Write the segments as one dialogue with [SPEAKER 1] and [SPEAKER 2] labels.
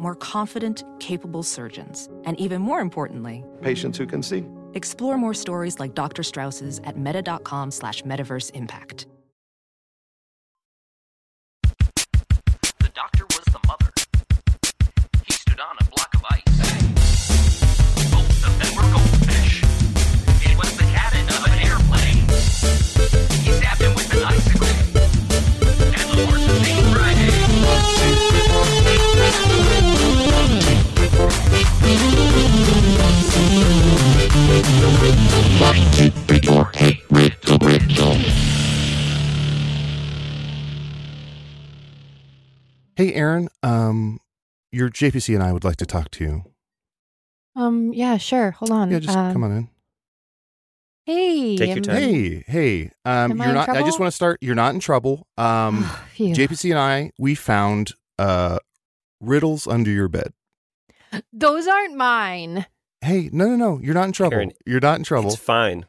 [SPEAKER 1] More confident, capable surgeons. And even more importantly,
[SPEAKER 2] Patients who can see.
[SPEAKER 1] explore more stories like Dr. Strauss's at meta.com slash metaverse impact.
[SPEAKER 3] The doctor was the mother. He stood on a block of ice. Both of them were goldfish. It was the cabin of an airplane. He stabbed him with an icicle. And the horse was named Friday.
[SPEAKER 4] Hey, Aaron. Um, your JPC and I would like to talk to you.
[SPEAKER 5] Um. Yeah. Sure. Hold on.
[SPEAKER 4] Yeah, just
[SPEAKER 5] Uh,
[SPEAKER 4] come on in.
[SPEAKER 5] Hey.
[SPEAKER 6] Take your
[SPEAKER 5] um,
[SPEAKER 6] time.
[SPEAKER 4] Hey, hey. Um,
[SPEAKER 5] Am I
[SPEAKER 4] you're
[SPEAKER 5] in
[SPEAKER 4] not. I just
[SPEAKER 5] trouble?
[SPEAKER 4] want to start. You're not in trouble. Um,
[SPEAKER 5] phew.
[SPEAKER 4] JPC and I, we found uh riddles under your bed.
[SPEAKER 5] Those aren't mine.
[SPEAKER 4] Hey, no, no, no. You're not in trouble.
[SPEAKER 6] Aaron,
[SPEAKER 4] you're not in trouble.
[SPEAKER 6] It's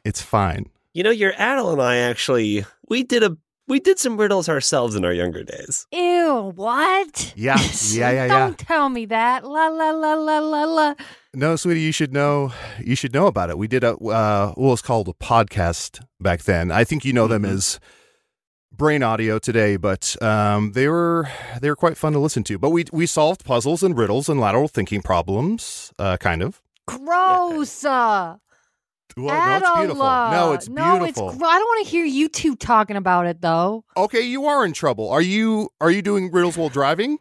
[SPEAKER 4] It's,
[SPEAKER 6] fine.
[SPEAKER 4] fine.
[SPEAKER 6] You know, your Adel and I actually we did a we did some riddles ourselves in our younger days.
[SPEAKER 5] Ew. What?
[SPEAKER 4] Yeah, yeah, yeah, yeah.
[SPEAKER 5] Don't tell me that. La la la la la la.
[SPEAKER 4] No, sweetie, you should know. You should know about it. We did a uh, what was called a podcast back then. I think you know them
[SPEAKER 6] Mhm.
[SPEAKER 4] as Brain Audio today, but um, they were they were quite fun to listen to. But we we solved puzzles and riddles and lateral thinking problems, uh, kind of.
[SPEAKER 5] Gross. uh,
[SPEAKER 4] Well, no, it's beautiful.
[SPEAKER 5] Adela.
[SPEAKER 4] No, it's
[SPEAKER 5] No, it's
[SPEAKER 4] beautiful.
[SPEAKER 5] gro- I don't want to hear you two talking about it though.
[SPEAKER 4] okay, you are in trouble. Are you are you doing riddles while driving?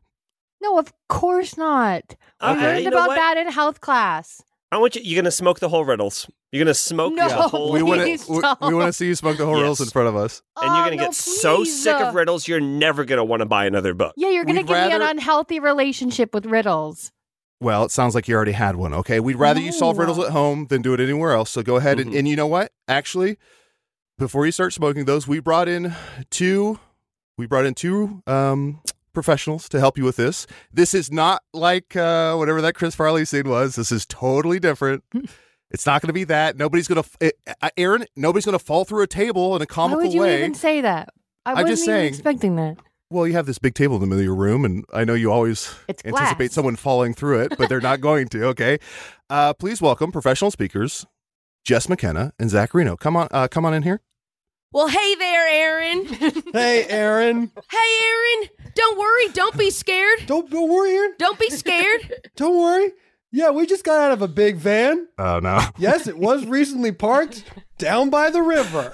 [SPEAKER 5] No, of course not. We
[SPEAKER 6] Okay,
[SPEAKER 5] learned
[SPEAKER 6] you know
[SPEAKER 5] about
[SPEAKER 6] what?
[SPEAKER 5] that in health class.
[SPEAKER 6] I want you. You're gonna smoke the whole riddles. You're gonna smoke
[SPEAKER 5] No,
[SPEAKER 6] the whole.
[SPEAKER 4] we want to
[SPEAKER 5] Please
[SPEAKER 4] we,
[SPEAKER 5] don't.
[SPEAKER 4] want to see you smoke the whole riddles in
[SPEAKER 6] Yes.
[SPEAKER 4] front of us.
[SPEAKER 6] and you're
[SPEAKER 5] Oh,
[SPEAKER 6] gonna
[SPEAKER 5] no,
[SPEAKER 6] get so
[SPEAKER 5] please,
[SPEAKER 6] sick
[SPEAKER 5] uh,
[SPEAKER 6] of riddles, you're never gonna want to buy another book.
[SPEAKER 5] Yeah, you're gonna
[SPEAKER 4] We'd
[SPEAKER 5] give me an
[SPEAKER 4] rather-
[SPEAKER 5] unhealthy relationship with riddles.
[SPEAKER 4] Well, it sounds like you already had one. Okay, we'd rather you solve
[SPEAKER 5] No.
[SPEAKER 4] riddles at home than do it anywhere else. So go ahead
[SPEAKER 5] Mm-hmm.
[SPEAKER 4] and,
[SPEAKER 6] Mhm.
[SPEAKER 4] and you know what? Actually, before you start smoking those, we brought in two. We brought in two um, professionals to help you with this. This is not like uh, whatever that Chris Farley scene was. This is totally different.
[SPEAKER 5] Hmm.
[SPEAKER 4] It's not going to be that. Nobody's going to, eh, Aaron. Nobody's going to fall through a table in a comical
[SPEAKER 5] Why would you
[SPEAKER 4] way.
[SPEAKER 5] even say that? I
[SPEAKER 4] I'm
[SPEAKER 5] wasn't
[SPEAKER 4] just
[SPEAKER 5] even
[SPEAKER 4] saying-
[SPEAKER 5] expecting that.
[SPEAKER 4] Well, you have this big table in the middle of your room, and I know you always
[SPEAKER 5] It's
[SPEAKER 4] anticipate
[SPEAKER 5] glass.
[SPEAKER 4] someone falling through it, but they're not going to. Okay, uh, please welcome professional speakers Jess McKenna and Zach Reno. Come on, uh, come on in here.
[SPEAKER 7] Well, hey there, Aaron. hey,
[SPEAKER 8] Hey, Aaron.
[SPEAKER 7] Aaron. Don't worry. Don't be scared.
[SPEAKER 8] Don't, don't worry, Aaron.
[SPEAKER 7] Don't be scared.
[SPEAKER 8] Don't worry. Yeah, we just got out of a big van.
[SPEAKER 4] Oh no,
[SPEAKER 8] Yes, it was recently parked down by the river.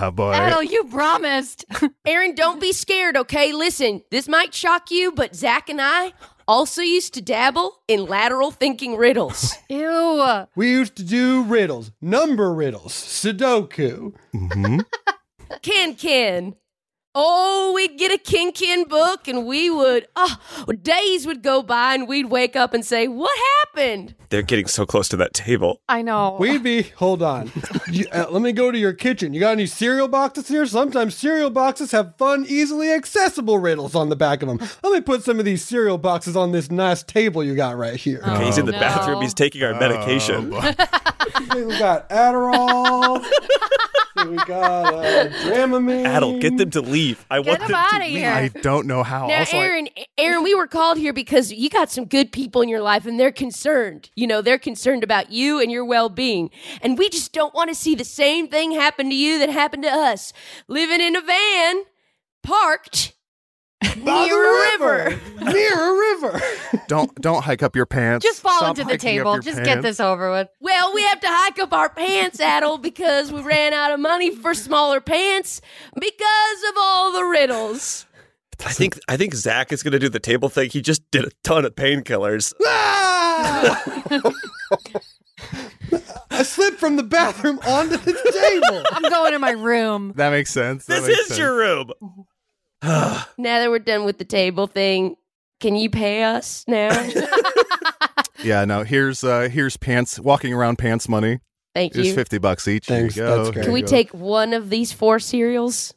[SPEAKER 4] oh, boy.
[SPEAKER 5] Adel, you promised.
[SPEAKER 7] Aaron, don't be scared, okay? Listen, this might shock you, but Zach and I also used to dabble in lateral thinking riddles.
[SPEAKER 5] Ew.
[SPEAKER 8] We used to do riddles, number riddles, Sudoku.
[SPEAKER 4] Mhm.
[SPEAKER 7] Ken Ken. Oh, we'd get a Ken Ken book and we would, oh, days would go by and we'd wake up and say, What happened?
[SPEAKER 6] They're getting so close to that table.
[SPEAKER 5] I know.
[SPEAKER 8] We'd be, hold on. You, uh, let me go to your kitchen. You got any cereal boxes here? Sometimes cereal boxes have fun, easily accessible riddles on the back of them. Let me put some of these cereal boxes on this nice table you got right here.
[SPEAKER 6] Okay, he's in the
[SPEAKER 5] Oh, no.
[SPEAKER 6] bathroom. He's taking our medication.
[SPEAKER 4] Oh, boy.
[SPEAKER 8] we got Adderall. we got uh, Dramamine.
[SPEAKER 6] Adel, get them to leave. I
[SPEAKER 5] Get
[SPEAKER 6] want
[SPEAKER 5] him
[SPEAKER 6] them
[SPEAKER 5] out
[SPEAKER 6] to
[SPEAKER 5] of
[SPEAKER 6] leave.
[SPEAKER 5] here.
[SPEAKER 4] I don't know how.
[SPEAKER 7] Now,
[SPEAKER 4] Also, I-
[SPEAKER 7] Aaron, Aaron, we were called here because you got some good people in your life and they're concerned. You know, they're concerned about you and your well being. And we just don't want to see the same thing happen to you that happened to us living in a van parked
[SPEAKER 8] By
[SPEAKER 7] near a river.
[SPEAKER 8] Near a river.
[SPEAKER 4] don't don't hike up your pants.
[SPEAKER 5] just fall
[SPEAKER 4] Stop
[SPEAKER 5] into the
[SPEAKER 4] hiking up
[SPEAKER 5] table.
[SPEAKER 4] your
[SPEAKER 5] Just
[SPEAKER 4] pants.
[SPEAKER 5] get this over with.
[SPEAKER 7] Well, we have to hike up our pants, Adel, because we ran out of money for smaller pants because of all the riddles.
[SPEAKER 6] I think I think Zach is gonna do the table thing. He just did a ton of painkillers.
[SPEAKER 4] Ah!
[SPEAKER 8] I slipped from the bathroom onto the table.
[SPEAKER 5] I'm going to my room.
[SPEAKER 4] That makes sense. That
[SPEAKER 6] This
[SPEAKER 4] makes
[SPEAKER 6] is
[SPEAKER 4] sense.
[SPEAKER 6] your room.
[SPEAKER 7] Now that we're done with the table thing, can you pay us now?
[SPEAKER 4] Yeah. No. Here's uh here's pants. Walking around pants money.
[SPEAKER 7] Thank
[SPEAKER 4] It's
[SPEAKER 7] you.
[SPEAKER 4] fifty bucks each. Here you
[SPEAKER 3] Thanks,
[SPEAKER 4] go.
[SPEAKER 3] that's
[SPEAKER 4] Here
[SPEAKER 3] great.
[SPEAKER 4] you
[SPEAKER 7] Can we
[SPEAKER 4] go.
[SPEAKER 7] take one of these four cereals?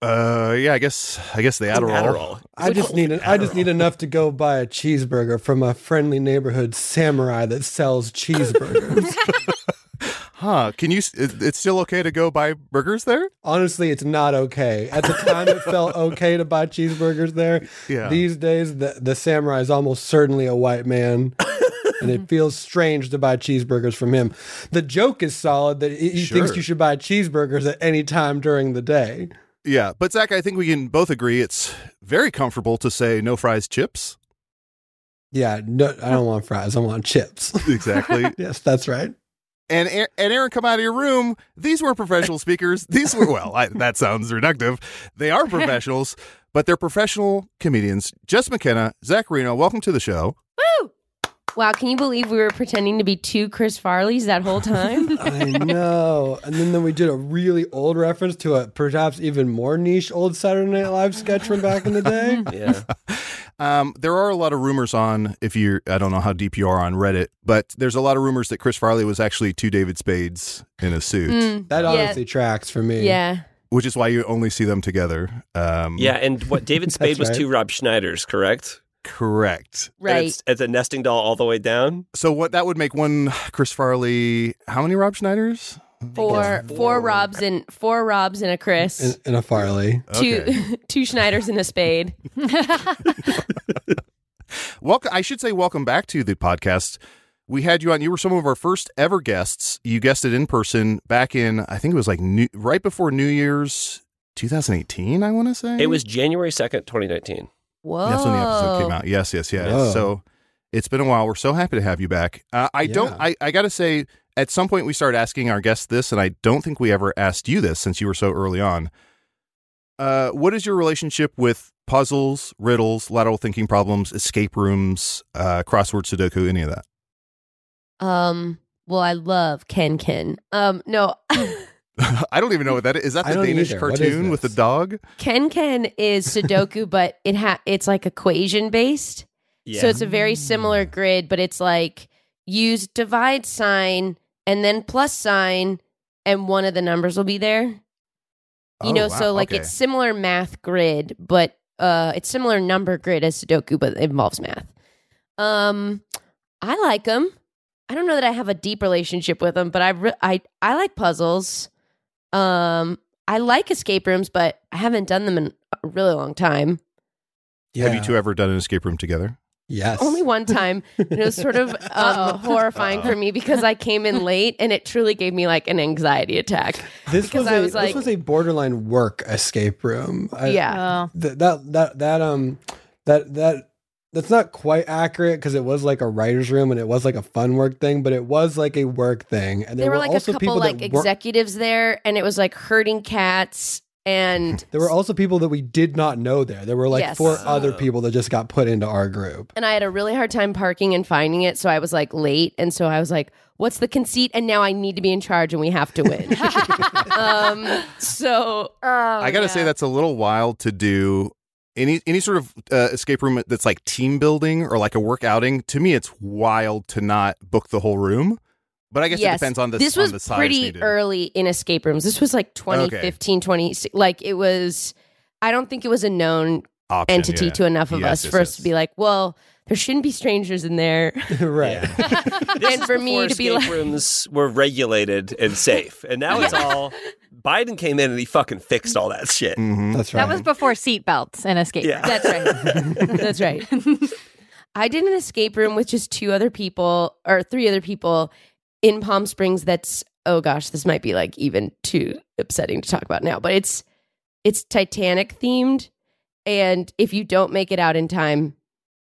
[SPEAKER 4] Uh, yeah, I guess I guess the Adderall.
[SPEAKER 6] Adderall.
[SPEAKER 3] I just need an, I just need enough to go buy a cheeseburger from a friendly neighborhood samurai that sells cheeseburgers.
[SPEAKER 4] Huh? Can you? s- it- It's still okay to go buy burgers there?
[SPEAKER 3] Honestly, it's not okay. At the time, it felt okay to buy cheeseburgers there.
[SPEAKER 4] Yeah.
[SPEAKER 3] These days, the the samurai is almost certainly a white man. And it feels strange to buy cheeseburgers from him. The joke is solid that he he
[SPEAKER 4] Sure.
[SPEAKER 3] thinks you should buy cheeseburgers at any time during the day.
[SPEAKER 4] Yeah, but Zach, I think we can both agree it's very comfortable to say no fries, chips.
[SPEAKER 3] Yeah, no, I don't want fries. I want chips.
[SPEAKER 4] Exactly.
[SPEAKER 3] yes, that's right.
[SPEAKER 4] and Aa- and Aaron, come out of your room. These were professional speakers. These were well, I, that sounds reductive. They are professionals, but they're professional comedians. Jess McKenna, Zach Reno, welcome to the show.
[SPEAKER 7] Wow, can you believe we were pretending to be two Chris Farleys that whole time?
[SPEAKER 3] I know. And then, then we did a really old reference to a perhaps even more niche old Saturday Night Live sketch from back in the day.
[SPEAKER 6] Yeah.
[SPEAKER 4] Um, there are a lot of rumors on if you I don't know how deep you are on Reddit, but there's a lot of rumors that Chris Farley was actually two David Spades in a suit,
[SPEAKER 3] That
[SPEAKER 7] Yeah.
[SPEAKER 3] honestly tracks for me.
[SPEAKER 7] yeah.
[SPEAKER 4] which is why you only see them together. Um,
[SPEAKER 6] Yeah, and what David Spade was
[SPEAKER 3] right.
[SPEAKER 6] two Rob Schneiders, correct?
[SPEAKER 4] correct.
[SPEAKER 6] And
[SPEAKER 7] Right.
[SPEAKER 6] It's, it's a nesting doll all the way down.
[SPEAKER 4] So what that would make one Chris Farley? How many Rob Schneiders?
[SPEAKER 7] Four four Robs and four Robs and a
[SPEAKER 3] In,
[SPEAKER 7] Chris.
[SPEAKER 3] in a Farley.
[SPEAKER 4] Okay.
[SPEAKER 7] Two two Schneiders and a spade.
[SPEAKER 4] Welcome. I should say welcome back to the podcast. We had you on. You were some of our first ever guests. You guessed it in person back in I think it was like new, right before New Year's 2018. I want to say
[SPEAKER 6] It
[SPEAKER 7] Mm-hmm.
[SPEAKER 6] was January 2nd, 2019.
[SPEAKER 7] Whoa.
[SPEAKER 4] That's when the episode
[SPEAKER 7] Oh.
[SPEAKER 4] came out. Yes, yes, yes.
[SPEAKER 3] Whoa.
[SPEAKER 4] So it's been a while. We're so happy to have you back. Uh, I don't.
[SPEAKER 3] Yeah.
[SPEAKER 4] I, I got to say, at some point we started asking our guests this, and I don't think we ever asked you this since you were so early on. Uh, what is your relationship with puzzles, riddles, lateral thinking problems, escape rooms, uh, crossword Sudoku, any of that?
[SPEAKER 7] Um well I love Ken Ken. Um no
[SPEAKER 4] I don't even know what that is. Is that
[SPEAKER 3] I
[SPEAKER 4] the
[SPEAKER 3] don't
[SPEAKER 4] Danish
[SPEAKER 3] either. What is
[SPEAKER 4] cartoon with the
[SPEAKER 3] this?
[SPEAKER 4] dog?
[SPEAKER 7] Ken Ken is Sudoku, but it ha- it's like equation based.
[SPEAKER 6] Yeah.
[SPEAKER 7] So it's a very similar grid, but it's like use divide sign and then plus sign, and one of the numbers will be there. You
[SPEAKER 4] Oh,
[SPEAKER 7] know,
[SPEAKER 4] wow.
[SPEAKER 7] so like
[SPEAKER 4] Okay.
[SPEAKER 7] it's similar math grid, but uh, it's similar number grid as Sudoku, but it involves math. Um, I like them. I don't know that I have a deep relationship with them, but I re- I I like puzzles. Um, I like escape rooms, but I haven't done them in a really long time.
[SPEAKER 4] Have you two ever done an escape room together?
[SPEAKER 3] Yes.
[SPEAKER 7] Only one time. And it was sort of
[SPEAKER 9] Uh-oh.
[SPEAKER 7] um, horrifying for me because I came in late and it truly gave me like an anxiety attack.
[SPEAKER 3] This
[SPEAKER 7] because
[SPEAKER 3] was,
[SPEAKER 7] I
[SPEAKER 3] a,
[SPEAKER 7] was like-
[SPEAKER 3] this was a borderline work escape room. I-
[SPEAKER 7] yeah.
[SPEAKER 9] Oh.
[SPEAKER 3] th- that that that um that that that's not quite accurate because it was like a writer's room and it was like a fun work thing, but it was like a work thing. And there,
[SPEAKER 7] There, were, like a
[SPEAKER 3] also
[SPEAKER 7] couple
[SPEAKER 3] people
[SPEAKER 7] like
[SPEAKER 3] that wor-
[SPEAKER 7] executives there and it was like herding cats and
[SPEAKER 3] There were also people that we did not know there. There were like
[SPEAKER 7] Yes.
[SPEAKER 3] four uh other
[SPEAKER 6] Oh.
[SPEAKER 3] people that just got put into our group.
[SPEAKER 7] and I had a really hard time parking and finding it. So I was like late. And so I was like, what's the conceit? And now I need to be in charge and we have to win. um, so
[SPEAKER 4] I gotta say that's a little wild to do. Any any sort of uh, escape room that's like team building or like a work outing to me, it's wild to not book the whole room. But I guess it depends on the
[SPEAKER 7] This
[SPEAKER 4] on
[SPEAKER 7] was
[SPEAKER 4] the size
[SPEAKER 7] pretty
[SPEAKER 4] needed.
[SPEAKER 7] early in escape rooms. This was like 2015, 20 like it was I don't think it was a known
[SPEAKER 4] Option,
[SPEAKER 7] entity
[SPEAKER 4] yeah.
[SPEAKER 7] to enough of
[SPEAKER 4] Yes,
[SPEAKER 7] us
[SPEAKER 4] yes,
[SPEAKER 7] for us
[SPEAKER 4] yes.
[SPEAKER 7] to be like, well, there shouldn't be strangers in there.
[SPEAKER 3] right.
[SPEAKER 6] This
[SPEAKER 7] and
[SPEAKER 6] is
[SPEAKER 7] for me
[SPEAKER 6] before
[SPEAKER 7] to be
[SPEAKER 6] escape
[SPEAKER 7] like
[SPEAKER 6] rooms were regulated and safe, and now it's all. Biden came in and he fucking fixed all that shit.
[SPEAKER 3] Mm.
[SPEAKER 4] Mhm.
[SPEAKER 3] That's right.
[SPEAKER 9] That was before seatbelts and escape.
[SPEAKER 6] Yeah.
[SPEAKER 7] That's right. That's right. I did an escape room with just two other people or three other people in Palm Springs that's oh gosh, this might be like even too upsetting to talk about now, but it's it's Titanic themed and if you don't make it out in time,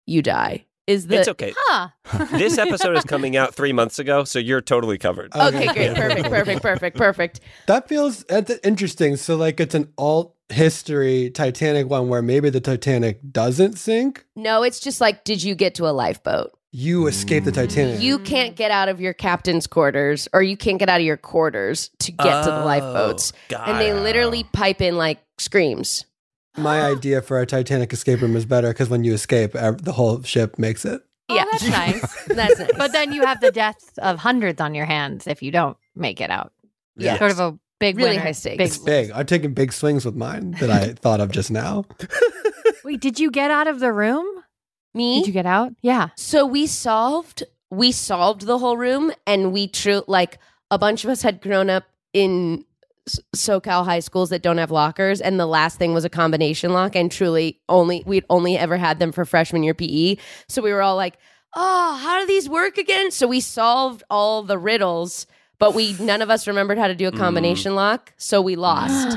[SPEAKER 7] you die. Is the
[SPEAKER 6] it's okay.
[SPEAKER 9] Huh.
[SPEAKER 6] This episode is coming out three months ago, so you're totally covered.
[SPEAKER 7] Okay, great. Perfect, perfect, perfect, perfect.
[SPEAKER 3] That feels that's interesting. So like it's an alt history Titanic one where maybe the Titanic doesn't sink.
[SPEAKER 7] No, it's just like did you get to a lifeboat?
[SPEAKER 3] You escape the Titanic.
[SPEAKER 7] You can't get out of your captain's quarters or you can't get out of your quarters to get to the
[SPEAKER 6] Oh,
[SPEAKER 7] lifeboats.
[SPEAKER 6] got
[SPEAKER 7] And they
[SPEAKER 6] it.
[SPEAKER 7] literally pipe in like screams.
[SPEAKER 3] My idea for a Titanic escape room is better because when you escape, ev- the whole ship makes it.
[SPEAKER 9] yeah.
[SPEAKER 7] that's nice. That's nice.
[SPEAKER 9] Oh, But then you have the deaths of hundreds on your hands if you don't make it out.
[SPEAKER 6] Yeah.
[SPEAKER 9] Sort of a big
[SPEAKER 7] Really
[SPEAKER 9] winner,
[SPEAKER 7] high stakes.
[SPEAKER 9] big-
[SPEAKER 7] It's
[SPEAKER 3] Big. I've taken big swings with mine that I thought of just now.
[SPEAKER 9] Wait, did you get out of the room?
[SPEAKER 7] me.
[SPEAKER 9] Did you get out? Yeah.
[SPEAKER 7] So we solved we solved the whole room and we true like a bunch of us had grown up in S- SoCal high schools that don't have lockers and the last thing was a combination lock and truly only we'd only ever had them for freshman year PE. So we were all like, "Oh, how do these work again?" So we solved all the riddles, but we none of us remembered how to do a combination lock, so we lost.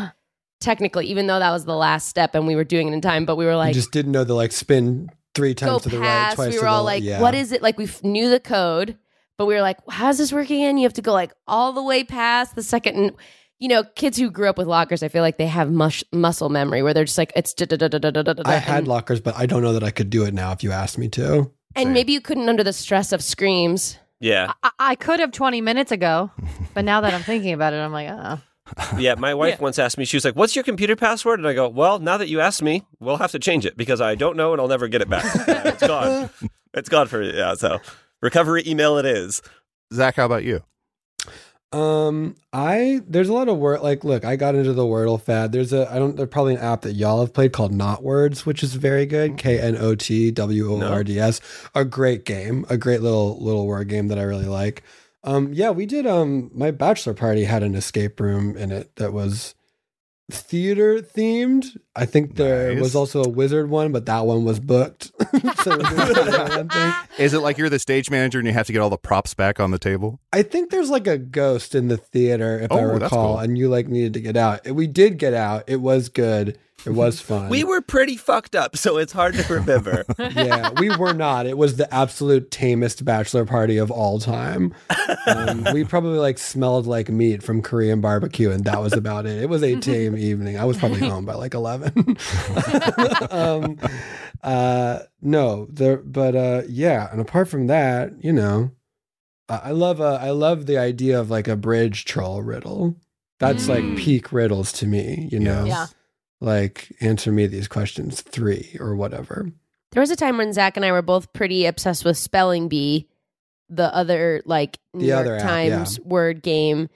[SPEAKER 7] Technically, even though that was the last step and we were doing it in time, but we were
[SPEAKER 3] I
[SPEAKER 7] like
[SPEAKER 3] just didn't know the like spin three
[SPEAKER 7] go
[SPEAKER 3] times to the right,
[SPEAKER 7] past.
[SPEAKER 3] twice
[SPEAKER 7] we
[SPEAKER 3] to
[SPEAKER 7] were
[SPEAKER 3] the
[SPEAKER 7] all
[SPEAKER 3] le-
[SPEAKER 7] like,
[SPEAKER 3] yeah.
[SPEAKER 7] "What is it?" Like we f- knew the code, but we were like, "How's this working?" And you have to go like all the way past the second. And you know, kids who grew up with lockers, I feel like they have mush- muscle memory where they're just like, "It's da da da da da da da." da,"
[SPEAKER 3] I had
[SPEAKER 7] and,
[SPEAKER 3] lockers, but I don't know that I could do it now if you asked me to.
[SPEAKER 7] and maybe you couldn't under the stress of screams.
[SPEAKER 6] Yeah.
[SPEAKER 9] I, I could have 20 minutes ago, but now that I'm thinking about it, I'm like, oh.
[SPEAKER 6] Yeah. My wife once asked me, she was like, What's your computer password? And I go, Well, now that you asked me, we'll have to change it because I don't know and I'll never get it back. Uh, it's gone. It's gone for, yeah. So recovery email it is.
[SPEAKER 4] Zach, how about you?
[SPEAKER 3] Um, I there's a lot of word like look, I got into the Wordle fad. There's a I don't there's probably an app that y'all have played called Not Words, which is very
[SPEAKER 6] Mm-hmm.
[SPEAKER 3] good. K N O T W O R D S. A great game, a great little little word game that I really like. Um, yeah, we did. Um, my bachelor party had an escape room in it that was theater themed. I think there
[SPEAKER 4] Nice.
[SPEAKER 3] was also a wizard one, but that one was booked. so we didn't do that one thing.
[SPEAKER 4] Is it like you're the stage manager and you have to get all the props back on the table?
[SPEAKER 3] I think there's like a ghost in the theater, if I
[SPEAKER 4] Oh, that's
[SPEAKER 3] recall,
[SPEAKER 4] cool.
[SPEAKER 3] and you like needed to get out. We did get out. It was good. It was fun.
[SPEAKER 6] We were pretty fucked up, so it's hard to remember.
[SPEAKER 3] yeah, we were not. It was the absolute tamest bachelor party of all time. Um, we probably like smelled like meat from Korean barbecue, and that was about it. It was a tame evening. I was probably home by like eleven. um, uh, no, there, but uh, yeah. And apart from that, you know, I, I love uh, I love the idea of like a bridge troll riddle. That's
[SPEAKER 7] Mm.
[SPEAKER 3] like peak riddles to me. You know,
[SPEAKER 9] Yeah.
[SPEAKER 3] like answer me these questions three or whatever.
[SPEAKER 7] There was a time when Zach and I were both pretty obsessed with Spelling Bee, the other like New
[SPEAKER 3] The
[SPEAKER 7] York
[SPEAKER 3] other app,
[SPEAKER 7] Times word game,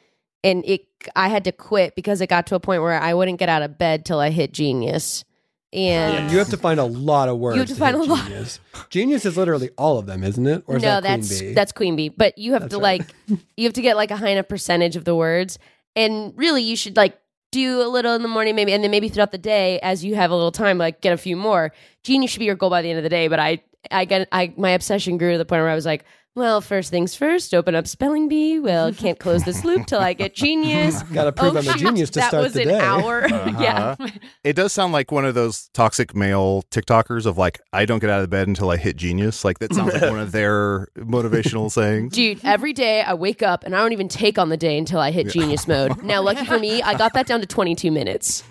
[SPEAKER 7] and it I had to quit because it got to a point where I wouldn't get out of bed till I hit genius. And
[SPEAKER 3] You have to find a lot of words.
[SPEAKER 7] have to find
[SPEAKER 3] hit
[SPEAKER 7] a lot.
[SPEAKER 3] Genius. Genius is literally all of them, isn't it? Or is that
[SPEAKER 7] no,
[SPEAKER 3] Queen
[SPEAKER 7] that's
[SPEAKER 3] Bee?
[SPEAKER 7] that's Queen Bee. But you have
[SPEAKER 3] That's
[SPEAKER 7] to
[SPEAKER 3] right.
[SPEAKER 7] like you have to get like a high enough percentage of the words, and really you should like do a little in the morning maybe, and then maybe throughout the day as you have a little time, like get a few more. Genius should be your goal by the end of the day. But I I got I my obsession grew to the point where I was like. Well, first things first, open up spelling bee. Well, can't close this loop till I get genius.
[SPEAKER 3] Gotta prove I'm
[SPEAKER 7] Oh,
[SPEAKER 3] a
[SPEAKER 7] shoot,
[SPEAKER 3] genius to
[SPEAKER 7] that
[SPEAKER 3] start
[SPEAKER 7] was
[SPEAKER 3] the
[SPEAKER 7] an
[SPEAKER 3] day.
[SPEAKER 7] hour. yeah.
[SPEAKER 4] Uh-huh. It does sound like one of those toxic male TikTokers of like, I don't get out of bed until I hit genius. Like that sounds like one of their motivational sayings.
[SPEAKER 7] Dude, every day I wake up and I don't even take on the day until I hit genius mode. Now, lucky for me, I got that down to 22 minutes.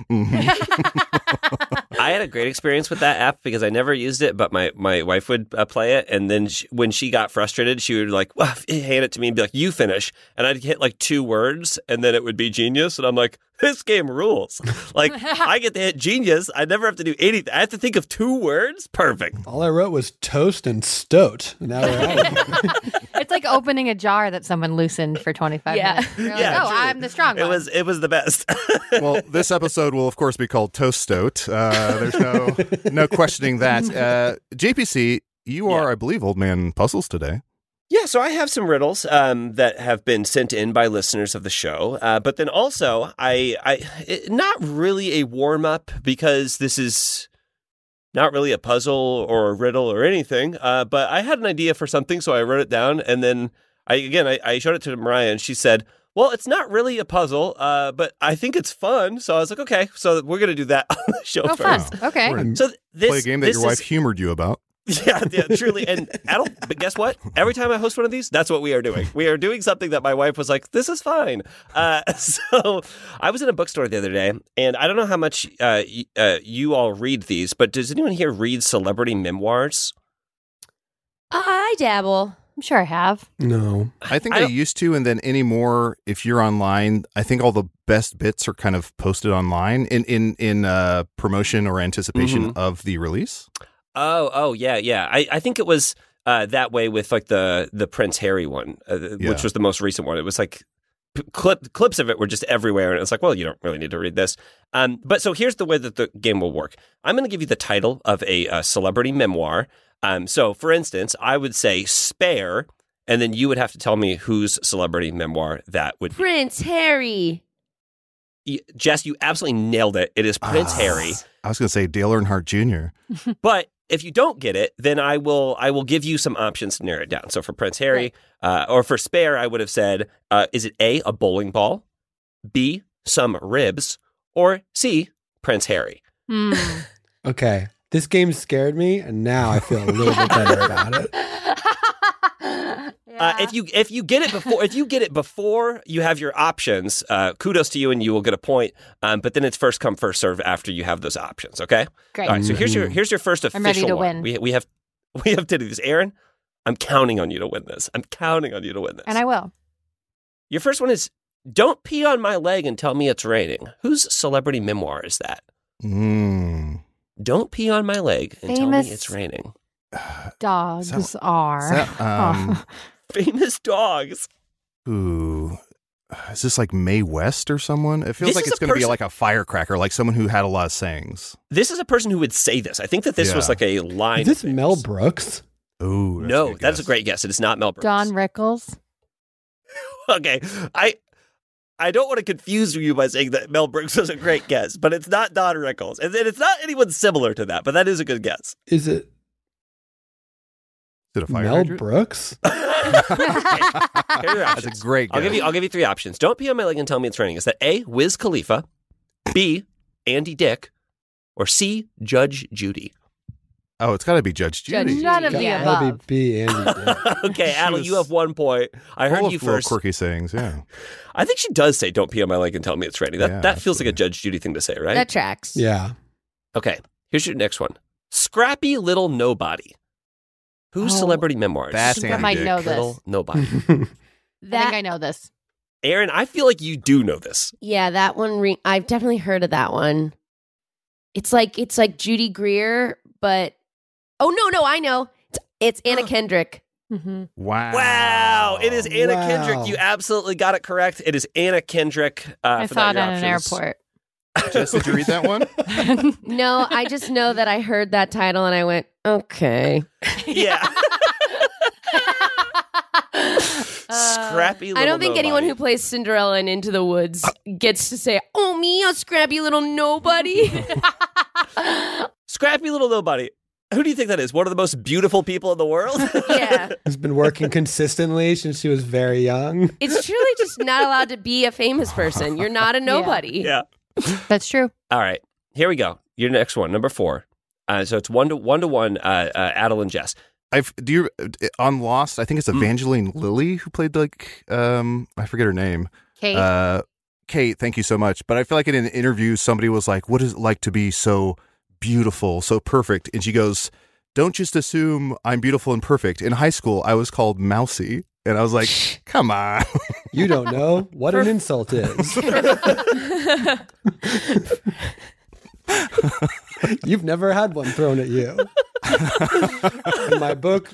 [SPEAKER 6] I had a great experience with that app because I never used it, but my, my wife would uh, play it. And then she, when she got frustrated, she would like "Well," hand it to me and be like, you finish. And I'd hit like two words and then it would be genius. And I'm like, this game rules. Like I get to hit genius. I never have to do anything. I have to think of two words. Perfect.
[SPEAKER 3] all I wrote was toast and stoat. Now we're out. of here.
[SPEAKER 9] It's like opening a jar that someone loosened for 25
[SPEAKER 7] Yeah.
[SPEAKER 9] minutes. You're like,
[SPEAKER 6] Yeah,
[SPEAKER 9] oh,
[SPEAKER 6] truly.
[SPEAKER 9] I'm the strong
[SPEAKER 6] It
[SPEAKER 9] one.
[SPEAKER 6] was, it was the best.
[SPEAKER 4] well, this episode will, of course, be called Toast Stoat. Uh, there's no no questioning that. Uh, JPC, you are, I believe, old man puzzles today.
[SPEAKER 6] Yeah, so I have some riddles um, that have been sent in by listeners of the show, uh, but then also I, I it, not really a warm up because this is not really a puzzle or a riddle or anything. Uh, but I had an idea for something, so I wrote it down, and then I again I, I showed it to Mariah, and she said, "Well, it's not really a puzzle, uh, but I think it's fun." So I was like, "Okay, so we're gonna do that on the show
[SPEAKER 9] oh, fun.
[SPEAKER 6] first.
[SPEAKER 9] Okay.
[SPEAKER 4] We're gonna
[SPEAKER 6] So th- this
[SPEAKER 4] play a game that
[SPEAKER 6] this
[SPEAKER 4] your wife
[SPEAKER 6] is-
[SPEAKER 4] humored you about.
[SPEAKER 6] yeah, yeah, truly. And I don't. But guess what? Every time I host one of these, that's what we are doing. We are doing something that my wife was like, "This is fine." Uh, so I was in a bookstore the other day, and I don't know how much uh, y- uh, you all read these, but does anyone here read celebrity memoirs?
[SPEAKER 7] I dabble.
[SPEAKER 9] I'm sure I have.
[SPEAKER 3] no.
[SPEAKER 4] I think
[SPEAKER 6] I
[SPEAKER 4] I,
[SPEAKER 6] don't-
[SPEAKER 4] used to, and then anymore, if you're online, I think all the best bits are kind of posted online in in in uh,
[SPEAKER 6] Mm-hmm.
[SPEAKER 4] promotion or anticipation of the release.
[SPEAKER 6] Oh, oh yeah, yeah. I, I think it was uh, that way with like the the Prince Harry one, uh,
[SPEAKER 4] Yeah.
[SPEAKER 6] which was the most recent one. It was like p- clip, clips of it were just everywhere, and it was like, well, you don't really need to read this. Um, but so here's the way that the game will work. I'm going to give you the title of a uh, celebrity memoir. Um, so, for instance, I would say Spare, and then you would have to tell me whose celebrity memoir that would be.
[SPEAKER 7] Prince Harry.
[SPEAKER 6] Y- Jess, you absolutely nailed it. It is Prince
[SPEAKER 4] Ah.
[SPEAKER 6] Harry.
[SPEAKER 4] I was going to say Dale Earnhardt Jr.
[SPEAKER 6] But if you don't get it, then I will I will give you some options to narrow it down. So for Prince Harry, uh, or for spare, I would have said, uh, is it A, a bowling ball, B, some ribs, or C, Prince Harry?
[SPEAKER 9] Hmm.
[SPEAKER 3] Okay. This game scared me, and now I feel a little bit better about it.
[SPEAKER 6] Uh, if you if you get it before if you get it before you have your options, uh, kudos to you, and you will get a point. Um, but then it's first come first serve after you have those options. Okay.
[SPEAKER 9] Great.
[SPEAKER 6] All right. So here's your
[SPEAKER 3] Mhm.
[SPEAKER 6] here's your first official
[SPEAKER 9] I'm ready to
[SPEAKER 6] one.
[SPEAKER 9] win.
[SPEAKER 6] We we have we have to do this, Aaron. I'm counting on you to win this. I'm counting on you to win this.
[SPEAKER 9] And I will.
[SPEAKER 6] Your first one is Don't Pee on My Leg and Tell Me It's Raining. Whose celebrity memoir is that?
[SPEAKER 4] Mm.
[SPEAKER 6] Don't Pee on My Leg and Tell Me
[SPEAKER 9] Famous-
[SPEAKER 6] It's Raining.
[SPEAKER 9] Dogs
[SPEAKER 4] So-
[SPEAKER 9] are.
[SPEAKER 4] Is that, um,
[SPEAKER 6] Famous dogs.
[SPEAKER 4] ooh. Is this like Mae West or someone? It feels
[SPEAKER 6] This
[SPEAKER 4] like
[SPEAKER 6] is
[SPEAKER 4] it's
[SPEAKER 6] a
[SPEAKER 4] going to be
[SPEAKER 6] person-
[SPEAKER 4] like a firecracker, like someone who had a lot of sayings.
[SPEAKER 6] This is a person who would say this. I think that this was
[SPEAKER 4] Yeah.
[SPEAKER 6] like a line.
[SPEAKER 3] Is this
[SPEAKER 6] of theirs.
[SPEAKER 3] Mel Brooks?
[SPEAKER 4] Ooh, that's
[SPEAKER 6] no,
[SPEAKER 4] good
[SPEAKER 6] that's a
[SPEAKER 4] guess.
[SPEAKER 6] great guess. It is not Mel Brooks.
[SPEAKER 9] Don Rickles.
[SPEAKER 6] okay, I I don't want to confuse you by saying that Mel Brooks was a great guess, but it's not Don Rickles, and and it's not anyone similar to that. But that is a good guess.
[SPEAKER 3] Is it
[SPEAKER 4] Is it a fire
[SPEAKER 3] Mel
[SPEAKER 4] hydrant?
[SPEAKER 3] Brooks?
[SPEAKER 6] Here are your
[SPEAKER 4] That's a
[SPEAKER 6] options.
[SPEAKER 4] great guess.
[SPEAKER 6] I'll give you. I'll give you three options. Don't pee on my leg and tell me it's raining. Is that A. Wiz Khalifa, B. Andy Dick, or C. Judge Judy?
[SPEAKER 4] oh, it's got to be Judge
[SPEAKER 7] Judge
[SPEAKER 4] Judy.
[SPEAKER 7] Judy.
[SPEAKER 9] None of
[SPEAKER 7] Got
[SPEAKER 9] the
[SPEAKER 7] it.
[SPEAKER 3] That'd
[SPEAKER 9] above.
[SPEAKER 3] be B. Andy Dick.
[SPEAKER 6] okay,
[SPEAKER 4] She
[SPEAKER 6] Allie,
[SPEAKER 4] was
[SPEAKER 6] you have one point. I
[SPEAKER 4] Full
[SPEAKER 6] heard
[SPEAKER 4] of
[SPEAKER 6] you
[SPEAKER 4] little
[SPEAKER 6] first.
[SPEAKER 4] quirky sayings, yeah.
[SPEAKER 6] I think she does say, "Don't pee on my leg and tell me it's raining." That
[SPEAKER 4] Yeah,
[SPEAKER 6] that feels like a
[SPEAKER 4] absolutely.
[SPEAKER 6] Judge Judy thing to say, right?
[SPEAKER 7] That tracks.
[SPEAKER 3] Yeah.
[SPEAKER 6] okay, here's your next one. Scrappy little nobody. Whose
[SPEAKER 9] Oh,
[SPEAKER 6] celebrity memoirs?
[SPEAKER 4] That's
[SPEAKER 9] think I
[SPEAKER 4] Andy
[SPEAKER 9] might
[SPEAKER 4] Dick.
[SPEAKER 9] know that.
[SPEAKER 6] little nobody.
[SPEAKER 7] That,
[SPEAKER 9] I think I know this.
[SPEAKER 6] Aaron, I feel like you do know this.
[SPEAKER 7] Yeah, that one ring. I've definitely heard of that one. It's like it's like Judy Greer, but oh no, no, I know. It's, it's Anna Kendrick.
[SPEAKER 4] Uh,
[SPEAKER 9] Mhm.
[SPEAKER 4] Wow.
[SPEAKER 6] Wow, it is Anna
[SPEAKER 3] Wow.
[SPEAKER 6] Kendrick. You absolutely got it correct. It is Anna Kendrick. Uh,
[SPEAKER 9] I
[SPEAKER 6] for
[SPEAKER 9] saw
[SPEAKER 6] that,
[SPEAKER 9] it
[SPEAKER 6] your
[SPEAKER 9] at an
[SPEAKER 6] options.
[SPEAKER 9] airport.
[SPEAKER 4] Jess, did you read that one?
[SPEAKER 7] No, I just know that I heard that title and I went, okay.
[SPEAKER 6] yeah. Scrappy. Little
[SPEAKER 7] Uh, I don't think anyone
[SPEAKER 6] nobody.
[SPEAKER 7] who plays Cinderella and Into the Woods gets to say, "Oh me, a scrappy little nobody."
[SPEAKER 6] Scrappy little nobody. Who do you think that is? One of the most beautiful people in the world.
[SPEAKER 7] yeah,
[SPEAKER 3] Who's been working consistently since she was very young.
[SPEAKER 7] it's truly just not allowed to be a famous person. You're not a nobody.
[SPEAKER 6] yeah.
[SPEAKER 9] That's true.
[SPEAKER 6] All right. Here we go. Your next one, number four. Uh, so it's one to one to one. Uh, uh, Adel and Jess.
[SPEAKER 4] I've do you on Lost? I think it's Evangeline Lilly who played like um I forget her name.
[SPEAKER 9] Kate.
[SPEAKER 4] Uh, Kate, thank you so much. But I feel like in an interview, somebody was like, "What is it like to be so beautiful, so perfect?" And she goes, "Don't just assume I'm beautiful and perfect." In high school, I was called Mousy, and I was like, "Come on,
[SPEAKER 3] You don't know what an insult is. You've never had one thrown at you. In my book,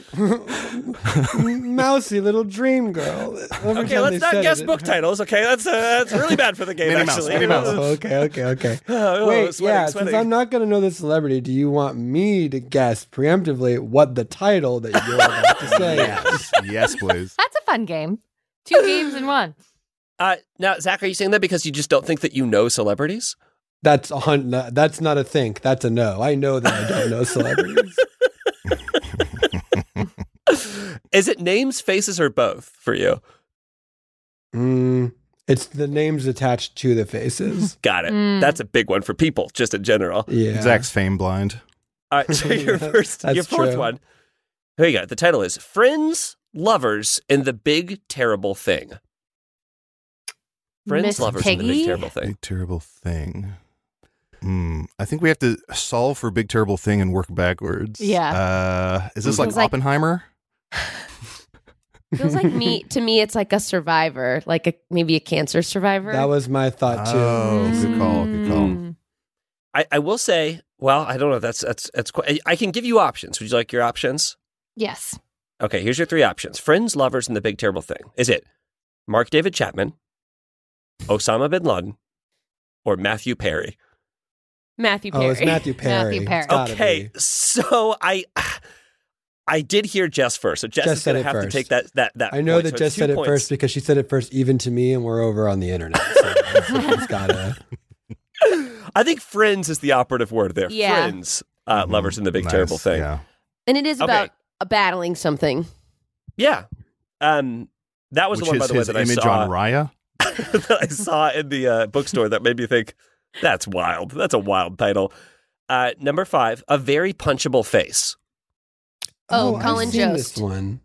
[SPEAKER 3] Mousy Little Dream Girl. Every
[SPEAKER 6] Okay,
[SPEAKER 3] time
[SPEAKER 6] let's
[SPEAKER 3] they
[SPEAKER 6] not
[SPEAKER 3] said
[SPEAKER 6] guess
[SPEAKER 3] it-
[SPEAKER 6] book titles. Okay, that's uh, that's really bad for the game.
[SPEAKER 4] Minnie Mouse,
[SPEAKER 6] actually.
[SPEAKER 4] Minnie Mouse.
[SPEAKER 3] Oh, okay, okay, okay.
[SPEAKER 6] Oh,
[SPEAKER 3] Wait,
[SPEAKER 6] sweating,
[SPEAKER 3] yeah,
[SPEAKER 6] sweating.
[SPEAKER 3] since I'm not going to know the celebrity, do you want me to guess preemptively what the title that you're about to say
[SPEAKER 7] Oh,
[SPEAKER 3] is?
[SPEAKER 4] yes, please."
[SPEAKER 9] That's a fun game. Two games in one.
[SPEAKER 6] Uh, now, Zach, are you saying that because you just don't think that you know celebrities?
[SPEAKER 3] That's a hun- no, That's not a think. That's a no. I know that I don't know celebrities.
[SPEAKER 6] Is it names, faces, or both for you?
[SPEAKER 3] Mm, it's the names attached to the faces.
[SPEAKER 6] Got it.
[SPEAKER 9] Mm.
[SPEAKER 6] That's a big one for people, just in general.
[SPEAKER 3] Yeah.
[SPEAKER 4] Zach's fame blind.
[SPEAKER 6] All right, Uh, so your first,
[SPEAKER 3] That's
[SPEAKER 6] your fourth
[SPEAKER 3] true.
[SPEAKER 6] one. Here you go. The title is Friends, Lovers, and the Big Terrible Thing. Friends,
[SPEAKER 9] Miss
[SPEAKER 6] Lovers, and the Big
[SPEAKER 9] Piggy?
[SPEAKER 6] Terrible Thing.
[SPEAKER 4] Big terrible thing. Hmm. I think we have to solve for big terrible thing and work backwards.
[SPEAKER 9] Yeah.
[SPEAKER 4] Uh, is this like
[SPEAKER 7] Feels like-
[SPEAKER 4] Oppenheimer?
[SPEAKER 7] Feels like me to me it's like a survivor, like a maybe a cancer survivor.
[SPEAKER 3] That was my thought too.
[SPEAKER 4] Oh, good
[SPEAKER 7] Mm-hmm.
[SPEAKER 4] call. Good call.
[SPEAKER 9] Mm.
[SPEAKER 6] I, I will say, well, I don't know. That's that's that's. Quite, I can give you options. Would you like your options?
[SPEAKER 9] Yes.
[SPEAKER 6] Okay, here's your three options friends, lovers, and the big terrible thing. Is it Mark David Chapman, Osama bin Laden, or Matthew Perry?
[SPEAKER 7] Matthew Perry.
[SPEAKER 3] Oh, it's Matthew Perry.
[SPEAKER 9] Matthew Perry.
[SPEAKER 3] It's gotta
[SPEAKER 6] okay,
[SPEAKER 3] be.
[SPEAKER 6] so I. I did hear Jess first, so
[SPEAKER 3] Jess
[SPEAKER 6] Jess, is going
[SPEAKER 3] said
[SPEAKER 6] to
[SPEAKER 3] it
[SPEAKER 6] have to
[SPEAKER 3] first.
[SPEAKER 6] take that. That that.
[SPEAKER 3] I know
[SPEAKER 6] point.
[SPEAKER 3] that
[SPEAKER 6] So
[SPEAKER 3] Jess
[SPEAKER 6] two
[SPEAKER 3] said it
[SPEAKER 6] points.
[SPEAKER 3] first because she said it first, even to me, and we're over on the internet. So it's gotta.
[SPEAKER 6] I think friends is the operative word there.
[SPEAKER 7] Yeah.
[SPEAKER 6] Friends, uh, lovers, and the big
[SPEAKER 4] Mm-hmm. Nice,
[SPEAKER 6] terrible thing.
[SPEAKER 4] Yeah.
[SPEAKER 7] and it is
[SPEAKER 6] Okay.
[SPEAKER 7] about uh, battling something.
[SPEAKER 6] Yeah. Um, that was
[SPEAKER 4] Which
[SPEAKER 6] the one,
[SPEAKER 4] is
[SPEAKER 6] by the way,
[SPEAKER 4] his
[SPEAKER 6] that I
[SPEAKER 4] image
[SPEAKER 6] saw
[SPEAKER 4] on Raya.
[SPEAKER 6] that I saw in the uh, bookstore that made me think that's wild. That's a wild title. Uh, number five, a very punchable face.
[SPEAKER 7] Oh,
[SPEAKER 3] I've
[SPEAKER 7] Colin
[SPEAKER 3] seen
[SPEAKER 7] Jost.
[SPEAKER 3] This one.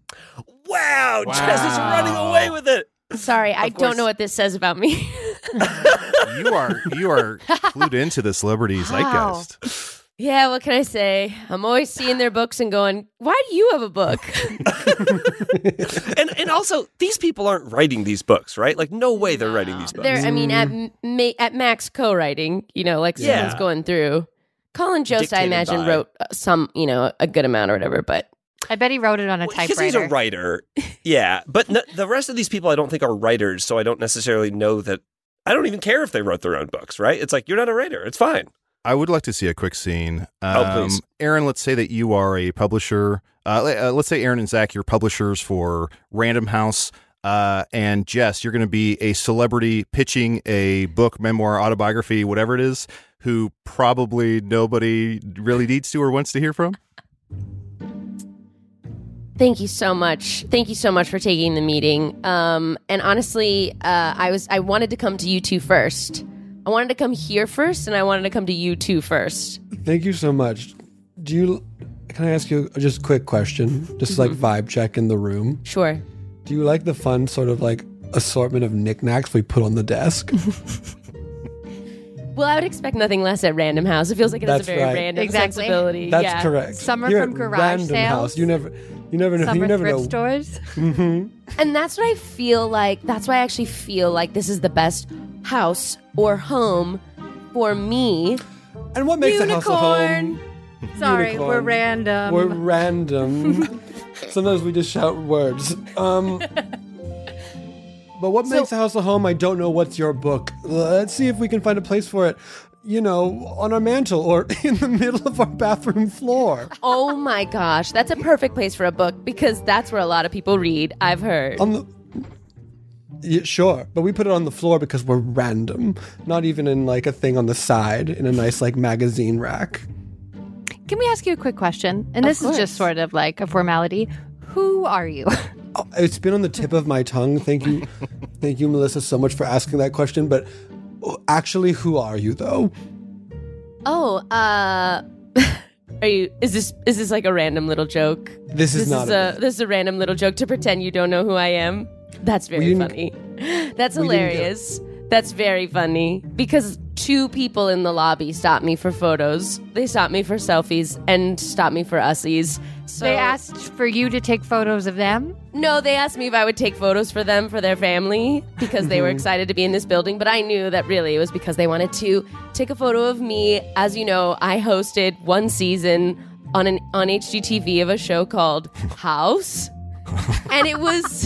[SPEAKER 6] Wow, Jess is running away with it.
[SPEAKER 7] Sorry, I
[SPEAKER 6] Of
[SPEAKER 7] don't
[SPEAKER 6] course.
[SPEAKER 7] know what this says about me.
[SPEAKER 4] You are you are clued into the celebrity zeitgeist.
[SPEAKER 7] yeah, what can I say? I'm always seeing their books and going, "Why do you have a book?"
[SPEAKER 6] And and also these people aren't writing these books, right? Like no way they're writing these books.
[SPEAKER 7] They're, I mean, at m- ma- at max co-writing, you know, like
[SPEAKER 6] Yeah.
[SPEAKER 7] someone's going through. Colin Jost,
[SPEAKER 6] Dictated
[SPEAKER 7] I imagine,
[SPEAKER 6] by-
[SPEAKER 7] wrote uh, some, you know, a good amount or whatever. But
[SPEAKER 9] I bet he wrote it on a
[SPEAKER 6] Because
[SPEAKER 9] typewriter.
[SPEAKER 6] he's a writer. Yeah. But n- the rest of these people I don't think are writers, so I don't necessarily know that I don't even care if they wrote their own books, right? It's like you're not a writer. It's fine.
[SPEAKER 4] I would like to see a quick scene. Um,
[SPEAKER 6] Oh, please.
[SPEAKER 4] Aaron, let's say that you are a publisher. Uh, le- uh, let's say Aaron and Zach, you're publishers for Random House. Uh, and Jess, you're going to be a celebrity pitching a book, memoir, autobiography, whatever it is, who probably nobody really needs to or wants to hear from.
[SPEAKER 7] Thank you so much. Thank you so much for taking the meeting. Um, and honestly, uh, I was I wanted to come to you two first. I wanted to come here first, and I wanted to come to you two first.
[SPEAKER 3] Thank you so much. Do you? Can I ask you just a quick question? Just like
[SPEAKER 9] Mm-hmm.
[SPEAKER 3] vibe check in the room.
[SPEAKER 7] Sure.
[SPEAKER 3] Do you like the fun sort of like assortment of knickknacks we put on the desk?
[SPEAKER 7] Well, I would expect nothing less at Random House. It feels like it
[SPEAKER 3] That's
[SPEAKER 7] has a very
[SPEAKER 3] right.
[SPEAKER 7] random
[SPEAKER 9] Exactly.
[SPEAKER 7] sensibility.
[SPEAKER 3] That's
[SPEAKER 7] yeah.
[SPEAKER 3] correct.
[SPEAKER 9] Summer
[SPEAKER 3] You're
[SPEAKER 9] from
[SPEAKER 3] at
[SPEAKER 9] garage
[SPEAKER 3] Random
[SPEAKER 9] sales.
[SPEAKER 3] House. You never, you never know.
[SPEAKER 9] Summer
[SPEAKER 3] you never
[SPEAKER 9] thrift
[SPEAKER 3] know.
[SPEAKER 9] stores.
[SPEAKER 7] And that's what I feel like. That's why I actually feel like this is the best house or home for me.
[SPEAKER 3] And what makes a house a home?
[SPEAKER 5] Sorry,
[SPEAKER 3] Unicorn.
[SPEAKER 5] we're random.
[SPEAKER 3] We're random. Sometimes we just shout words. Um, but what makes a house a home? I don't know. What's your book? Let's see if we can find a place for it. You know, on our mantle or in the middle of our bathroom floor.
[SPEAKER 7] Oh my gosh, that's a perfect place for a book because that's where a lot of people read. I've heard.
[SPEAKER 3] On the yeah, sure, but we put it on the floor because we're random. Not even in like a thing on the side in a nice like magazine rack.
[SPEAKER 9] Can we ask you a quick question? And this is just sort of like a formality. Who are you?
[SPEAKER 3] Oh, it's been on the tip of my tongue. Thank you, thank you, Melissa, so much for asking that question. But oh, actually, who are you though?
[SPEAKER 7] Oh, uh Are you is this is this like a random little joke?
[SPEAKER 3] This is
[SPEAKER 7] this
[SPEAKER 3] not
[SPEAKER 7] is
[SPEAKER 3] a
[SPEAKER 7] a, this is a random little joke to pretend you don't know who I am. That's very
[SPEAKER 3] didn't-
[SPEAKER 7] funny. That's
[SPEAKER 3] we didn't get-
[SPEAKER 7] hilarious. That's very funny because two people in the lobby stopped me for photos. They stopped me for selfies and stopped me for ussies. So
[SPEAKER 9] They asked for you to take photos of them.
[SPEAKER 7] no, they asked me if I would take photos for them for their family because they were excited to be in this building. But I knew that really it was because they wanted to take a photo of me. As you know, I hosted one season on an on HGTV of a show called House, and it was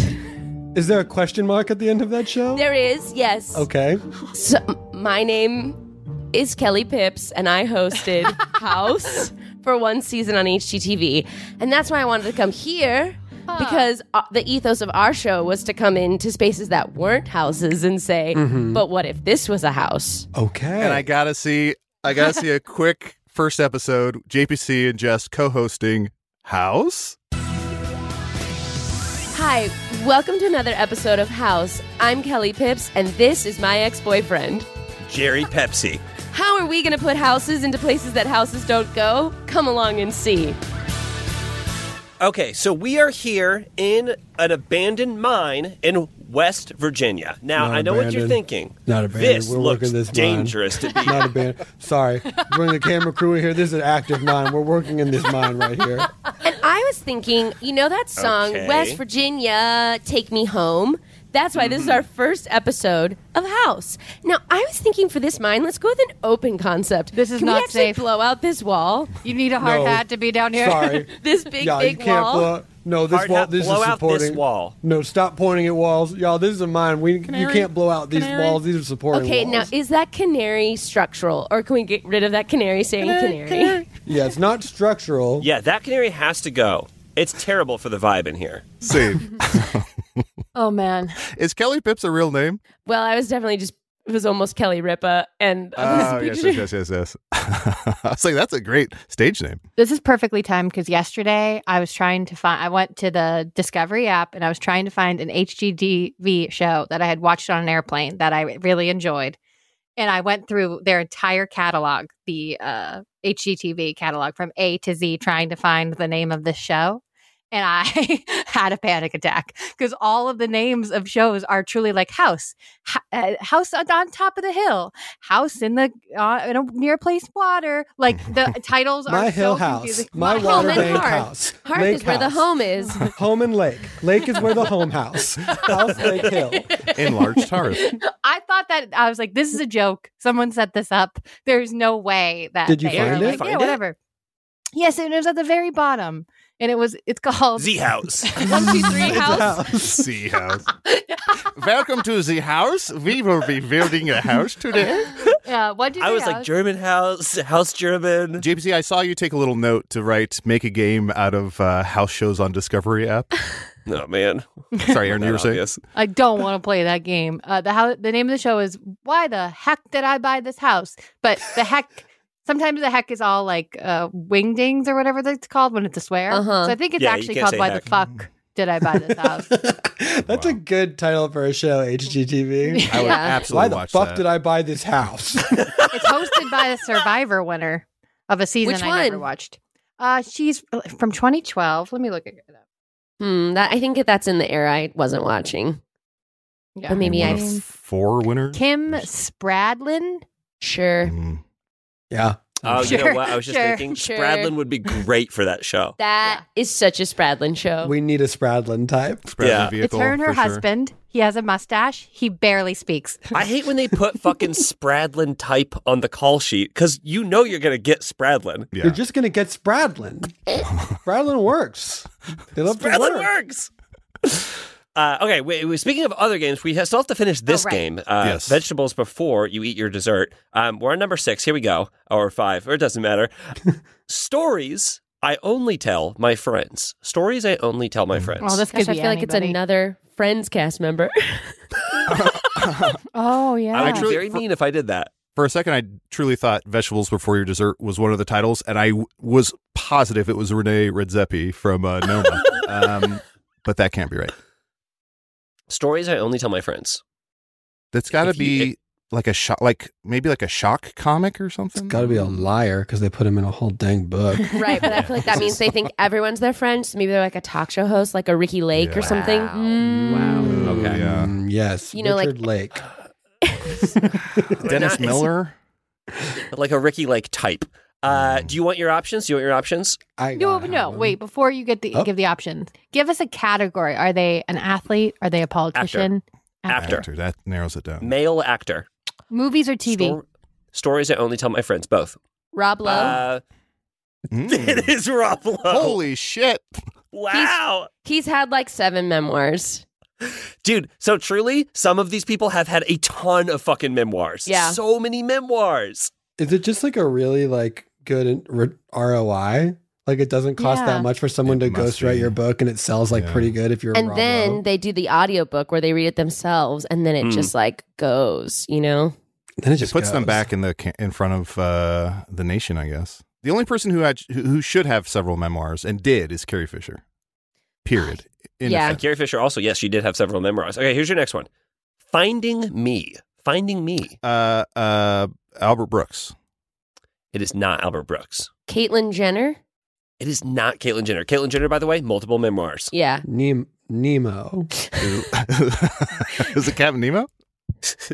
[SPEAKER 3] Is there a question mark at the end of that show?
[SPEAKER 7] there is yes.
[SPEAKER 3] okay.
[SPEAKER 7] So, my name is Kelly Pips, and I hosted House for one season on HGTV. And that's why I wanted to come here because uh, the ethos of our show was to come into spaces that weren't houses and say, but what if this was a house?
[SPEAKER 3] Okay.
[SPEAKER 4] And I gotta see, I gotta see a quick first episode. JPC and Jess co-hosting House.
[SPEAKER 7] Hi, welcome to another episode of House. I'm Kelly Pips, and this is my ex boyfriend.
[SPEAKER 6] Jerry Pepsi.
[SPEAKER 7] How are we going to put houses into places that houses don't go? Come along and see.
[SPEAKER 6] Okay, so we are here in an abandoned mine in West Virginia. Now,
[SPEAKER 3] Not
[SPEAKER 6] I know what you're
[SPEAKER 3] abandoned.
[SPEAKER 6] thinking.
[SPEAKER 3] Not abandoned.
[SPEAKER 6] This
[SPEAKER 3] We're
[SPEAKER 6] looks
[SPEAKER 3] working this mine.
[SPEAKER 6] dangerous to be.
[SPEAKER 3] not a band. Sorry, bring the camera crew in here. This is an active mine. We're working in this mine right here.
[SPEAKER 7] And I was thinking, you know that song,
[SPEAKER 6] Okay.
[SPEAKER 7] West Virginia, Take Me Home? That's why this is our first episode of House. Now, I was thinking for this mine, let's go with an open concept.
[SPEAKER 5] This is
[SPEAKER 7] Can
[SPEAKER 5] not
[SPEAKER 7] we actually
[SPEAKER 5] safe.
[SPEAKER 7] blow out this wall?
[SPEAKER 5] You need a hard
[SPEAKER 3] No.
[SPEAKER 5] hat to be down here.
[SPEAKER 3] Sorry.
[SPEAKER 7] This big,
[SPEAKER 3] yeah,
[SPEAKER 7] big
[SPEAKER 3] you can't
[SPEAKER 7] wall.
[SPEAKER 3] blow. No, this
[SPEAKER 6] Hard
[SPEAKER 3] wall.
[SPEAKER 6] hat,
[SPEAKER 3] This
[SPEAKER 6] blow
[SPEAKER 3] is
[SPEAKER 6] out this
[SPEAKER 3] supporting.
[SPEAKER 6] wall.
[SPEAKER 3] No, stop pointing at walls, y'all. This is a mine. We you can't blow out these walls. These are supporting.
[SPEAKER 7] okay, now
[SPEAKER 3] walls.
[SPEAKER 7] is that canary structural, or can we get rid of that canary saying canary?
[SPEAKER 3] yeah, it's not structural.
[SPEAKER 6] Yeah, that canary has to go. It's terrible for the vibe in here.
[SPEAKER 4] Same.
[SPEAKER 10] Oh man.
[SPEAKER 4] Is Kelly Pips a real name?
[SPEAKER 7] Well, I was definitely just it was almost Kelly Ripa, and I
[SPEAKER 4] Oh,
[SPEAKER 7] was
[SPEAKER 4] yes,
[SPEAKER 7] picturing-
[SPEAKER 4] yes, yes, yes, yes. I was like, that's a great stage name.
[SPEAKER 5] This is perfectly timed because yesterday I was trying to find, I went to the Discovery app and I was trying to find an HGTV show that I had watched on an airplane that I really enjoyed. And I went through their entire catalog, the uh, HGTV catalog from A to Z, trying to find the name of this show. And I had a panic attack because all of the names of shows are truly like House, Ho- uh, House on on Top of the Hill, House in the uh, in a near place water. Like the titles are
[SPEAKER 3] My
[SPEAKER 5] so
[SPEAKER 3] hill house.
[SPEAKER 5] confusing.
[SPEAKER 3] My
[SPEAKER 7] My
[SPEAKER 3] water
[SPEAKER 7] home and
[SPEAKER 3] bank
[SPEAKER 7] hearth.
[SPEAKER 3] house.
[SPEAKER 7] Hearth
[SPEAKER 3] lake
[SPEAKER 7] is where the
[SPEAKER 3] house.
[SPEAKER 7] home is.
[SPEAKER 3] Home and lake. Lake is where the home house. House Lake Hill.
[SPEAKER 4] Enlarged Taurus.
[SPEAKER 5] I thought that I was like, this is a joke. Someone set this up. There's no way that
[SPEAKER 3] Did you
[SPEAKER 5] they are
[SPEAKER 3] find it?
[SPEAKER 5] like,
[SPEAKER 6] Find
[SPEAKER 5] yeah,
[SPEAKER 6] it?
[SPEAKER 5] whatever. Yes, and it was at the very bottom, and it was. It's called
[SPEAKER 6] Z House.
[SPEAKER 5] One Two Three House.
[SPEAKER 3] House.
[SPEAKER 4] Sea house. Welcome to the house. We will be building a house today.
[SPEAKER 5] Uh, One Two Three
[SPEAKER 6] I was
[SPEAKER 5] House.
[SPEAKER 6] like German House, House German.
[SPEAKER 4] JPC, I saw you take a little note to write "Make a game out of uh, house shows on Discovery app."
[SPEAKER 6] No Oh, man,
[SPEAKER 4] Sorry, Aaron, you were
[SPEAKER 6] Not
[SPEAKER 4] saying.
[SPEAKER 6] obvious.
[SPEAKER 5] I don't want to play that game. Uh, the how the name of the show is Why the Heck Did I Buy This House? But the heck. Sometimes the heck is all like uh, wingdings or whatever that's called when it's a swear.
[SPEAKER 7] Uh-huh.
[SPEAKER 5] So I think it's
[SPEAKER 6] Yeah, you
[SPEAKER 5] actually
[SPEAKER 6] can't
[SPEAKER 5] called
[SPEAKER 6] say
[SPEAKER 5] Why
[SPEAKER 6] heck.
[SPEAKER 5] the Fuck Did I Buy This House?
[SPEAKER 3] That's a good title for a show, HGTV.
[SPEAKER 4] I would
[SPEAKER 7] Yeah.
[SPEAKER 4] absolutely
[SPEAKER 3] Why the
[SPEAKER 4] watch
[SPEAKER 3] fuck
[SPEAKER 4] that.
[SPEAKER 3] did I buy this house?
[SPEAKER 5] It's hosted by the Survivor winner of a season
[SPEAKER 7] Which
[SPEAKER 5] I never
[SPEAKER 7] one?
[SPEAKER 5] watched. Uh, she's from 2012. Let me look it up.
[SPEAKER 7] Hmm, that, I think that's in the air I wasn't watching.
[SPEAKER 5] Yeah.
[SPEAKER 7] But maybe
[SPEAKER 4] One
[SPEAKER 7] I
[SPEAKER 4] of four winners.
[SPEAKER 5] Kim Spradlin.
[SPEAKER 7] sure
[SPEAKER 4] Mm.
[SPEAKER 3] yeah.
[SPEAKER 6] Oh, you know
[SPEAKER 5] Sure,
[SPEAKER 6] what? I was just
[SPEAKER 5] sure,
[SPEAKER 6] thinking
[SPEAKER 7] sure.
[SPEAKER 6] Spradlin would be great for that show.
[SPEAKER 7] that is such a Spradlin show.
[SPEAKER 3] We need a Spradlin type.
[SPEAKER 4] Spread
[SPEAKER 6] Yeah.
[SPEAKER 4] the
[SPEAKER 5] It's
[SPEAKER 4] vehicle,
[SPEAKER 5] her and her
[SPEAKER 4] for sure.
[SPEAKER 5] husband. He has a mustache. He barely speaks.
[SPEAKER 6] I hate when they put fucking Spradlin type on the call sheet because you know you're gonna get Spradlin.
[SPEAKER 4] Yeah.
[SPEAKER 3] You're just gonna get Spradlin. Spradlin works. They love to
[SPEAKER 6] Spradlin
[SPEAKER 3] work.
[SPEAKER 6] works. Uh, okay, wait, wait, speaking of other games, we ha- still have to finish this
[SPEAKER 3] Oh,
[SPEAKER 5] right.
[SPEAKER 6] game. Uh,
[SPEAKER 4] Yes.
[SPEAKER 6] Vegetables before you eat your dessert. Um, we're on number six. Here we go, or five, or it doesn't matter. Stories I only tell my friends. Stories I only tell
[SPEAKER 4] Mm.
[SPEAKER 6] my friends.
[SPEAKER 5] Oh, this
[SPEAKER 7] Gosh,
[SPEAKER 5] could
[SPEAKER 7] I
[SPEAKER 5] be
[SPEAKER 7] feel like it's
[SPEAKER 5] anybody.
[SPEAKER 7] another Friends cast member.
[SPEAKER 5] Oh
[SPEAKER 6] I
[SPEAKER 5] yeah.
[SPEAKER 6] would be very mean if I did that.
[SPEAKER 4] For a second, I truly thought "Vegetables Before Your Dessert" was one of the titles, and I w- was positive it was Renee Redzepi from uh, Noma. um, but that can't be right.
[SPEAKER 6] Stories I only tell my friends.
[SPEAKER 4] That's got to
[SPEAKER 6] If you-
[SPEAKER 4] be like a shock, like maybe like a shock comic or something.
[SPEAKER 3] Gotta be a liar because they put him in a whole dang book.
[SPEAKER 7] right, but I feel like that means they think everyone's their friend. So maybe they're like a talk show host, like a Ricky Lake
[SPEAKER 4] Yeah.
[SPEAKER 7] or something.
[SPEAKER 6] Wow.
[SPEAKER 7] Mm.
[SPEAKER 6] Wow. Okay.
[SPEAKER 4] Yeah.
[SPEAKER 3] Mm, yes.
[SPEAKER 7] You know, like-
[SPEAKER 3] Richard Lake.
[SPEAKER 4] Dennis
[SPEAKER 6] Nice.
[SPEAKER 4] Miller.
[SPEAKER 6] like a Ricky Lake type. Uh, do you want your options? Do you want your options?
[SPEAKER 3] I
[SPEAKER 5] No,
[SPEAKER 3] gotta
[SPEAKER 5] no.
[SPEAKER 3] have
[SPEAKER 5] Wait,
[SPEAKER 3] him.
[SPEAKER 5] before you get the
[SPEAKER 3] Oh.
[SPEAKER 5] give the options, give us a category. Are they an athlete? Are they a politician?
[SPEAKER 6] After.
[SPEAKER 4] that narrows it down.
[SPEAKER 6] Male actor.
[SPEAKER 5] Movies or TV?
[SPEAKER 6] Stor- stories I only tell my friends. Both.
[SPEAKER 7] Rob Lowe.
[SPEAKER 6] Uh,
[SPEAKER 4] Mm.
[SPEAKER 6] it is Rob Lowe.
[SPEAKER 4] Holy shit!
[SPEAKER 6] wow,
[SPEAKER 7] He's had like seven memoirs.
[SPEAKER 6] dude. So truly, some of these people have had a ton of fucking memoirs.
[SPEAKER 7] Yeah.
[SPEAKER 6] so many memoirs.
[SPEAKER 3] Is it just like a really like good in- re- ROI? Like it doesn't cost
[SPEAKER 5] Yeah.
[SPEAKER 3] that much for someone
[SPEAKER 4] It
[SPEAKER 3] to
[SPEAKER 4] must
[SPEAKER 3] ghostwrite
[SPEAKER 4] be.
[SPEAKER 3] your book and it sells like
[SPEAKER 4] Yeah.
[SPEAKER 3] pretty good if you're
[SPEAKER 7] and
[SPEAKER 3] Rob
[SPEAKER 7] then
[SPEAKER 3] Lowe. Hmm.
[SPEAKER 7] they do the audiobook where they read it themselves and then it
[SPEAKER 6] Mm.
[SPEAKER 7] just like goes, you know?
[SPEAKER 3] then it
[SPEAKER 4] It
[SPEAKER 3] just
[SPEAKER 4] puts them
[SPEAKER 3] goes.
[SPEAKER 4] back in the ca- in front of uh, the nation, I guess. The only person who had who who should have several memoirs and did is Carrie Fisher. Period. In
[SPEAKER 7] Yeah.
[SPEAKER 4] effect.
[SPEAKER 6] Carrie Fisher also. Yes, she did have several memoirs. Okay, here's your next one. Finding me. Finding me.
[SPEAKER 4] Uh, uh, Albert Brooks.
[SPEAKER 6] It is not Albert Brooks.
[SPEAKER 7] Caitlyn Jenner?
[SPEAKER 6] It is not Caitlyn Jenner. Caitlyn Jenner, by the way, multiple memoirs.
[SPEAKER 7] Yeah.
[SPEAKER 3] Nem- Nemo.
[SPEAKER 4] Is, is it Captain Nemo?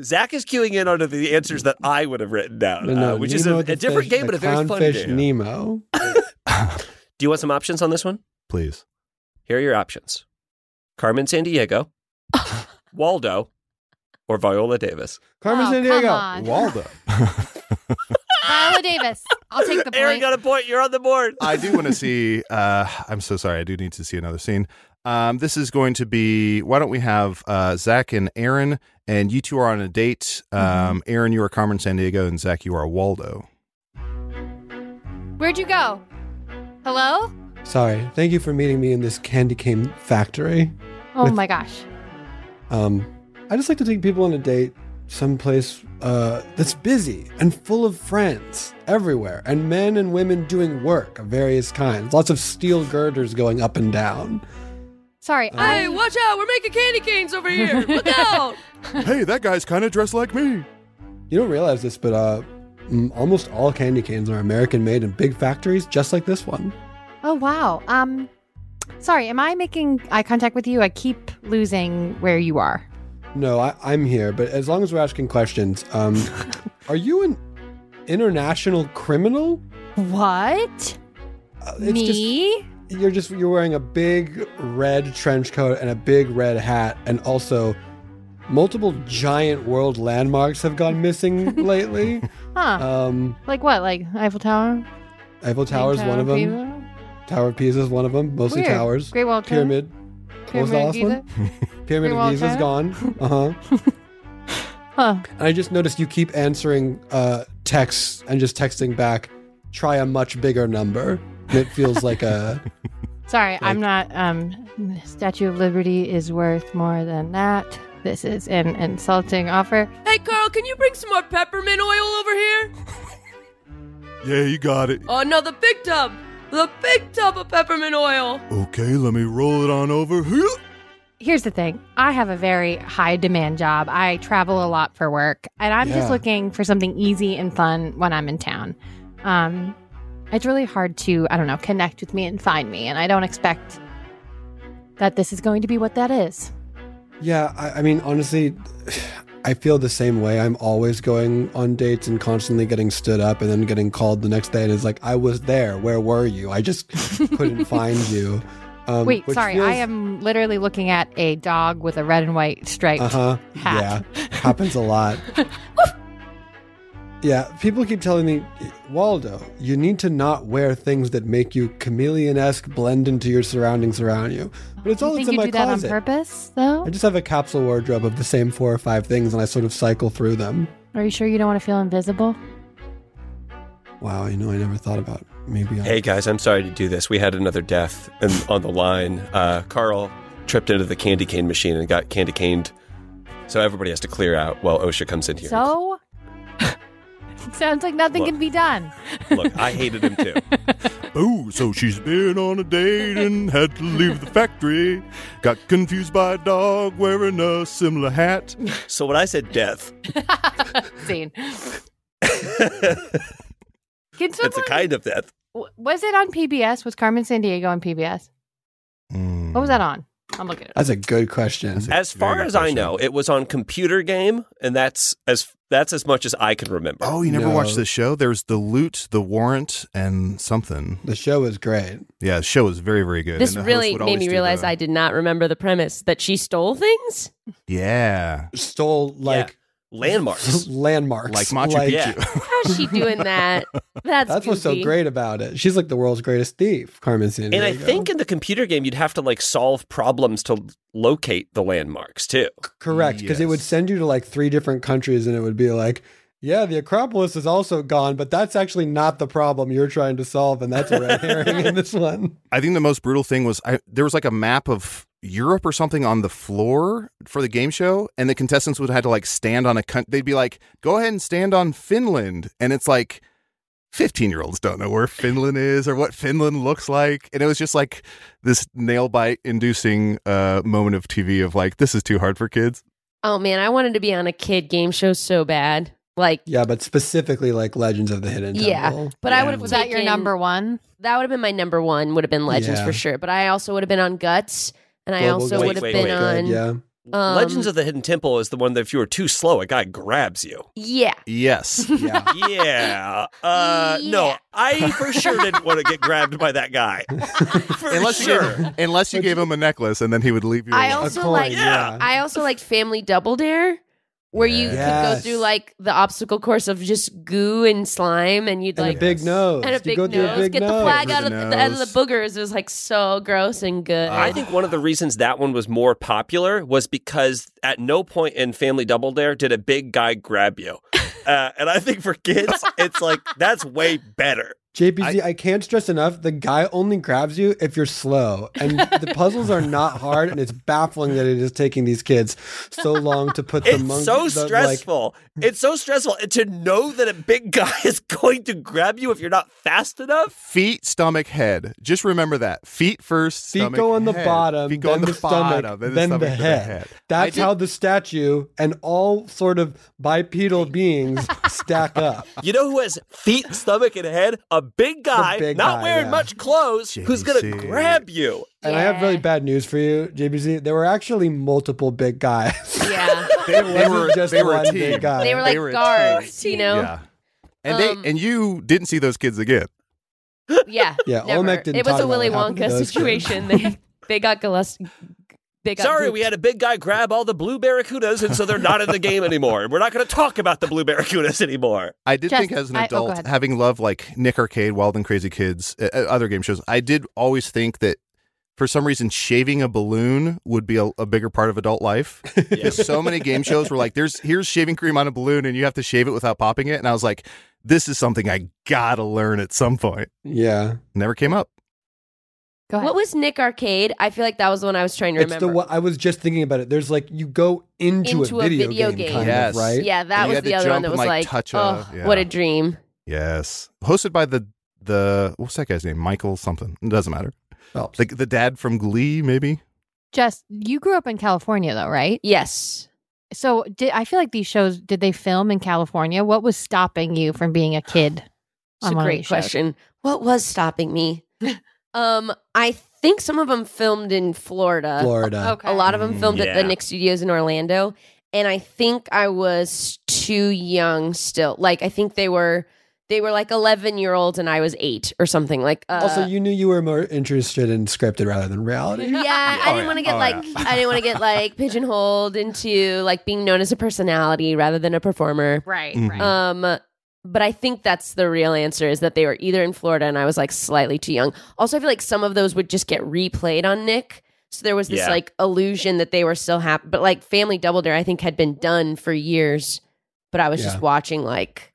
[SPEAKER 6] Zach is queuing in onto the answers that I would have written down,
[SPEAKER 3] No, no,
[SPEAKER 6] uh, which is
[SPEAKER 3] Nemo
[SPEAKER 6] a,
[SPEAKER 3] the
[SPEAKER 6] a different
[SPEAKER 3] fish,
[SPEAKER 6] game,
[SPEAKER 3] the
[SPEAKER 6] but a very fun
[SPEAKER 3] clownfish
[SPEAKER 6] game.
[SPEAKER 3] Nemo.
[SPEAKER 6] Do you want some options on this one?
[SPEAKER 4] Please.
[SPEAKER 6] Here are your options Carmen San Diego, Waldo, or Viola Davis.
[SPEAKER 3] Carmen
[SPEAKER 5] Oh,
[SPEAKER 3] San
[SPEAKER 5] come
[SPEAKER 3] Diego.
[SPEAKER 5] on.
[SPEAKER 3] Waldo.
[SPEAKER 5] Viola Davis. I'll take the
[SPEAKER 6] Aaron
[SPEAKER 5] point.
[SPEAKER 6] got a point. You're on the board.
[SPEAKER 4] I do want to see. Uh, I'm so sorry. I do need to see another scene. Um, this is going to be. Why don't we have uh, Zach and Aaron, and you two are on a date. Um, Aaron, you are Carmen San Diego, and Zach, you are Waldo.
[SPEAKER 5] Where'd you go? Hello?
[SPEAKER 3] Sorry. Thank you for meeting me in this candy cane factory.
[SPEAKER 5] Oh
[SPEAKER 3] With-
[SPEAKER 5] my gosh.
[SPEAKER 3] Um, I just like to take people on a date someplace uh, that's busy and full of friends everywhere, and men and women doing work of various kinds. Lots of steel girders going up and down.
[SPEAKER 5] Sorry.
[SPEAKER 7] Hey,
[SPEAKER 5] I
[SPEAKER 7] watch out! We're making candy canes over here. Look out!
[SPEAKER 4] hey, that guy's kind of dressed like me.
[SPEAKER 3] You don't realize this, but uh, mm, almost all candy canes are American made in big factories, just like this one.
[SPEAKER 5] Oh wow. Um sorry, am I making eye contact with you? I keep losing where you are.
[SPEAKER 3] No, I, I'm here, but as long as we're asking questions, um, are you an international criminal?
[SPEAKER 5] What?
[SPEAKER 3] Uh,
[SPEAKER 5] Me?
[SPEAKER 3] Just, you're just you're wearing a big red trench coat and a big red hat, and also multiple giant world landmarks have gone missing lately.
[SPEAKER 5] huh.
[SPEAKER 3] Um,
[SPEAKER 5] like what? Like Eiffel Tower?
[SPEAKER 3] Eiffel Tower is
[SPEAKER 5] Tower
[SPEAKER 3] one of them.
[SPEAKER 5] Pisa?
[SPEAKER 3] Tower of Pisa is one of them. Mostly
[SPEAKER 5] Weird.
[SPEAKER 3] towers.
[SPEAKER 5] Great Wall of China?
[SPEAKER 3] Pyramid. What was the
[SPEAKER 5] Pyramid
[SPEAKER 3] last
[SPEAKER 5] Giza?
[SPEAKER 3] one? Pyramid
[SPEAKER 5] Great Wall
[SPEAKER 3] of
[SPEAKER 5] of
[SPEAKER 3] Giza is
[SPEAKER 5] China?
[SPEAKER 3] gone. Uh huh.
[SPEAKER 5] Huh.
[SPEAKER 3] And I just noticed you keep answering uh, texts and just texting back, try a much bigger number. And it feels like a.
[SPEAKER 5] Sorry, I'm
[SPEAKER 3] Like-
[SPEAKER 5] not. Um, Statue of Liberty is worth more than that. This is an insulting offer.
[SPEAKER 7] Hey, Carl, can you bring some more peppermint oil over here?
[SPEAKER 4] Yeah, you got it.
[SPEAKER 7] Oh no, the big tub, the big tub of peppermint oil.
[SPEAKER 4] Okay, let me roll it on over.
[SPEAKER 5] Here's the thing I have a very high demand job. I travel a lot for work, and I'm
[SPEAKER 3] Yeah.
[SPEAKER 5] just looking for something easy and fun when I'm in town. Um, it's really hard to, I don't know, connect with me and find me, and I don't expect that this is going to be what that is.
[SPEAKER 3] Yeah, I, I mean, honestly, I feel the same way. I'm always going on dates and constantly getting stood up and then getting called the next day. And it's like, I was there. Where were you? I just couldn't find you. Um,
[SPEAKER 5] Wait,
[SPEAKER 3] which
[SPEAKER 5] sorry,
[SPEAKER 3] feels-
[SPEAKER 5] I am literally looking at a dog with a red and white striped
[SPEAKER 3] Uh-huh.
[SPEAKER 5] hat.
[SPEAKER 3] Yeah. Happens a lot. yeah, people keep telling me, Waldo, you need to not wear things that make you chameleon-esque blend into your surroundings around you. But it's
[SPEAKER 5] Do
[SPEAKER 3] all
[SPEAKER 5] you
[SPEAKER 3] that's
[SPEAKER 5] think
[SPEAKER 3] in my
[SPEAKER 5] you do that on
[SPEAKER 3] closet.
[SPEAKER 5] purpose, though?
[SPEAKER 3] I just have a capsule wardrobe of the same four or five things and I sort of cycle through them.
[SPEAKER 5] Are you sure you don't want to feel invisible?
[SPEAKER 3] Wow, you know I never thought about maybe I
[SPEAKER 6] Hey guys, I'm sorry to do this. We had another death and on the line. Uh, Carl tripped into the candy cane machine and got candy caned. So everybody has to clear out while OSHA comes in here.
[SPEAKER 5] So, sounds like nothing
[SPEAKER 6] Look.
[SPEAKER 5] can be done.
[SPEAKER 6] Look, I hated him too.
[SPEAKER 4] Ooh, Oh, so she's been on a date and had to leave the factory. Got confused by a dog wearing a similar hat.
[SPEAKER 6] So when I said death,
[SPEAKER 5] Scene.
[SPEAKER 6] it's
[SPEAKER 5] Can
[SPEAKER 6] a
[SPEAKER 5] someone-
[SPEAKER 6] kind of death.
[SPEAKER 5] w- was it on PBS? Was Carmen San Diego on PBS?
[SPEAKER 4] Hmm.
[SPEAKER 5] What was that on? I'm looking at it. up.
[SPEAKER 3] That's a good question.
[SPEAKER 6] As far
[SPEAKER 4] good
[SPEAKER 6] as I
[SPEAKER 4] question.
[SPEAKER 6] know, it was on computer game, and that's as that's as much as I can remember.
[SPEAKER 4] Oh, you never
[SPEAKER 3] No.
[SPEAKER 4] watched this show? There's the loot, the warrant, and something.
[SPEAKER 3] The show was great.
[SPEAKER 4] Yeah, the show is very, very good.
[SPEAKER 7] This
[SPEAKER 6] uh,
[SPEAKER 4] and the host
[SPEAKER 7] really
[SPEAKER 4] would
[SPEAKER 7] made
[SPEAKER 4] always
[SPEAKER 7] me
[SPEAKER 4] do
[SPEAKER 7] realize
[SPEAKER 4] the-
[SPEAKER 7] I did not remember the premise that she stole things.
[SPEAKER 4] Yeah,
[SPEAKER 3] Stole like
[SPEAKER 6] Landmarks.
[SPEAKER 3] landmarks.
[SPEAKER 4] like Machu
[SPEAKER 6] Yeah.
[SPEAKER 4] Picchu.
[SPEAKER 7] How's she doing that? That's
[SPEAKER 3] That's what's so
[SPEAKER 7] goofy.
[SPEAKER 3] great about it. She's like the world's greatest thief, Carmen San
[SPEAKER 6] And I think in the computer game, you'd have to like solve problems to locate the landmarks too.
[SPEAKER 3] correct because it would
[SPEAKER 4] Yes.
[SPEAKER 3] send you to like three different countries, and it would be like, yeah, the Acropolis is also gone, but that's actually not the problem you're trying to solve, and that's a red herring in this one.
[SPEAKER 4] I think the most brutal thing was I, there was like a map of Europe or something on the floor for the game show, and the contestants would have to like stand on a. coun- They'd be like, "Go ahead and stand on Finland," and it's like. 15 year olds don't know where Finland is or what Finland looks like. And it was just like this nail bite inducing uh, moment of TV of like, this is too hard for kids.
[SPEAKER 7] Oh man, I wanted to be on a kid game show so bad. Like,
[SPEAKER 3] Yeah, but specifically like Legends of the Hidden
[SPEAKER 7] Yeah.
[SPEAKER 3] Temple.
[SPEAKER 7] but I
[SPEAKER 4] Yeah.
[SPEAKER 7] would have.
[SPEAKER 5] Was that your number one?
[SPEAKER 7] That would have been my number one. Would have been Legends
[SPEAKER 3] Yeah.
[SPEAKER 7] for sure. But I also would have been on Guts, and I
[SPEAKER 3] Global
[SPEAKER 7] also
[SPEAKER 3] Guts.
[SPEAKER 7] would have
[SPEAKER 6] Wait,
[SPEAKER 7] been
[SPEAKER 6] wait,
[SPEAKER 3] Good,
[SPEAKER 7] on.
[SPEAKER 3] yeah,
[SPEAKER 7] Um,
[SPEAKER 6] Legends of the Hidden Temple is the one that if you were too slow, a guy grabs you.
[SPEAKER 7] Yeah.
[SPEAKER 4] Yes.
[SPEAKER 2] Yeah.
[SPEAKER 6] Yeah. Uh, No,
[SPEAKER 7] Yeah.
[SPEAKER 6] I for sure didn't want to get grabbed by that guy. For
[SPEAKER 4] unless you gave
[SPEAKER 6] sure.
[SPEAKER 4] him, unless you gave him a necklace and then he would leave you.
[SPEAKER 7] I
[SPEAKER 4] alone.
[SPEAKER 7] also
[SPEAKER 2] coin,
[SPEAKER 7] like
[SPEAKER 2] yeah.
[SPEAKER 7] I also liked Family Double Dare, where you could go
[SPEAKER 2] Yes.
[SPEAKER 7] through like the obstacle course of just goo and slime, and you'd
[SPEAKER 2] And
[SPEAKER 7] like
[SPEAKER 2] a big nose.
[SPEAKER 7] and a
[SPEAKER 2] You
[SPEAKER 7] big
[SPEAKER 2] go
[SPEAKER 7] nose,
[SPEAKER 2] through a big
[SPEAKER 7] get the
[SPEAKER 2] nose.
[SPEAKER 7] flag
[SPEAKER 4] Through
[SPEAKER 7] out
[SPEAKER 4] the
[SPEAKER 7] of the, out of the
[SPEAKER 4] nose.
[SPEAKER 7] boogers. It was like so gross and good.
[SPEAKER 6] I think one of the reasons that one was more popular was because at no point in Family Double Dare did a big guy grab you. Uh, and I think for kids, it's like that's way better.
[SPEAKER 2] JPC, I, can't stress enough. The guy only grabs you if you're slow, and the puzzles are not hard. And it's baffling that it is taking these kids so long to put the
[SPEAKER 6] It's
[SPEAKER 2] monkey.
[SPEAKER 6] so
[SPEAKER 2] the, like-
[SPEAKER 6] stressful. it's so stressful And to know that a big guy is going to grab you if you're not fast enough.
[SPEAKER 4] feet, stomach, head. Just remember that. Feet first.
[SPEAKER 2] Feet
[SPEAKER 4] stomach,
[SPEAKER 2] go on the
[SPEAKER 4] head.
[SPEAKER 2] bottom,
[SPEAKER 4] Feet go
[SPEAKER 2] then
[SPEAKER 4] on
[SPEAKER 2] the,
[SPEAKER 4] the,
[SPEAKER 2] stomach,
[SPEAKER 4] bottom,
[SPEAKER 2] then,
[SPEAKER 4] stomach,
[SPEAKER 2] the head.
[SPEAKER 4] I
[SPEAKER 2] That's
[SPEAKER 4] did-
[SPEAKER 2] how the statue and all sort of bipedal beings stack up.
[SPEAKER 6] You know who has feet, stomach, and head? A big guy,
[SPEAKER 2] big
[SPEAKER 6] not
[SPEAKER 2] guy,
[SPEAKER 6] wearing
[SPEAKER 2] yeah.
[SPEAKER 6] much clothes, who's going to
[SPEAKER 4] JC.
[SPEAKER 6] grab you.
[SPEAKER 2] And I have
[SPEAKER 7] Yeah.
[SPEAKER 2] really bad news for you, JPC. There were actually multiple big guys.
[SPEAKER 7] yeah,
[SPEAKER 4] They,
[SPEAKER 2] It
[SPEAKER 4] they were
[SPEAKER 2] wasn't just
[SPEAKER 4] they were
[SPEAKER 2] one
[SPEAKER 4] a team.
[SPEAKER 2] big guy.
[SPEAKER 7] they were like
[SPEAKER 4] They were a
[SPEAKER 7] guards, you know.
[SPEAKER 4] Yeah. And they
[SPEAKER 7] Um,
[SPEAKER 4] and you didn't see those kids again.
[SPEAKER 7] Yeah,
[SPEAKER 2] Yeah,
[SPEAKER 7] never.
[SPEAKER 2] Olmec didn't
[SPEAKER 7] It was
[SPEAKER 2] talk
[SPEAKER 7] a
[SPEAKER 2] about
[SPEAKER 7] Willy
[SPEAKER 2] what happened to
[SPEAKER 7] Wonka
[SPEAKER 2] those kids.
[SPEAKER 7] situation. they they got galus. They got
[SPEAKER 6] Sorry,
[SPEAKER 7] gooped.
[SPEAKER 6] we had a big guy grab all the blue barracudas, and so they're not in the game anymore. We're not going to talk about the blue barracudas anymore.
[SPEAKER 4] I did
[SPEAKER 5] Jess,
[SPEAKER 4] think as an
[SPEAKER 5] I- oh, go
[SPEAKER 4] adult,
[SPEAKER 5] ahead.
[SPEAKER 4] having loved like Nick Arcade, Wild and Crazy Kids, uh, uh, other game shows, I did always think that for some reason shaving a balloon would be a, a bigger part of adult life. Because so many game shows were like, "There's here's shaving cream on a balloon, and you have to shave it without popping it," and I was like, "This is something I gotta learn at some point."
[SPEAKER 2] Yeah.
[SPEAKER 4] Never came up.
[SPEAKER 5] Go ahead.
[SPEAKER 7] What was Nick Arcade? I feel like that was the one I was trying to
[SPEAKER 2] It's
[SPEAKER 7] remember.
[SPEAKER 2] the one I was just thinking about it. There's like you go into,
[SPEAKER 7] Into
[SPEAKER 2] a, video game, kind
[SPEAKER 4] Yes.
[SPEAKER 2] of, right?
[SPEAKER 7] Yeah, that
[SPEAKER 4] And you
[SPEAKER 7] was
[SPEAKER 4] had to
[SPEAKER 7] the other one
[SPEAKER 4] jump
[SPEAKER 7] that
[SPEAKER 4] and,
[SPEAKER 7] was
[SPEAKER 4] like,
[SPEAKER 7] like,
[SPEAKER 4] touch a-
[SPEAKER 7] oh,
[SPEAKER 4] yeah.
[SPEAKER 7] what a dream.
[SPEAKER 4] Yes, hosted by the the what's that guy's name? Michael something. It doesn't matter.
[SPEAKER 2] Phelps.
[SPEAKER 4] Like the dad from Glee, maybe.
[SPEAKER 5] Jess, you grew up in California though, right?
[SPEAKER 7] Yes.
[SPEAKER 5] So did I feel like these shows did they film in California? What was stopping you from being a kid?
[SPEAKER 7] It's a
[SPEAKER 5] on one of
[SPEAKER 7] great
[SPEAKER 5] these shows?
[SPEAKER 7] question. What was stopping me? um, I think some of them filmed in Florida.
[SPEAKER 2] Florida.
[SPEAKER 5] Okay.
[SPEAKER 7] A lot of them
[SPEAKER 4] Mm,
[SPEAKER 7] filmed at the
[SPEAKER 6] yeah.
[SPEAKER 7] Nick Studios in Orlando, and I think I was too young still. Like I think they were they were like 11 year olds and I was 8 or something like uh,
[SPEAKER 2] also, you knew you were more interested in scripted rather than reality.
[SPEAKER 7] yeah, I
[SPEAKER 4] Oh,
[SPEAKER 7] didn't
[SPEAKER 4] yeah.
[SPEAKER 7] want to get
[SPEAKER 4] Oh,
[SPEAKER 7] like
[SPEAKER 4] yeah.
[SPEAKER 7] I didn't want to get like pigeonholed into like being known as a personality rather than a performer.
[SPEAKER 5] Right,
[SPEAKER 4] Mhm.
[SPEAKER 5] right.
[SPEAKER 7] Um, but I think that's the real answer is that they were either in Florida and I was like slightly too young. Also, I feel like some of those would just get replayed on Nick. So there was this
[SPEAKER 6] Yeah.
[SPEAKER 7] like illusion that they were still happy. But like Family Double Dare, I think had been done for years, but I was
[SPEAKER 2] Yeah.
[SPEAKER 7] just watching like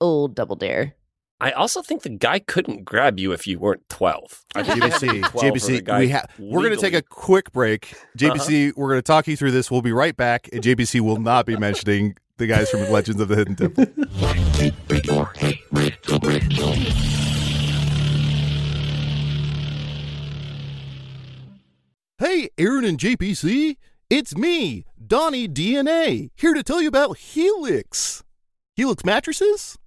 [SPEAKER 7] old Double Dare.
[SPEAKER 6] I also think the guy couldn't grab you if you weren't 12.
[SPEAKER 4] Uh,
[SPEAKER 6] I think it had to
[SPEAKER 4] JBC,
[SPEAKER 6] be 12 for the
[SPEAKER 4] JBC,
[SPEAKER 6] guy
[SPEAKER 4] we ha- we're going to
[SPEAKER 6] legally. Uh-huh.
[SPEAKER 4] take a quick break. JBC, we're going to talk you through this. We'll be right back. And JBC will not be mentioning the guys from Legends of the Hidden Temple. hey, Aaron and JPC, it's me, Donnie DNA, here to tell you about Helix. Helix mattresses?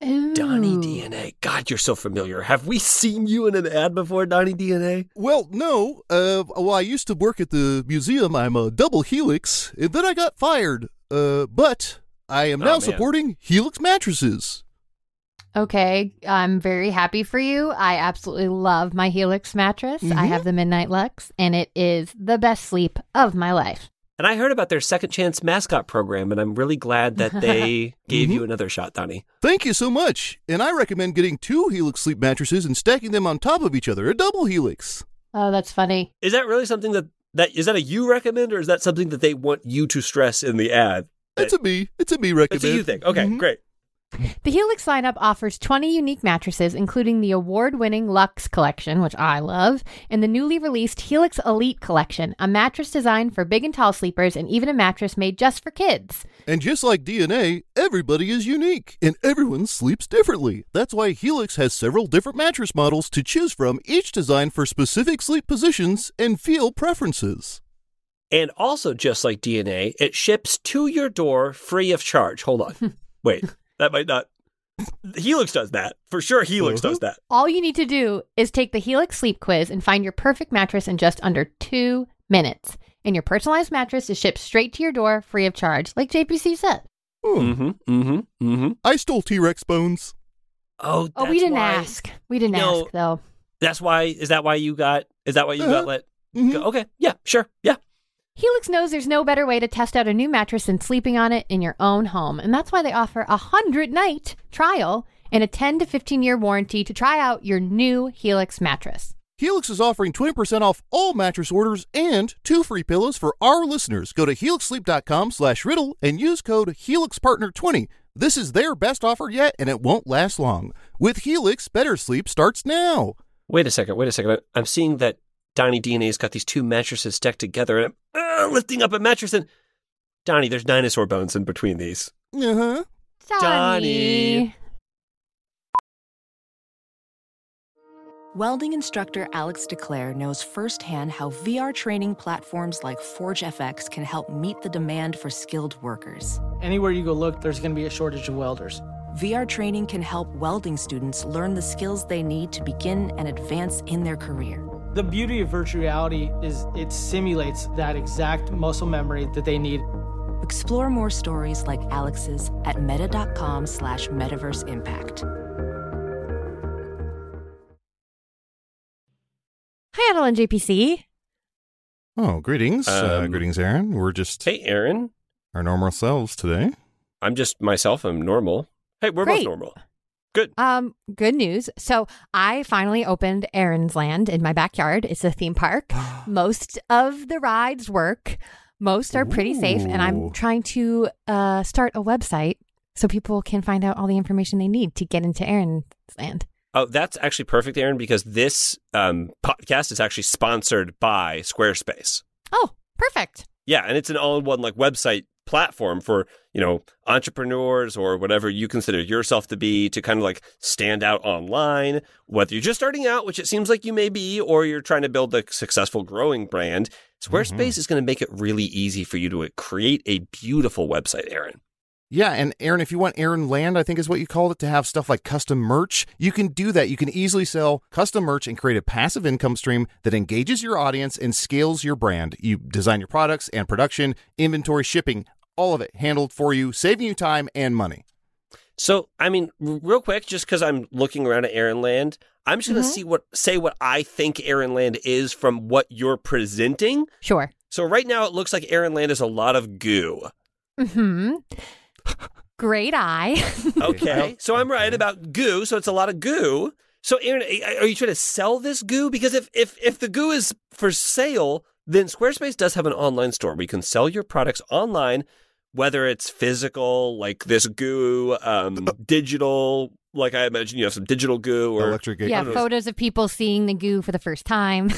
[SPEAKER 6] Donnie
[SPEAKER 5] Ooh.
[SPEAKER 6] DNA. God, you're so familiar. Have we seen you in an ad before, Donnie DNA?
[SPEAKER 4] Well, no. Uh, well, I used to work at the museum. I'm a double helix, and then I got fired. Uh, but I am
[SPEAKER 6] Oh,
[SPEAKER 4] now
[SPEAKER 6] man.
[SPEAKER 4] supporting Helix mattresses.
[SPEAKER 5] Okay, I'm very happy for you. I absolutely love my Helix mattress. I
[SPEAKER 4] Mhm.
[SPEAKER 5] have the Midnight Lux, and it is the best sleep of my life.
[SPEAKER 6] And I heard about their second chance mascot program, and I'm really glad that they
[SPEAKER 5] Mm-hmm.
[SPEAKER 6] gave you another shot, Donnie.
[SPEAKER 4] Thank you so much, and I recommend getting two Helix sleep mattresses and stacking them on top of each other—a double helix.
[SPEAKER 5] Oh, that's funny.
[SPEAKER 6] Is that really something that that is that a you recommend, or is that something that they want you to stress in the ad?
[SPEAKER 4] It's a me. It's a me recommend.
[SPEAKER 6] It's a you thing. Okay,
[SPEAKER 5] Mm-hmm.
[SPEAKER 4] Mhm.
[SPEAKER 6] great.
[SPEAKER 5] The Helix lineup offers 20 unique mattresses, including the award winning Lux collection, which I love, and the newly released Helix Elite collection, a mattress designed for big and tall sleepers, and even a mattress made just for kids.
[SPEAKER 4] And just like DNA, everybody is unique, and everyone sleeps differently. That's why Helix has several different mattress models to choose from, each designed for specific sleep positions and feel preferences.
[SPEAKER 6] And also, just like DNA, it ships to your door free of charge. Hold on. Wait, that might not. Helix does that. For sure, Helix does that.
[SPEAKER 5] All you need to do is take the Helix Sleep Quiz and find your perfect mattress in just under two minutes. and your personalized mattress is shipped straight to your door free of charge, like JPC said.
[SPEAKER 4] Hmm.
[SPEAKER 6] Mm-hmm. Mm-hmm. Mm-hmm.
[SPEAKER 4] I stole T Rex bones.
[SPEAKER 6] Oh,
[SPEAKER 5] Oh, we
[SPEAKER 6] that's
[SPEAKER 5] didn't
[SPEAKER 6] why-
[SPEAKER 5] ask. We didn't
[SPEAKER 6] No.
[SPEAKER 5] ask though.
[SPEAKER 6] That's why. Is that why you got? Is that why you
[SPEAKER 4] Uh-huh.
[SPEAKER 6] got let?
[SPEAKER 5] Mm-hmm.
[SPEAKER 4] Mhm.
[SPEAKER 6] Go? Okay. Yeah. Sure. Yeah.
[SPEAKER 5] Helix knows there's no better way to test out a new mattress than sleeping on it in your own home, and that's why they offer a 100 night trial and a 10 to 15 year warranty to try out your new Helix mattress.
[SPEAKER 4] Helix is offering 20% off all mattress orders and two free pillows for our listeners. Go to helixsleep.com slash riddle and use code HelixPartner20. This is their best offer yet, and it won't last long. With Helix, better sleep starts now.
[SPEAKER 6] Wait a second. Wait a second. I- I'm seeing that Donnie DNA's got these two mattresses stacked together, and I'm uh, lifting up a mattress and Donnie, there's dinosaur bones in between these.
[SPEAKER 4] Uh-huh.
[SPEAKER 6] Donnie.
[SPEAKER 1] Welding instructor Alex DeClaire knows firsthand how VR training platforms like ForgeFX can help meet the demand for skilled workers.
[SPEAKER 11] Anywhere you go look, there's going to be a shortage of welders.
[SPEAKER 1] VR training can help welding students learn the skills they need to begin and advance in their career.
[SPEAKER 11] The beauty of virtual reality is it simulates that exact muscle memory that they need.
[SPEAKER 1] Explore more stories like Alex's at meta.com slash metaverse impact.
[SPEAKER 5] Hi, Adel and JPC.
[SPEAKER 4] Oh, greetings. uh,
[SPEAKER 6] Um,
[SPEAKER 4] greetings, Aaron. We're just
[SPEAKER 6] Hey, Aaron.
[SPEAKER 4] our normal selves today.
[SPEAKER 6] I'm just myself. I'm normal. Hey, we're
[SPEAKER 5] Great.
[SPEAKER 6] both normal.
[SPEAKER 5] Um, good news. So I finally opened Aaron's Land in my backyard. It's a theme park. Most of the rides work. Most are pretty safe, and
[SPEAKER 4] Ooh.
[SPEAKER 5] I'm trying to uh, start a website so people can find out all the information they need to get into Aaron's Land.
[SPEAKER 6] Oh, that's actually perfect, Aaron, because this um, podcast is actually sponsored by Squarespace.
[SPEAKER 5] Oh, perfect.
[SPEAKER 6] Yeah, and it's an all-in-one like website platform for you know entrepreneurs or whatever you consider yourself to be to kind of like stand out online. Whether you're just starting out, which it seems like you may be, or you're trying to build a successful growing brand, Squarespace is going to make it really easy for you to uh, create a beautiful website, Aaron.
[SPEAKER 4] Yeah, and Aaron, if you want Aaron Land, I think is what you called it, to have stuff like custom merch, you can do that. You can easily sell custom merch and create a passive income stream that engages your audience and scales your brand. You design your products and production, inventory, shipping, all of it handled for you, saving you time and money.
[SPEAKER 6] So, I mean, r- real quick, just because I'm looking around at Aaron Land, I'm just going to see what say what I think Aaron Land is from what you're presenting.
[SPEAKER 5] Sure.
[SPEAKER 6] So right now, it looks like Aaron Land is a lot of goo.
[SPEAKER 5] Hmm. Great eye.
[SPEAKER 6] Okay, so I'm right about goo. So it's a lot of goo. So Aaron, a- are you trying to sell this goo? Because if if if the goo is for sale, then Squarespace does have an online store where you can sell your products online, whether it's physical like this goo, um, digital like I imagine you have some digital goo or
[SPEAKER 4] Electric
[SPEAKER 5] yeah, photos of people seeing the goo for the first time.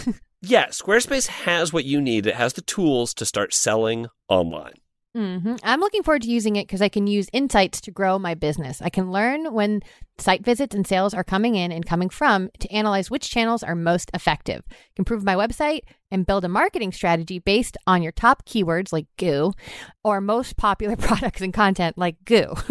[SPEAKER 6] Yeah, Squarespace has what you need. It has the tools to start selling online.
[SPEAKER 5] hmm I'm looking forward to using it because I can use insights to grow my business. I can learn when site visits and sales are coming in and coming from to analyze which channels are most effective, improve my website, and build a marketing strategy based on your top keywords like goo or most popular products and content like goo.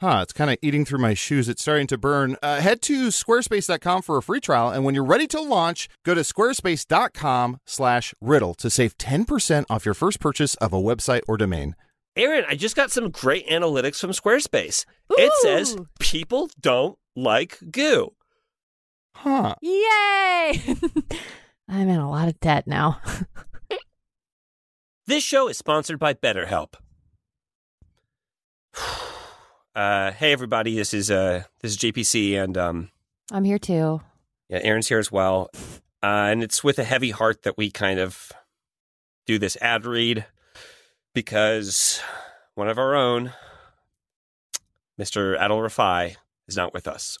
[SPEAKER 4] Huh, it's kind of eating through my shoes. It's starting to burn. Uh, head to squarespace.com for a free trial, and when you're ready to launch, go to squarespace.com slash riddle to save 10% off your first purchase of a website or domain.
[SPEAKER 6] Aaron, I just got some great analytics from Squarespace. It says
[SPEAKER 5] Ooh.
[SPEAKER 6] people don't like goo.
[SPEAKER 4] Huh.
[SPEAKER 5] Yay! I'm in a lot of debt now.
[SPEAKER 6] This show is sponsored by BetterHelp. uh, hey everybody, this is uh this is JPC and um
[SPEAKER 5] I'm here too.
[SPEAKER 6] yeah, Aaron's here as well. Uh, and it's with a heavy heart that we kind of do this ad read because one of our own, Mr. Adel Rafai, is not with us.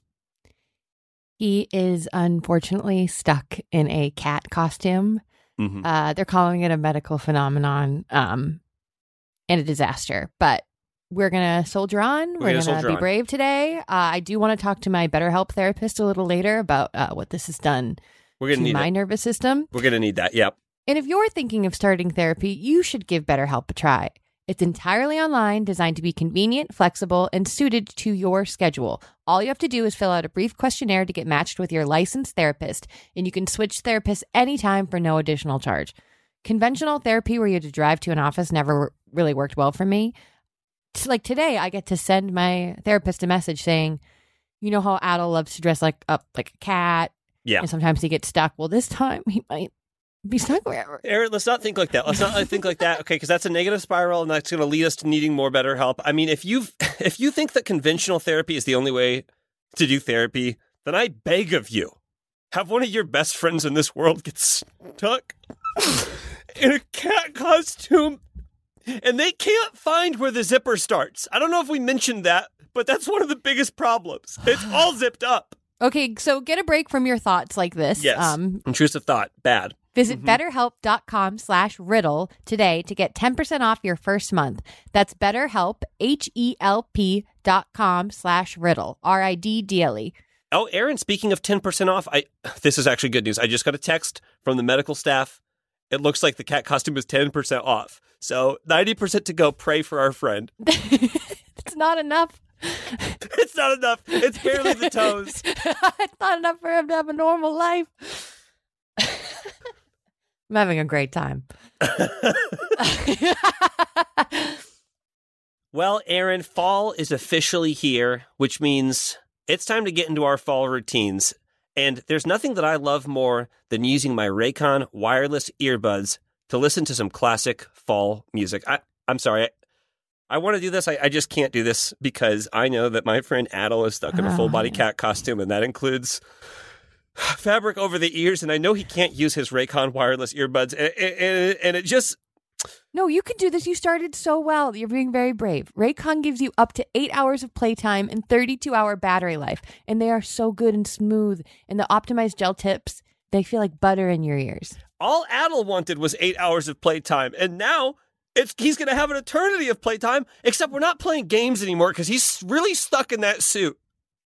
[SPEAKER 5] He is unfortunately stuck in a cat costume
[SPEAKER 6] Mm-hmm.
[SPEAKER 5] Uh, they're calling it a medical phenomenon um, and a disaster, but we're going to soldier on. We're,
[SPEAKER 6] gonna
[SPEAKER 5] going
[SPEAKER 6] soldier
[SPEAKER 5] to be
[SPEAKER 6] on.
[SPEAKER 5] brave today. Uh, I do want to talk to my BetterHelp therapist a little later about uh, what this has done
[SPEAKER 6] We're
[SPEAKER 5] to
[SPEAKER 6] gonna need
[SPEAKER 5] my
[SPEAKER 6] that.
[SPEAKER 5] nervous system.
[SPEAKER 6] We're gonna need that. Yep.
[SPEAKER 5] And if you're thinking of starting therapy, you should give BetterHelp a try. It's entirely online, designed to be convenient, flexible, and suited to your schedule. All you have to do is fill out a brief questionnaire to get matched with your licensed therapist, and you can switch therapists anytime for no additional charge. Conventional therapy where you had to drive to an office never really worked well for me. It's like today, I get to send my therapist a message saying, you know how Adel loves to dress like up like a cat.
[SPEAKER 6] Yeah.
[SPEAKER 5] And sometimes he gets stuck. Well, this time he might be stuck wherever.
[SPEAKER 6] Eric, let's not think like that. Let's not uh, think like that. Okay, because that's a negative spiral, and that's going to lead us to needing more better help. I mean, if you have if you think that conventional therapy is the only way to do therapy, then I beg of you, have one of your best friends in this world get stuck in a cat costume, and they can't find where the zipper starts. I don't know if we mentioned that, but that's one of the biggest problems. It's all zipped up.
[SPEAKER 5] Okay, so get a break from your thoughts like this.
[SPEAKER 6] Yes,
[SPEAKER 5] Um,
[SPEAKER 6] Mm-hmm. intrusive thought, bad.
[SPEAKER 5] Visit betterhelp.com slash riddle today to get 10% off your first month. That's betterhelp, H-E-L-P dot com slash riddle, R-I-D-D-L-E.
[SPEAKER 6] Oh, Aaron, speaking of 10% off, I this is actually good news. I just got a text from the medical staff. It looks like the cat costume is 10% off. So 90% to go. Pray for our friend.
[SPEAKER 5] It's not enough.
[SPEAKER 6] it's not enough. It's barely the toes.
[SPEAKER 5] it's not enough for him to have a normal life. I'm having a great time.
[SPEAKER 6] Well, Aaron, fall is officially here, which means it's time to get into our fall routines. And there's nothing that I love more than using my Raycon wireless earbuds to listen to some classic fall music. I, I'm sorry. I, I want to do this. I, I just can't do this because I know that my friend Adel is stuck in a
[SPEAKER 12] Oh,
[SPEAKER 6] full body cat costume, and that includes fabric over the ears. And I know he can't use his Raycon wireless earbuds. And, and, and it just,
[SPEAKER 5] No, you can do this. You started so well. You're being very brave. Raycon gives you up to eight hours of playtime and 32 hour battery life. And they are so good and smooth. And the optimized gel tips, they feel like butter in your ears.
[SPEAKER 6] all Adel wanted was eight hours of playtime, and now it's he's going to have an eternity of playtime. Except we're not playing games anymore because he's really stuck in that suit.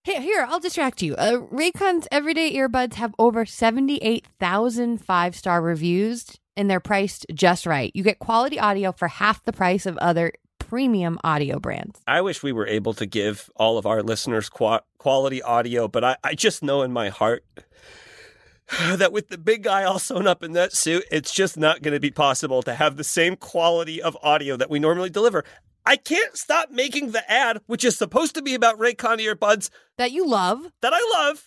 [SPEAKER 5] Here, here I'll distract you. Uh, Raycon's everyday earbuds have over 78,000 five star reviews, and they're priced just right. You get quality audio for half the price of other premium audio brands.
[SPEAKER 6] I wish we were able to give all of our listeners qua- quality audio, but I, I just know in my heart that with the big guy all sewn up in that suit, it's just not going to be possible to have the same quality of audio that we normally deliver. I can't stop making the ad, which is supposed to be about Raycon earbuds
[SPEAKER 5] that you love,
[SPEAKER 6] that I love.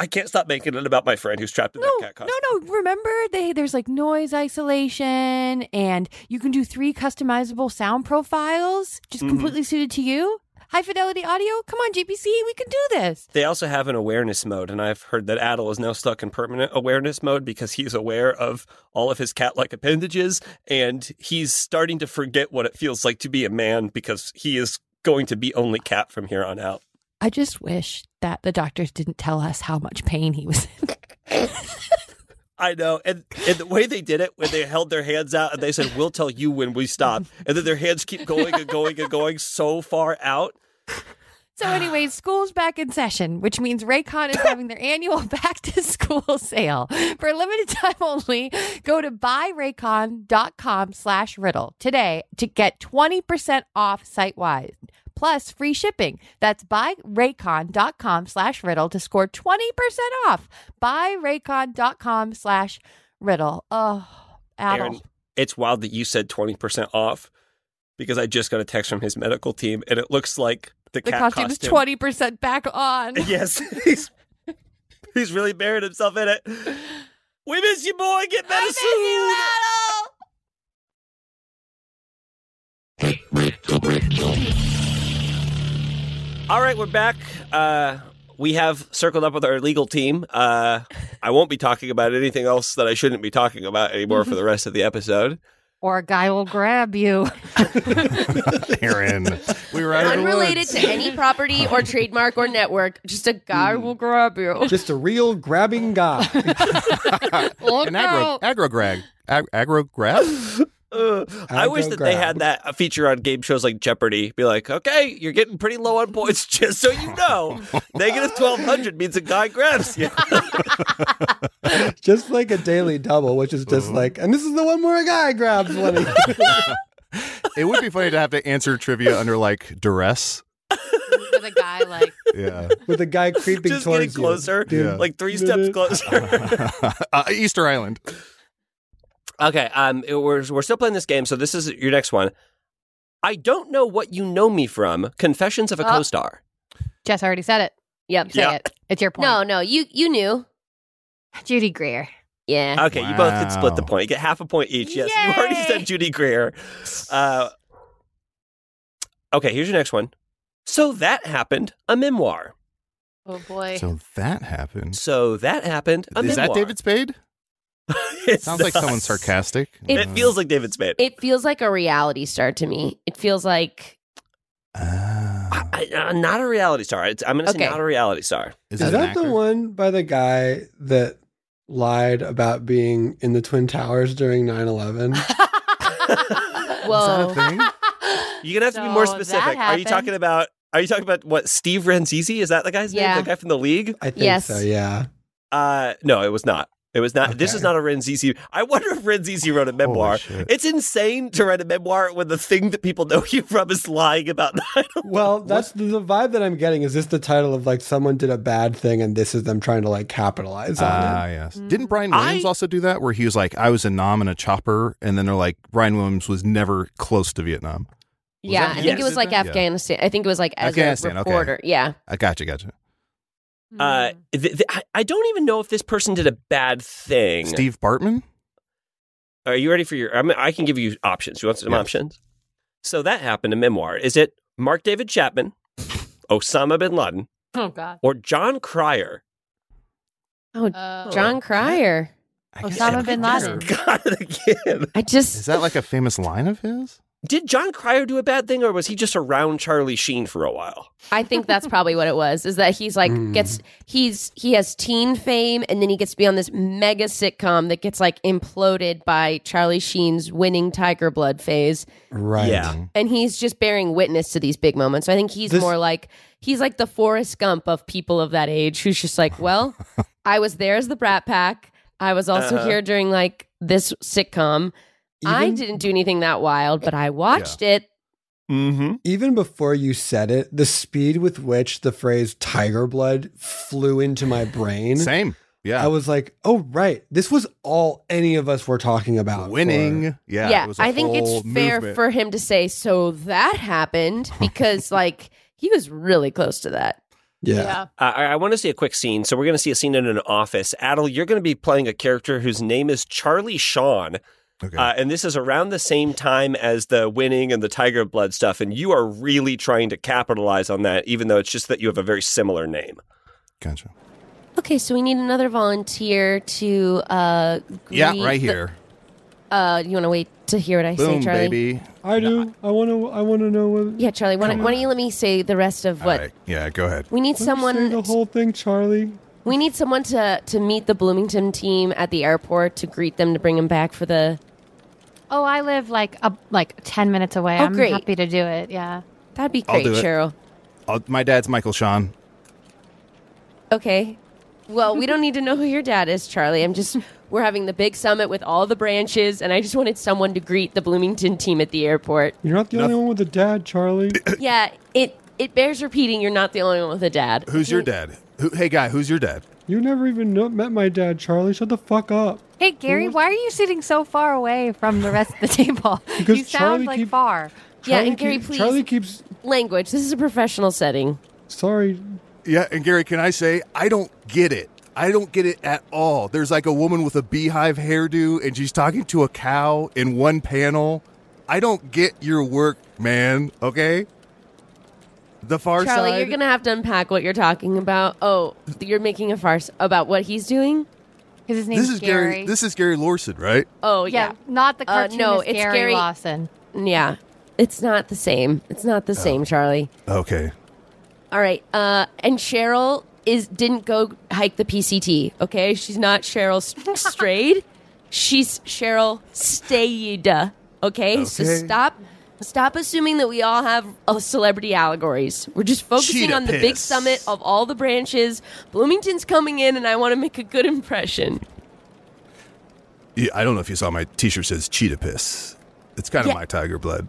[SPEAKER 6] I can't stop making it about my friend who's trapped in that cat costume.
[SPEAKER 5] No, no. Remember, they there's like noise isolation, and you can do three customizable sound profiles, just
[SPEAKER 6] Mhm.
[SPEAKER 5] completely suited to you. High fidelity audio. Come on, GPC, we can do this.
[SPEAKER 6] They also have an awareness mode, and I've heard that Adel is now stuck in permanent awareness mode because he's aware of all of his cat like appendages, and he's starting to forget what it feels like to be a man because he is going to be only cat from here on out.
[SPEAKER 5] I just wish that the doctors didn't tell us how much pain he was in.
[SPEAKER 6] I know. And, and the way they did it, when they held their hands out and they said, We'll tell you when we stop, and then their hands keep going and going and going so far out.
[SPEAKER 5] So, anyways, school's back in session, which means Raycon is having their annual back to school sale for a limited time only. Go to buyraycon.com slash riddle today to get 20% off site wide plus free shipping. That's buyraycon.com slash riddle to score 20% off. Buyraycon.com slash riddle. Oh, Adel.
[SPEAKER 6] Aaron, it's wild that you said 20% off because I just got a text from his medical team, and it looks like the,
[SPEAKER 5] the
[SPEAKER 6] cat
[SPEAKER 5] costume,
[SPEAKER 6] costume
[SPEAKER 5] is 20% back on.
[SPEAKER 6] Yes. He's, he's really buried himself in it. We miss you, boy. Get better soon. All right, we're back. Uh, we have circled up with our legal team. Uh, I won't be talking about anything else that I shouldn't be talking about anymore for the rest of the episode.
[SPEAKER 5] Or a guy will grab you.
[SPEAKER 4] Aaron, we were out of the
[SPEAKER 7] Unrelated
[SPEAKER 4] woods.
[SPEAKER 7] to any property or trademark or network, just a guy will grab you.
[SPEAKER 3] Just a real grabbing guy.
[SPEAKER 7] Look
[SPEAKER 4] An agro, agro grab. Ag- agro grab?
[SPEAKER 6] Uh, I wish
[SPEAKER 4] go
[SPEAKER 6] that they
[SPEAKER 4] grab.
[SPEAKER 6] had that a feature on game shows like Jeopardy. Be like, okay, you're getting pretty low on points, just so you know. Negative 1,200 means a guy grabs you.
[SPEAKER 3] just like a daily double, which is just like, and this is the one where a guy grabs one. of you.
[SPEAKER 4] It would be funny to have to answer trivia under like duress.
[SPEAKER 5] With a guy like
[SPEAKER 4] Yeah.
[SPEAKER 3] With a guy creeping
[SPEAKER 6] just
[SPEAKER 3] towards
[SPEAKER 6] getting closer,
[SPEAKER 4] Yeah.
[SPEAKER 6] like three steps closer.
[SPEAKER 4] uh, Easter Island.
[SPEAKER 6] Okay, um, it- we're we're still playing this game, so this is your next one. I don't know what you know me from. Confessions of a
[SPEAKER 9] Oh.
[SPEAKER 6] co-star.
[SPEAKER 9] Jess already said it.
[SPEAKER 7] Yep.
[SPEAKER 9] Say
[SPEAKER 6] Yeah.
[SPEAKER 9] it. It's your point.
[SPEAKER 7] No, no, you you knew.
[SPEAKER 9] Judy Greer.
[SPEAKER 7] Yeah.
[SPEAKER 6] Okay, you both can split the point. You get half a point each. Yes, you already said Judy Greer. Uh, okay, here's your next one. So that happened. A memoir.
[SPEAKER 9] Oh boy.
[SPEAKER 4] So that happened.
[SPEAKER 6] So that happened. A
[SPEAKER 4] Is that
[SPEAKER 6] memoir.
[SPEAKER 4] David Spade?
[SPEAKER 6] It
[SPEAKER 4] Sounds like
[SPEAKER 6] does.
[SPEAKER 4] someone sarcastic.
[SPEAKER 6] It
[SPEAKER 4] Uh,
[SPEAKER 6] feels like David Spade.
[SPEAKER 7] It feels like a reality star to me. It feels like
[SPEAKER 4] ah.
[SPEAKER 6] I, uh, not a reality star. It's, I'm going to
[SPEAKER 7] Okay.
[SPEAKER 6] say not a reality star.
[SPEAKER 4] is
[SPEAKER 3] Is,
[SPEAKER 4] that, an
[SPEAKER 3] that the
[SPEAKER 4] actor?
[SPEAKER 3] one by the guy that lied about being in the Twin Towers during 9 11?
[SPEAKER 7] whoa.
[SPEAKER 4] Is that a thing?
[SPEAKER 6] You're going to have to be more
[SPEAKER 9] So that
[SPEAKER 6] specific. Are you
[SPEAKER 9] happened.
[SPEAKER 6] talking about? Are you talking about what Steve Ranzizi? Is that the guy's
[SPEAKER 9] Yeah.
[SPEAKER 6] name? The guy from the league?
[SPEAKER 3] I think
[SPEAKER 7] Yes.
[SPEAKER 3] so, yeah.
[SPEAKER 6] Uh, no, it was not. It was not. This
[SPEAKER 3] Okay.
[SPEAKER 6] is not a Renzizi. I wonder if Renzizi wrote a
[SPEAKER 4] Holy
[SPEAKER 6] memoir.
[SPEAKER 4] shit.
[SPEAKER 6] It's insane to write a memoir when the thing that people know you from is lying about that.
[SPEAKER 3] Well, that's the, the vibe that I'm getting. Is this the title of like someone did a bad thing and this is them trying to like capitalize on
[SPEAKER 4] Ah,
[SPEAKER 3] it?
[SPEAKER 4] yes. Didn't Brian Williams
[SPEAKER 6] I-
[SPEAKER 4] also do that, where he was like, "I was a nom and a chopper," and then they're like, "Brian Williams was never close to Vietnam." Was
[SPEAKER 7] yeah,
[SPEAKER 4] that
[SPEAKER 7] I
[SPEAKER 4] him
[SPEAKER 7] think
[SPEAKER 4] that
[SPEAKER 7] it was
[SPEAKER 4] did
[SPEAKER 7] like
[SPEAKER 4] that? Yeah.
[SPEAKER 7] Afghanistan. I think it was like as
[SPEAKER 4] Afghanistan,
[SPEAKER 7] a
[SPEAKER 4] okay.
[SPEAKER 7] reporter. Yeah.
[SPEAKER 4] I gotcha, gotcha.
[SPEAKER 9] Hmm.
[SPEAKER 6] Uh, th- th- I- I don't even know if this person did a bad thing.
[SPEAKER 4] Steve Bartman.
[SPEAKER 6] Are you ready for your? I, mean, I can give you options. You want some
[SPEAKER 4] Yes.
[SPEAKER 6] options? So that happened. A memoir. Is it Mark David Chapman, Osama bin Laden,
[SPEAKER 13] Oh God.
[SPEAKER 6] or John Cryer?
[SPEAKER 7] Oh,
[SPEAKER 9] Uh,
[SPEAKER 7] John Cryer.
[SPEAKER 4] I
[SPEAKER 9] Osama
[SPEAKER 4] guess-
[SPEAKER 9] bin
[SPEAKER 4] I guess-
[SPEAKER 9] Laden.
[SPEAKER 6] God again.
[SPEAKER 7] I just
[SPEAKER 4] Is that like a famous line of his?
[SPEAKER 6] Did John Cryer do a bad thing, or was he just around Charlie Sheen for a while?
[SPEAKER 7] I think that's probably what it was. Is that he's like
[SPEAKER 3] Mm.
[SPEAKER 7] gets he's he has teen fame and then he gets to be on this mega sitcom that gets like imploded by Charlie Sheen's winning Tiger Blood phase,
[SPEAKER 3] Right.
[SPEAKER 6] Yeah.
[SPEAKER 7] and he's just bearing witness to these big moments. So I think he's
[SPEAKER 3] This-
[SPEAKER 7] more like he's like the Forrest Gump of people of that age, who's just like, well, I was there as the Brat Pack. I was also
[SPEAKER 6] Uh-huh.
[SPEAKER 7] here during like this sitcom. I
[SPEAKER 3] Even-
[SPEAKER 7] didn't do anything that wild, but I watched it.
[SPEAKER 6] Mm-hmm.
[SPEAKER 3] Even before you said it, the speed with which the phrase tiger blood flew into my brain.
[SPEAKER 4] Mm. Same. Yeah.
[SPEAKER 3] I was like, oh, right. This was all any of us were talking about.
[SPEAKER 4] winning.
[SPEAKER 3] for-
[SPEAKER 4] yeah.
[SPEAKER 7] yeah,
[SPEAKER 4] it was a
[SPEAKER 7] I think
[SPEAKER 4] whole
[SPEAKER 7] it's fair
[SPEAKER 4] movement.
[SPEAKER 7] for him to say, so that happened because, like, he was really close to that.
[SPEAKER 3] yeah.
[SPEAKER 6] Uh, I, I want to see a quick scene. So we're going to see a scene in an office. Adel, you're going to be playing a character whose name is Charlie Sean.
[SPEAKER 4] Okay.
[SPEAKER 6] Uh, and this is around the same time as the winning and the Tiger Blood stuff. And you are really trying to capitalize on that, even though it's just that you have a very similar name.
[SPEAKER 4] gotcha.
[SPEAKER 7] Okay, so we need another volunteer to. uh
[SPEAKER 4] Yeah,
[SPEAKER 7] greet
[SPEAKER 4] right
[SPEAKER 7] the-
[SPEAKER 4] here.
[SPEAKER 7] uh, you want to wait to hear what I
[SPEAKER 4] Boom,
[SPEAKER 7] say, Charlie?
[SPEAKER 4] baby.
[SPEAKER 3] I do. I want to. I want to know what.
[SPEAKER 7] Yeah, Charlie. Why don't,
[SPEAKER 4] Come
[SPEAKER 7] why
[SPEAKER 4] on.
[SPEAKER 7] don't you let me say the rest of
[SPEAKER 4] All
[SPEAKER 7] what
[SPEAKER 4] right. Yeah. Go ahead.
[SPEAKER 7] we need?
[SPEAKER 3] Let me say
[SPEAKER 7] someone.
[SPEAKER 3] the whole thing, Charlie.
[SPEAKER 7] we need someone to to meet the Bloomington team at the airport to greet them to bring them back for the.
[SPEAKER 5] Oh, I live like a, like 10 minutes away.
[SPEAKER 7] Oh,
[SPEAKER 5] I'm
[SPEAKER 7] great.
[SPEAKER 5] happy to do it. Yeah.
[SPEAKER 7] That'd be
[SPEAKER 4] I'll
[SPEAKER 7] great,
[SPEAKER 4] do it.
[SPEAKER 7] Cheryl.
[SPEAKER 4] I'll, Uh, my dad's Michael Sean.
[SPEAKER 7] Okay. Well, we don't need to know who your dad is, Charlie. I'm just we're having the big summit with all the branches, and I just wanted someone to greet the Bloomington team at the airport.
[SPEAKER 3] You're not the only one with a dad, Charlie.
[SPEAKER 7] yeah, it it bears repeating. You're not the only one with a dad.
[SPEAKER 4] Who's your dad? Who, hey, guy. Who's your dad?
[SPEAKER 3] you never even know, met my dad, Charlie. Shut the fuck up.
[SPEAKER 5] Hey, Gary, why are you sitting so far away from the rest of the table?
[SPEAKER 3] Because
[SPEAKER 5] you sound
[SPEAKER 3] Charlie
[SPEAKER 5] like
[SPEAKER 3] keep-
[SPEAKER 5] far.
[SPEAKER 7] Yeah, and
[SPEAKER 3] keep-
[SPEAKER 7] Gary, please.
[SPEAKER 3] Charlie keeps.
[SPEAKER 7] Language. This is a professional setting.
[SPEAKER 3] Sorry.
[SPEAKER 4] Yeah, and Gary, can I say I don't get it. I don't get it at all. There's like a woman with a beehive hairdo and she's talking to a cow in one panel. I don't get your work, man, okay? The far
[SPEAKER 7] Charlie,
[SPEAKER 4] side.
[SPEAKER 7] you're gonna have to unpack what you're talking about. Oh, you're making a farce about what he's doing.
[SPEAKER 5] Because his name's
[SPEAKER 4] This is Gary. This is Gary Lorson, right?
[SPEAKER 7] Oh
[SPEAKER 5] yeah,
[SPEAKER 7] yeah,
[SPEAKER 5] not the
[SPEAKER 7] Uh,
[SPEAKER 5] cartoonist
[SPEAKER 7] no, it's
[SPEAKER 5] Gary,
[SPEAKER 7] Gary-
[SPEAKER 5] Lawson.
[SPEAKER 7] yeah, It's not the same. It's not the same, Charlie.
[SPEAKER 4] Okay.
[SPEAKER 7] All right. Uh, and Cheryl is didn't go hike the PCT. Okay, she's not Cheryl S- Strayed. She's Cheryl Stayed. Okay? so
[SPEAKER 4] Okay.
[SPEAKER 7] stop, stop assuming that we all have uh, celebrity allegories. We're just focusing
[SPEAKER 4] Cheetah
[SPEAKER 7] on the big
[SPEAKER 4] piss.
[SPEAKER 7] summit of all the branches. Bloomington's coming in, and I want to make a good impression.
[SPEAKER 4] Yeah, I don't know if you saw my t-shirt says cheetah piss. It's kind of
[SPEAKER 7] Yeah.
[SPEAKER 4] my tiger blood.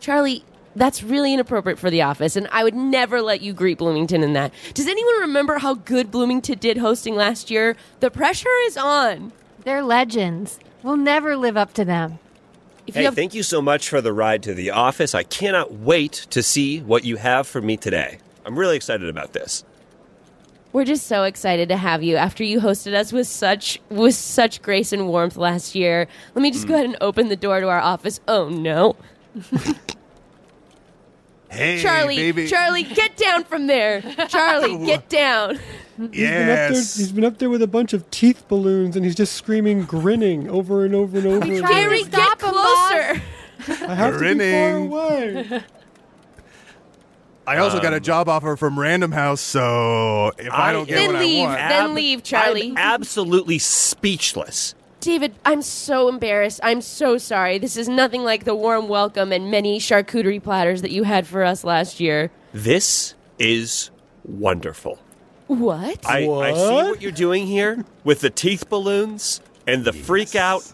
[SPEAKER 7] Charlie, that's really inappropriate for The Office, and I would never let you greet Bloomington in that. Does anyone remember how good Bloomington did hosting last year? The pressure is on.
[SPEAKER 5] They're legends.
[SPEAKER 9] We'll never live up to them.
[SPEAKER 6] hey, thank you so much for the ride to the office. I cannot wait to see what you have for me today. I'm really excited about this.
[SPEAKER 7] We're just so excited to have you after you hosted us with such with such grace and warmth last year. Let me
[SPEAKER 4] Mm.
[SPEAKER 7] just go ahead and open the door to our office. Oh no.
[SPEAKER 4] Hey,
[SPEAKER 7] Charlie, Charlie, get down from there. Charlie, get down.
[SPEAKER 3] He's been up there-
[SPEAKER 4] Yes.
[SPEAKER 3] he's been up there with a bunch of teeth balloons and he's just screaming, grinning over and over and over again.
[SPEAKER 7] Gary, get closer.
[SPEAKER 3] I have to be far
[SPEAKER 4] Grinning.
[SPEAKER 3] away.
[SPEAKER 4] I also got a
[SPEAKER 6] Um,
[SPEAKER 4] job offer from Random House, so if I,
[SPEAKER 6] I
[SPEAKER 4] don't get
[SPEAKER 7] then
[SPEAKER 4] what
[SPEAKER 7] leave.
[SPEAKER 4] I want,
[SPEAKER 7] then leave, Charlie.
[SPEAKER 6] I'm absolutely speechless.
[SPEAKER 7] David, I'm so embarrassed. I'm so sorry. This is nothing like the warm welcome and many charcuterie platters that you had for us last year.
[SPEAKER 6] This is wonderful.
[SPEAKER 7] What?
[SPEAKER 6] I, I see what you're doing here with the teeth balloons and the freak out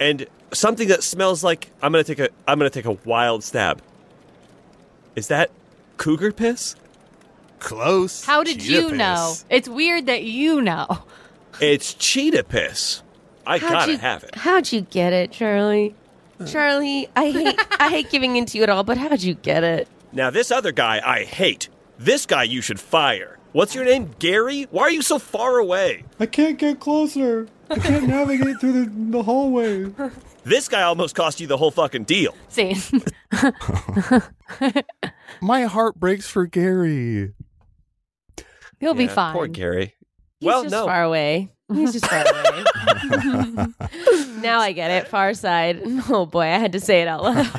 [SPEAKER 6] and something that smells like I'm gonna take a I'm gonna take a wild stab. Is that cougar piss?
[SPEAKER 4] close.
[SPEAKER 9] How did
[SPEAKER 4] Cheetah
[SPEAKER 9] you know?
[SPEAKER 4] piss.
[SPEAKER 9] It's weird that you know.
[SPEAKER 6] It's cheetah piss. I
[SPEAKER 7] How'd
[SPEAKER 6] gotta
[SPEAKER 7] you-
[SPEAKER 6] have it.
[SPEAKER 7] How'd you get it, Charlie? Charlie, I hate I hate giving in to you at all, but how'd you get it?
[SPEAKER 6] Now this other guy I hate. This guy you should fire. What's your name, Gary? Why are you so far away?
[SPEAKER 3] I can't get closer. I can't navigate through the, the hallway.
[SPEAKER 6] This guy almost cost you the whole fucking deal.
[SPEAKER 9] See,
[SPEAKER 4] My heart breaks for Gary.
[SPEAKER 9] he'll be
[SPEAKER 6] Yeah,
[SPEAKER 9] fine.
[SPEAKER 6] Poor Gary.
[SPEAKER 7] He's
[SPEAKER 6] well,
[SPEAKER 7] just
[SPEAKER 6] no.
[SPEAKER 7] far away. He's just far away. now I get it. Far side. Oh boy, I had to say it out loud.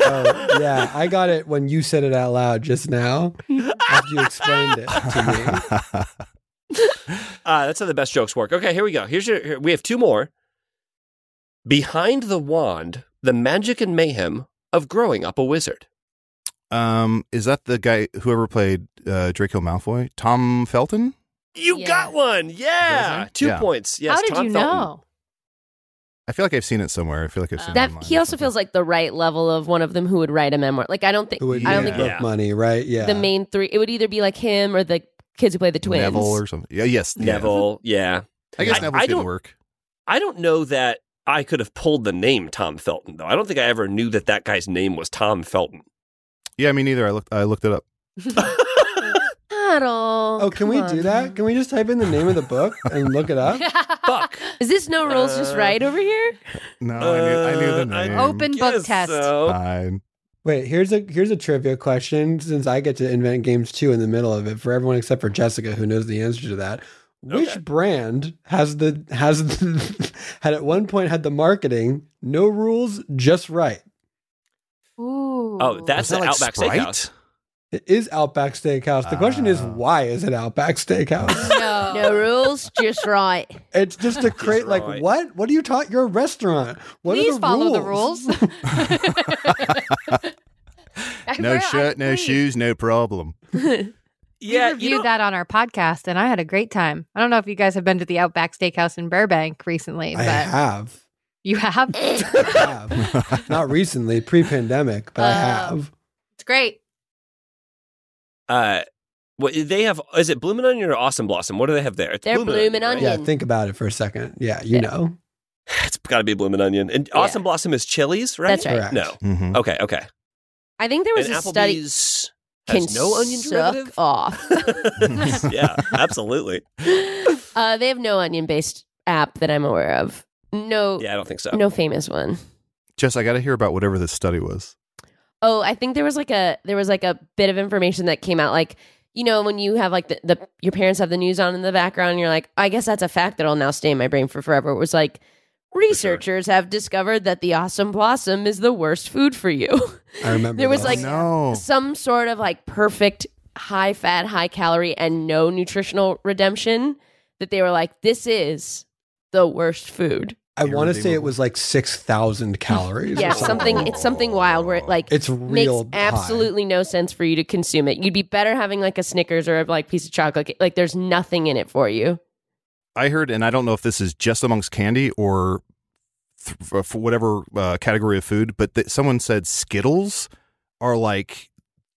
[SPEAKER 3] Oh, yeah, I got it when you said it out loud just now. After you explained it to me.
[SPEAKER 6] Uh, that's how the best jokes work. Okay, here we go. Here's your. Here, we have two more. Behind the wand, the magic and mayhem of growing up a wizard.
[SPEAKER 4] Um, is that the guy whoever played uh, Draco Malfoy? Tom Felton?
[SPEAKER 6] You
[SPEAKER 7] Yeah.
[SPEAKER 6] got one. Yeah,
[SPEAKER 4] Really?
[SPEAKER 6] two
[SPEAKER 4] Yeah.
[SPEAKER 6] points. Yes.
[SPEAKER 9] How did
[SPEAKER 6] Tom
[SPEAKER 9] you
[SPEAKER 6] Felton.
[SPEAKER 7] Oh.
[SPEAKER 9] know?
[SPEAKER 4] I feel like I've seen it somewhere. I feel like I've seen it
[SPEAKER 7] that
[SPEAKER 4] online
[SPEAKER 7] he
[SPEAKER 4] or
[SPEAKER 7] also
[SPEAKER 4] something.
[SPEAKER 7] feels like the right level of one of them who would write a memoir. Like I don't think
[SPEAKER 3] Who would
[SPEAKER 7] I don't
[SPEAKER 3] make
[SPEAKER 7] think
[SPEAKER 6] Yeah.
[SPEAKER 3] book money, right? Yeah.
[SPEAKER 7] the main three it would either be like him or the kids who play the twins.
[SPEAKER 4] Neville or something. Yeah, yes, yeah.
[SPEAKER 6] Neville. Yeah.
[SPEAKER 4] I guess
[SPEAKER 6] I-
[SPEAKER 4] Neville
[SPEAKER 6] I
[SPEAKER 4] didn't
[SPEAKER 6] don't-
[SPEAKER 4] work.
[SPEAKER 6] I don't know that I could have pulled the name Tom Felton though. I don't think I ever knew that that guy's name was Tom Felton.
[SPEAKER 4] Yeah, me neither. I looked. I looked it up.
[SPEAKER 7] Cuddle.
[SPEAKER 3] Oh, can
[SPEAKER 7] Come
[SPEAKER 3] we
[SPEAKER 7] on.
[SPEAKER 3] do that? Can we just type in the name of the book and look it up?
[SPEAKER 6] Fuck.
[SPEAKER 7] Is this no rules just
[SPEAKER 6] Uh,
[SPEAKER 9] Mm.
[SPEAKER 7] right over here?
[SPEAKER 4] No, I, knew, I knew the
[SPEAKER 6] Uh, I- Oh.
[SPEAKER 4] name.
[SPEAKER 9] Open book
[SPEAKER 6] Guess
[SPEAKER 9] test.
[SPEAKER 6] so.
[SPEAKER 4] Fine.
[SPEAKER 3] Wait, here's a here's a trivia question since I get to invent games too in the middle of it for everyone except for Jessica who knows the answer to that.
[SPEAKER 6] Okay.
[SPEAKER 3] Which brand has the has the, had at one point had the marketing no rules just right?
[SPEAKER 9] Ooh.
[SPEAKER 6] oh,
[SPEAKER 4] Was
[SPEAKER 6] that's
[SPEAKER 4] that
[SPEAKER 6] the
[SPEAKER 4] like
[SPEAKER 6] Outback
[SPEAKER 4] Sprite?
[SPEAKER 6] Steakhouse.
[SPEAKER 3] It is Outback Steakhouse. The question is
[SPEAKER 4] Ah.
[SPEAKER 3] why is it Outback Steakhouse?
[SPEAKER 9] no.
[SPEAKER 7] No rules just right.
[SPEAKER 3] it's just a crate like
[SPEAKER 6] right.
[SPEAKER 3] what? What are you taught? You're a restaurant. What are
[SPEAKER 9] please
[SPEAKER 3] the
[SPEAKER 9] follow
[SPEAKER 3] rules?
[SPEAKER 9] the rules. I
[SPEAKER 4] No
[SPEAKER 9] will,
[SPEAKER 4] shirt, no
[SPEAKER 9] please.
[SPEAKER 4] shoes, no problem.
[SPEAKER 6] Yeah,
[SPEAKER 9] we
[SPEAKER 6] you
[SPEAKER 9] reviewed
[SPEAKER 6] know-
[SPEAKER 9] that on our podcast, and I had a great time. I don't know if you guys have been to the Outback Steakhouse in Burbank recently,
[SPEAKER 3] I
[SPEAKER 9] but
[SPEAKER 3] have.
[SPEAKER 9] you have. it's
[SPEAKER 7] Um,
[SPEAKER 3] I have. Not recently, pre-pandemic, but I
[SPEAKER 9] Oh.
[SPEAKER 3] have.
[SPEAKER 9] great.
[SPEAKER 6] Uh, what they have is it Bloomin' Onion or Awesome Blossom? What do they have there? It's
[SPEAKER 7] They're Bloomin'
[SPEAKER 6] right?
[SPEAKER 7] Onion.
[SPEAKER 3] Yeah, think about it for a second. Yeah, you
[SPEAKER 7] Yeah.
[SPEAKER 3] know.
[SPEAKER 6] It's got to be Bloomin' Onion. And
[SPEAKER 7] Yeah.
[SPEAKER 6] Awesome Blossom is Chili's, right?
[SPEAKER 7] That's right.
[SPEAKER 3] Correct.
[SPEAKER 6] No.
[SPEAKER 4] Mm-hmm.
[SPEAKER 6] Okay. Okay.
[SPEAKER 7] I think there was
[SPEAKER 6] and
[SPEAKER 7] a study
[SPEAKER 6] Applebee's
[SPEAKER 7] can
[SPEAKER 6] has no onion
[SPEAKER 7] suck
[SPEAKER 6] derivative.
[SPEAKER 7] off.
[SPEAKER 6] yeah, absolutely.
[SPEAKER 7] uh, they have no onion based app that I'm aware of. No,
[SPEAKER 6] Yeah, I don't think so.
[SPEAKER 7] no famous one.
[SPEAKER 4] Jess, I got to hear about whatever this study was.
[SPEAKER 7] Oh, I think there was like a there was like a bit of information that came out like you know when you have like the, the your parents have the news on in the background and you're like I guess that's a fact that'll now stay in my brain for forever. It was like researchers have discovered that the awesome blossom is the worst food for you.
[SPEAKER 3] I remember.
[SPEAKER 7] There was,
[SPEAKER 3] this.
[SPEAKER 7] like-
[SPEAKER 4] no.
[SPEAKER 7] Some sort of like perfect high fat, high calorie and no nutritional redemption that they were like this is the worst food.
[SPEAKER 3] I want to say it
[SPEAKER 4] Irredeemable.
[SPEAKER 3] was like six thousand calories. or
[SPEAKER 7] Yeah, something it's something wild where it like
[SPEAKER 3] It's real.
[SPEAKER 7] makes
[SPEAKER 3] high.
[SPEAKER 7] absolutely no sense for you to consume it. You'd be better having like a Snickers or a like piece of chocolate. cake. Like there's nothing in it for you.
[SPEAKER 4] I heard, and I don't know if this is just amongst candy or th- for- for whatever uh, category of food, but that someone said Skittles are like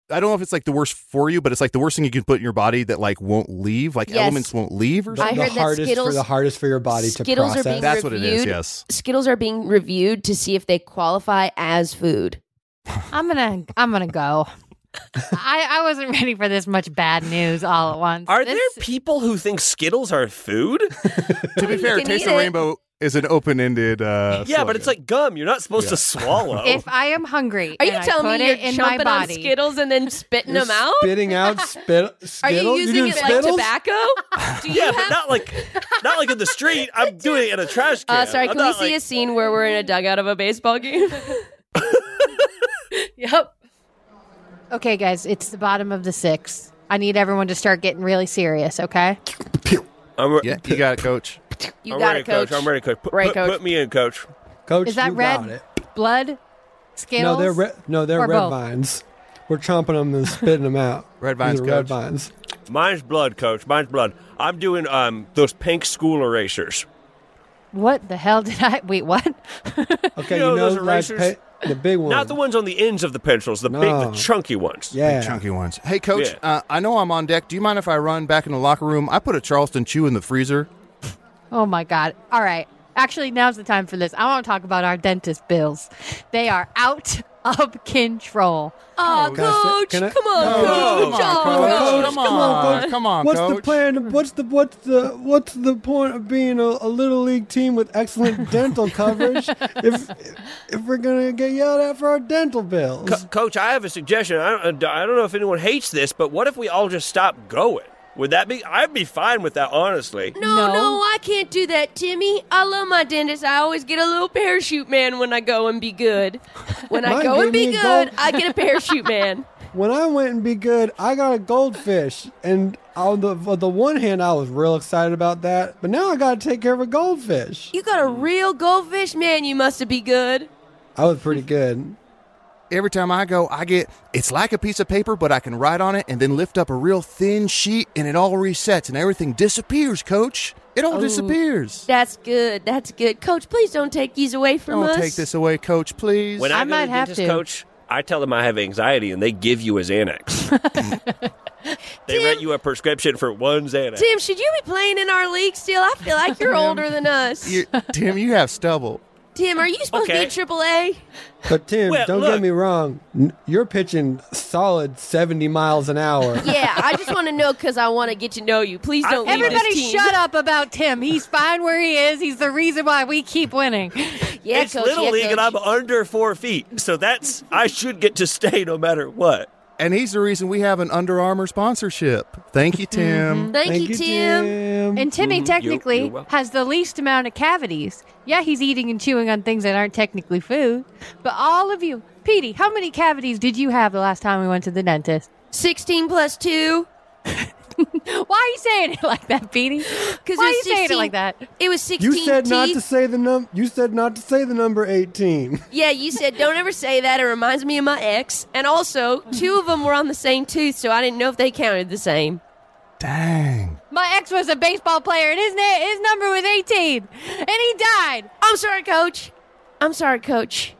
[SPEAKER 4] I don't know if it's like the worst for you, but it's like the worst thing you can put in your body that like won't leave, like
[SPEAKER 7] Yes.
[SPEAKER 4] elements won't leave or
[SPEAKER 7] I
[SPEAKER 4] something.
[SPEAKER 7] heard that
[SPEAKER 3] hardest for
[SPEAKER 7] Skittles-
[SPEAKER 3] the hardest for your body to
[SPEAKER 7] Skittles
[SPEAKER 3] process.
[SPEAKER 7] are being
[SPEAKER 4] That's what it
[SPEAKER 7] reviewed.
[SPEAKER 4] is, yes.
[SPEAKER 7] Skittles are being reviewed to see if they qualify as food.
[SPEAKER 5] I'm gonna I'm gonna go. I, I wasn't ready for this much bad news all at once.
[SPEAKER 6] Are
[SPEAKER 5] This-
[SPEAKER 6] there people who think Skittles are food?
[SPEAKER 4] to be fair,
[SPEAKER 7] can
[SPEAKER 4] Taste
[SPEAKER 7] eat
[SPEAKER 4] the
[SPEAKER 7] it.
[SPEAKER 4] Rainbow is an open ended. Uh,
[SPEAKER 6] yeah, but it's like gum. You're not supposed to swallow.
[SPEAKER 5] If I am hungry,
[SPEAKER 7] Are you
[SPEAKER 5] and I
[SPEAKER 7] telling
[SPEAKER 5] put
[SPEAKER 7] me
[SPEAKER 5] it
[SPEAKER 7] you're
[SPEAKER 5] in my
[SPEAKER 7] chomping on
[SPEAKER 5] body?
[SPEAKER 7] Skittles and then spitting
[SPEAKER 3] You're
[SPEAKER 7] them out?
[SPEAKER 3] Spitting out spit, Skittles.
[SPEAKER 7] Are you using
[SPEAKER 3] doing
[SPEAKER 7] it like
[SPEAKER 3] Skittles?
[SPEAKER 7] tobacco? Uh, Do you
[SPEAKER 6] yeah, but
[SPEAKER 7] have?
[SPEAKER 6] not like not like in the street. I'm doing it in a trash can.
[SPEAKER 7] uh, sorry,
[SPEAKER 6] I'm
[SPEAKER 7] can we
[SPEAKER 6] not,
[SPEAKER 7] see a
[SPEAKER 6] like-
[SPEAKER 7] scene where we're in a dugout of a baseball game? yep.
[SPEAKER 5] Okay, guys, it's the bottom of the six. I need everyone to start getting really serious. Okay.
[SPEAKER 6] I'm, re-
[SPEAKER 4] yeah, you got it, coach.
[SPEAKER 7] You
[SPEAKER 6] I'm
[SPEAKER 7] got
[SPEAKER 6] ready,
[SPEAKER 7] it, coach.
[SPEAKER 6] I'm ready, coach. Put,
[SPEAKER 7] Right,
[SPEAKER 6] put-
[SPEAKER 7] coach.
[SPEAKER 6] put me in, coach.
[SPEAKER 3] Coach,
[SPEAKER 5] Is that
[SPEAKER 3] you
[SPEAKER 5] red
[SPEAKER 3] got it.
[SPEAKER 5] blood?
[SPEAKER 3] No,
[SPEAKER 5] Skittles.
[SPEAKER 3] they're red. No, they're
[SPEAKER 5] or
[SPEAKER 3] red
[SPEAKER 5] both?
[SPEAKER 3] vines. We're chomping them and spitting them out.
[SPEAKER 4] Red vines,
[SPEAKER 3] These are red
[SPEAKER 4] coach.
[SPEAKER 3] vines.
[SPEAKER 6] Mine's blood, coach. Mine's blood. I'm doing um those pink school erasers.
[SPEAKER 5] What the hell did I? Wait, what?
[SPEAKER 3] Okay,
[SPEAKER 6] You know
[SPEAKER 3] you know,
[SPEAKER 6] those
[SPEAKER 3] like,
[SPEAKER 6] erasers?
[SPEAKER 3] pa- the big one.
[SPEAKER 6] Not the ones on the ends of the pencils, the big,
[SPEAKER 3] No.
[SPEAKER 6] the chunky ones.
[SPEAKER 3] Yeah.
[SPEAKER 4] Big chunky ones. Hey, coach,
[SPEAKER 6] Yeah.
[SPEAKER 4] uh, I know I'm on deck. Do you mind if I run back in the locker room? I put a Charleston Chew in the freezer.
[SPEAKER 5] Oh my God. All right. Actually, now's the time for this. I want to talk about our dentist bills. They are out of control.
[SPEAKER 7] Oh,
[SPEAKER 3] Can I say-
[SPEAKER 7] coach,
[SPEAKER 3] can I-
[SPEAKER 7] come on,
[SPEAKER 3] No,
[SPEAKER 7] coach.
[SPEAKER 4] come on,
[SPEAKER 7] Oh,
[SPEAKER 4] coach.
[SPEAKER 7] coach.
[SPEAKER 4] Come on, coach. Come on,
[SPEAKER 3] What's the
[SPEAKER 4] coach.
[SPEAKER 3] plan? What's the what's the what's the point of being a, a little league team with excellent dental coverage if if we're gonna get yelled at for our dental bills?
[SPEAKER 6] Co- coach, I have a suggestion. I don't, I don't know if anyone hates this, but what if we all just stop going? Would that be? I'd be fine with that, honestly.
[SPEAKER 7] No,
[SPEAKER 5] No.
[SPEAKER 7] no, I can't do that, Timmy. I love my dentist. I always get a little parachute man when I go and be good. When I
[SPEAKER 3] Mine
[SPEAKER 7] go
[SPEAKER 3] gave
[SPEAKER 7] and be
[SPEAKER 3] me a
[SPEAKER 7] good,
[SPEAKER 3] gold-
[SPEAKER 7] I get a parachute man.
[SPEAKER 3] when I went and be good, I got a goldfish, and on the on the one hand, I was real excited about that, but now I got to take care of a goldfish.
[SPEAKER 7] You got a real goldfish man, you must be good.
[SPEAKER 3] I was pretty good.
[SPEAKER 4] Every time I go, I get it's like a piece of paper, but I can write on it and then lift up a real thin sheet, and it all resets and everything disappears. Coach, it
[SPEAKER 7] Oh.
[SPEAKER 4] all disappears.
[SPEAKER 7] That's good. That's good. Coach, please don't take these away from
[SPEAKER 4] Don't
[SPEAKER 7] us.
[SPEAKER 4] take this away, Coach, please.
[SPEAKER 6] When I,
[SPEAKER 5] I
[SPEAKER 6] go
[SPEAKER 5] might
[SPEAKER 6] to the
[SPEAKER 5] have
[SPEAKER 6] dentist
[SPEAKER 5] to.
[SPEAKER 6] coach, I tell them I have anxiety, and they give you a Xanax. they write you a prescription for one Xanax.
[SPEAKER 7] Tim, should you be playing in our league still? I feel like you're older than us.
[SPEAKER 4] You- Tim, you have stubble.
[SPEAKER 7] Tim, are you supposed
[SPEAKER 6] Okay.
[SPEAKER 7] to be AAA?
[SPEAKER 3] But Tim,
[SPEAKER 6] Well,
[SPEAKER 3] don't
[SPEAKER 6] look.
[SPEAKER 3] get me wrong, n- you're pitching solid seventy miles an hour.
[SPEAKER 7] Yeah, I just want to know because I want to get to know you. Please
[SPEAKER 6] I-
[SPEAKER 7] don't. leave this
[SPEAKER 5] Everybody
[SPEAKER 7] team.
[SPEAKER 5] shut up about Tim. He's fine where he is. He's the reason why we keep winning.
[SPEAKER 7] Yeah,
[SPEAKER 6] it's
[SPEAKER 7] coach,
[SPEAKER 6] little
[SPEAKER 7] yeah,
[SPEAKER 6] league, and
[SPEAKER 7] coach.
[SPEAKER 6] I'm under four feet, so that's I should get to stay no matter what.
[SPEAKER 4] And he's the reason we have an Under Armour sponsorship. Thank you, Tim.
[SPEAKER 7] Thank, you, Tim.
[SPEAKER 5] And Timmy technically
[SPEAKER 6] Mm-hmm. you're welcome.
[SPEAKER 5] has the least amount of cavities. Yeah, he's eating and chewing on things that aren't technically food. But all of you, Petey, how many cavities did you have the last time we went to the dentist?
[SPEAKER 7] 16 plus 2.
[SPEAKER 5] Why are you saying it like that, Petey?
[SPEAKER 7] Because
[SPEAKER 5] Why
[SPEAKER 7] it
[SPEAKER 5] are
[SPEAKER 7] was
[SPEAKER 5] you
[SPEAKER 7] 16,
[SPEAKER 5] saying it like that?
[SPEAKER 7] It was 16
[SPEAKER 3] You said not to
[SPEAKER 7] teeth.
[SPEAKER 3] say the num. You said not to say the number eighteen.
[SPEAKER 7] Yeah, you said don't ever say that. It reminds me of my ex. And also, two of them were on the same tooth, so I didn't know if they counted the same.
[SPEAKER 4] Dang.
[SPEAKER 5] My ex was a baseball player, and his na- his number was eighteen, and he died.
[SPEAKER 7] I'm sorry, coach. I'm sorry, coach.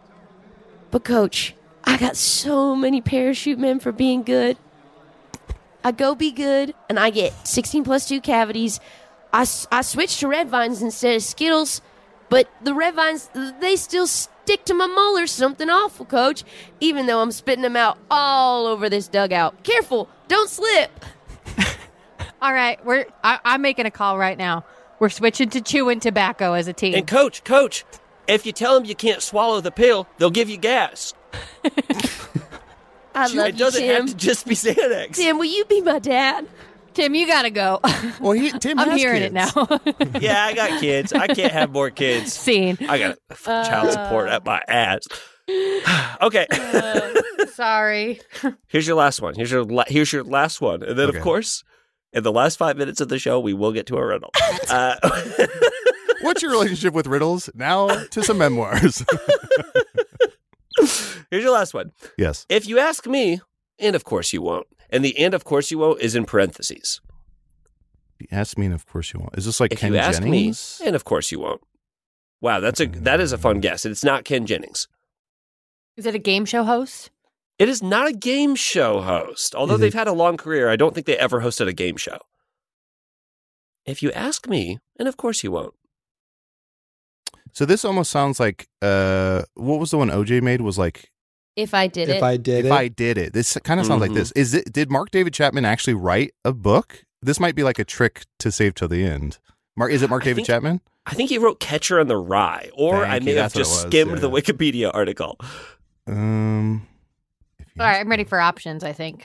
[SPEAKER 7] But coach, I got so many parachute men for being good. I go be good, and I get 16 plus two cavities. I, s- I switched to red vines instead of Skittles, but the red vines they still stick to my molars. Something awful, coach. Even though I'm spitting them out all over this dugout. Careful, don't slip.
[SPEAKER 5] All right, we're I- I'm making a call right now. We're switching to chewing tobacco as a team.
[SPEAKER 6] And coach, coach, if you tell them you can't swallow the pill, they'll give you gas.
[SPEAKER 7] I love
[SPEAKER 6] it
[SPEAKER 7] you,
[SPEAKER 6] doesn't
[SPEAKER 7] Tim.
[SPEAKER 6] have to just be Xanax.
[SPEAKER 7] Tim, will you be my dad?
[SPEAKER 5] Tim, you gotta go.
[SPEAKER 4] Well, he, Tim
[SPEAKER 5] I'm
[SPEAKER 4] has
[SPEAKER 5] hearing
[SPEAKER 4] kids.
[SPEAKER 5] it now.
[SPEAKER 6] Yeah, I got kids. I can't have more kids.
[SPEAKER 5] Scene.
[SPEAKER 6] I got child support at my ass. okay.
[SPEAKER 7] Uh,
[SPEAKER 5] Sorry.
[SPEAKER 6] Here's your last one. Here's your la- here's your last one, and then
[SPEAKER 4] Okay.
[SPEAKER 6] of course, in the last five minutes of the show, we will get to a riddle. uh,
[SPEAKER 4] What's your relationship with riddles? Now to some memoirs.
[SPEAKER 6] here's your last one.
[SPEAKER 4] yes.
[SPEAKER 6] If you ask me, and of course you won't, and the and of course you won't is in parentheses.
[SPEAKER 4] You asked me, and of course you won't. Is this like
[SPEAKER 6] If
[SPEAKER 4] Ken
[SPEAKER 6] you ask
[SPEAKER 4] Jennings?
[SPEAKER 6] me, and of course you won't. Wow, that's a that is a fun guess, and it's not Ken Jennings.
[SPEAKER 5] Is it a game show host?
[SPEAKER 6] It is not a game show host. Although
[SPEAKER 4] Mhm.
[SPEAKER 6] they've had a long career, I don't think they ever hosted a game show. If you ask me, and of course you won't.
[SPEAKER 4] So this almost sounds like uh, what was the one OJ made was like
[SPEAKER 7] If I did it,
[SPEAKER 3] did
[SPEAKER 4] if I did it. This kind of sounds like
[SPEAKER 6] Mhm.
[SPEAKER 5] Mm-hmm.
[SPEAKER 4] this. Is it? Did Mark David Chapman actually write a book? This might be like a trick to save till the end. Mark, is it Mark
[SPEAKER 6] I
[SPEAKER 4] David
[SPEAKER 6] think-
[SPEAKER 4] Chapman?
[SPEAKER 6] I think he wrote Catcher in the Rye, or
[SPEAKER 4] Thank
[SPEAKER 6] I may
[SPEAKER 4] you,
[SPEAKER 6] have
[SPEAKER 4] that's what it
[SPEAKER 6] just
[SPEAKER 4] was,
[SPEAKER 6] skimmed
[SPEAKER 4] yeah.
[SPEAKER 6] the Wikipedia article.
[SPEAKER 4] Um,
[SPEAKER 5] All right, I'm ready for options, I think.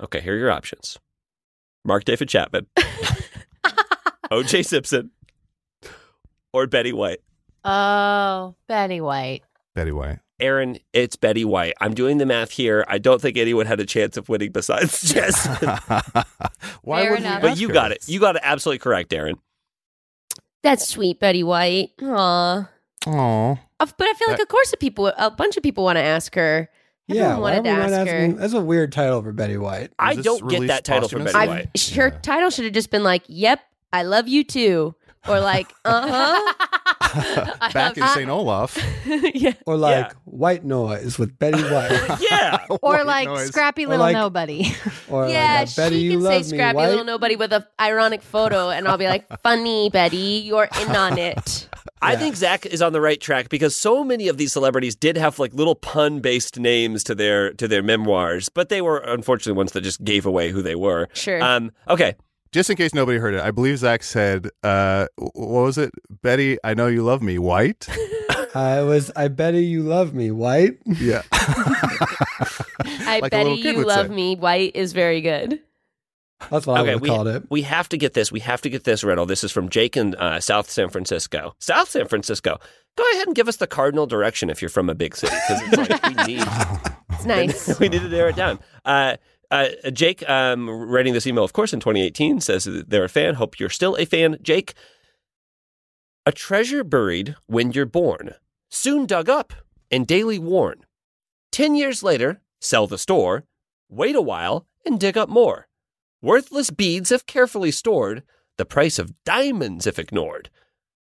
[SPEAKER 6] Okay, here are your options Mark David Chapman, OJ Simpson, or Betty White.
[SPEAKER 5] Oh, Betty White.
[SPEAKER 4] Betty White.
[SPEAKER 6] Aaron, it's Betty White. I'm doing the math here. I don't think anyone had a chance of winning besides Jess.
[SPEAKER 4] Why
[SPEAKER 5] Fair
[SPEAKER 4] would we
[SPEAKER 5] enough.
[SPEAKER 4] ask
[SPEAKER 6] but you
[SPEAKER 4] her
[SPEAKER 6] got it.
[SPEAKER 4] this?
[SPEAKER 6] You got it absolutely correct, Aaron.
[SPEAKER 7] that's sweet, Betty White. Aw.
[SPEAKER 4] Aw.
[SPEAKER 7] Of- But I feel like, of course, the people, a bunch of people want to ask her. Everyone
[SPEAKER 3] Uh, yeah, why
[SPEAKER 7] wanted to
[SPEAKER 3] are we not
[SPEAKER 7] ask her.
[SPEAKER 3] asking- That's a weird title for Betty White.
[SPEAKER 6] I
[SPEAKER 4] this
[SPEAKER 6] don't get
[SPEAKER 4] released
[SPEAKER 6] that title for Betty
[SPEAKER 4] posthumous?
[SPEAKER 7] I've-
[SPEAKER 6] White.
[SPEAKER 7] sh- her title should have just been like, "Yep, I love you too," or like, "Uh-huh." "Uh
[SPEAKER 5] I
[SPEAKER 4] Back
[SPEAKER 5] love-
[SPEAKER 4] in St. Olaf.
[SPEAKER 7] huh." yeah.
[SPEAKER 3] Or like White Noise with Betty White.
[SPEAKER 6] Yeah.
[SPEAKER 5] or
[SPEAKER 4] White
[SPEAKER 5] like
[SPEAKER 4] noise.
[SPEAKER 5] scrappy
[SPEAKER 3] Or
[SPEAKER 5] little
[SPEAKER 3] like-
[SPEAKER 5] nobody.
[SPEAKER 3] Or
[SPEAKER 7] yeah,
[SPEAKER 3] like, I Betty,
[SPEAKER 7] she
[SPEAKER 3] you
[SPEAKER 7] can
[SPEAKER 3] love
[SPEAKER 7] say
[SPEAKER 3] me,
[SPEAKER 7] scrappy
[SPEAKER 3] White.
[SPEAKER 7] little nobody with a ironic photo, and I'll be like, "Funny, Betty, you're in on it."
[SPEAKER 6] I think Zach is on the right track because so many of these celebrities did have like little pun based names to their to their memoirs, but they were unfortunately ones that just gave away who they were.
[SPEAKER 7] Sure.
[SPEAKER 6] Um, okay.
[SPEAKER 4] Just in case nobody heard it, I believe Zach said, uh, wh- "What was it, Betty? I know you love me, White."
[SPEAKER 3] I was. I Betty, you love me, White.
[SPEAKER 4] Yeah.
[SPEAKER 7] I
[SPEAKER 4] Like a
[SPEAKER 7] Betty,
[SPEAKER 4] little kid
[SPEAKER 7] you
[SPEAKER 4] would
[SPEAKER 7] love
[SPEAKER 4] say.
[SPEAKER 7] me. White is very good.
[SPEAKER 3] That's what I
[SPEAKER 6] okay,
[SPEAKER 3] would
[SPEAKER 6] we,
[SPEAKER 3] have called it.
[SPEAKER 6] we have to get this. We have to get this riddle. This is from Jake in uh, South San Francisco. South San Francisco. Go ahead and give us the cardinal direction if you're from a big city because it's like we need
[SPEAKER 7] It's nice.
[SPEAKER 6] we need to narrow it down. Uh, uh, Jake, um, writing this email, of course, in 2018, says that they're a fan. Hope you're still a fan. Jake, a treasure buried when you're born, soon dug up and daily worn. Ten years later, sell the store, wait a while, and dig up more. Worthless beads if carefully stored, the price of diamonds if ignored.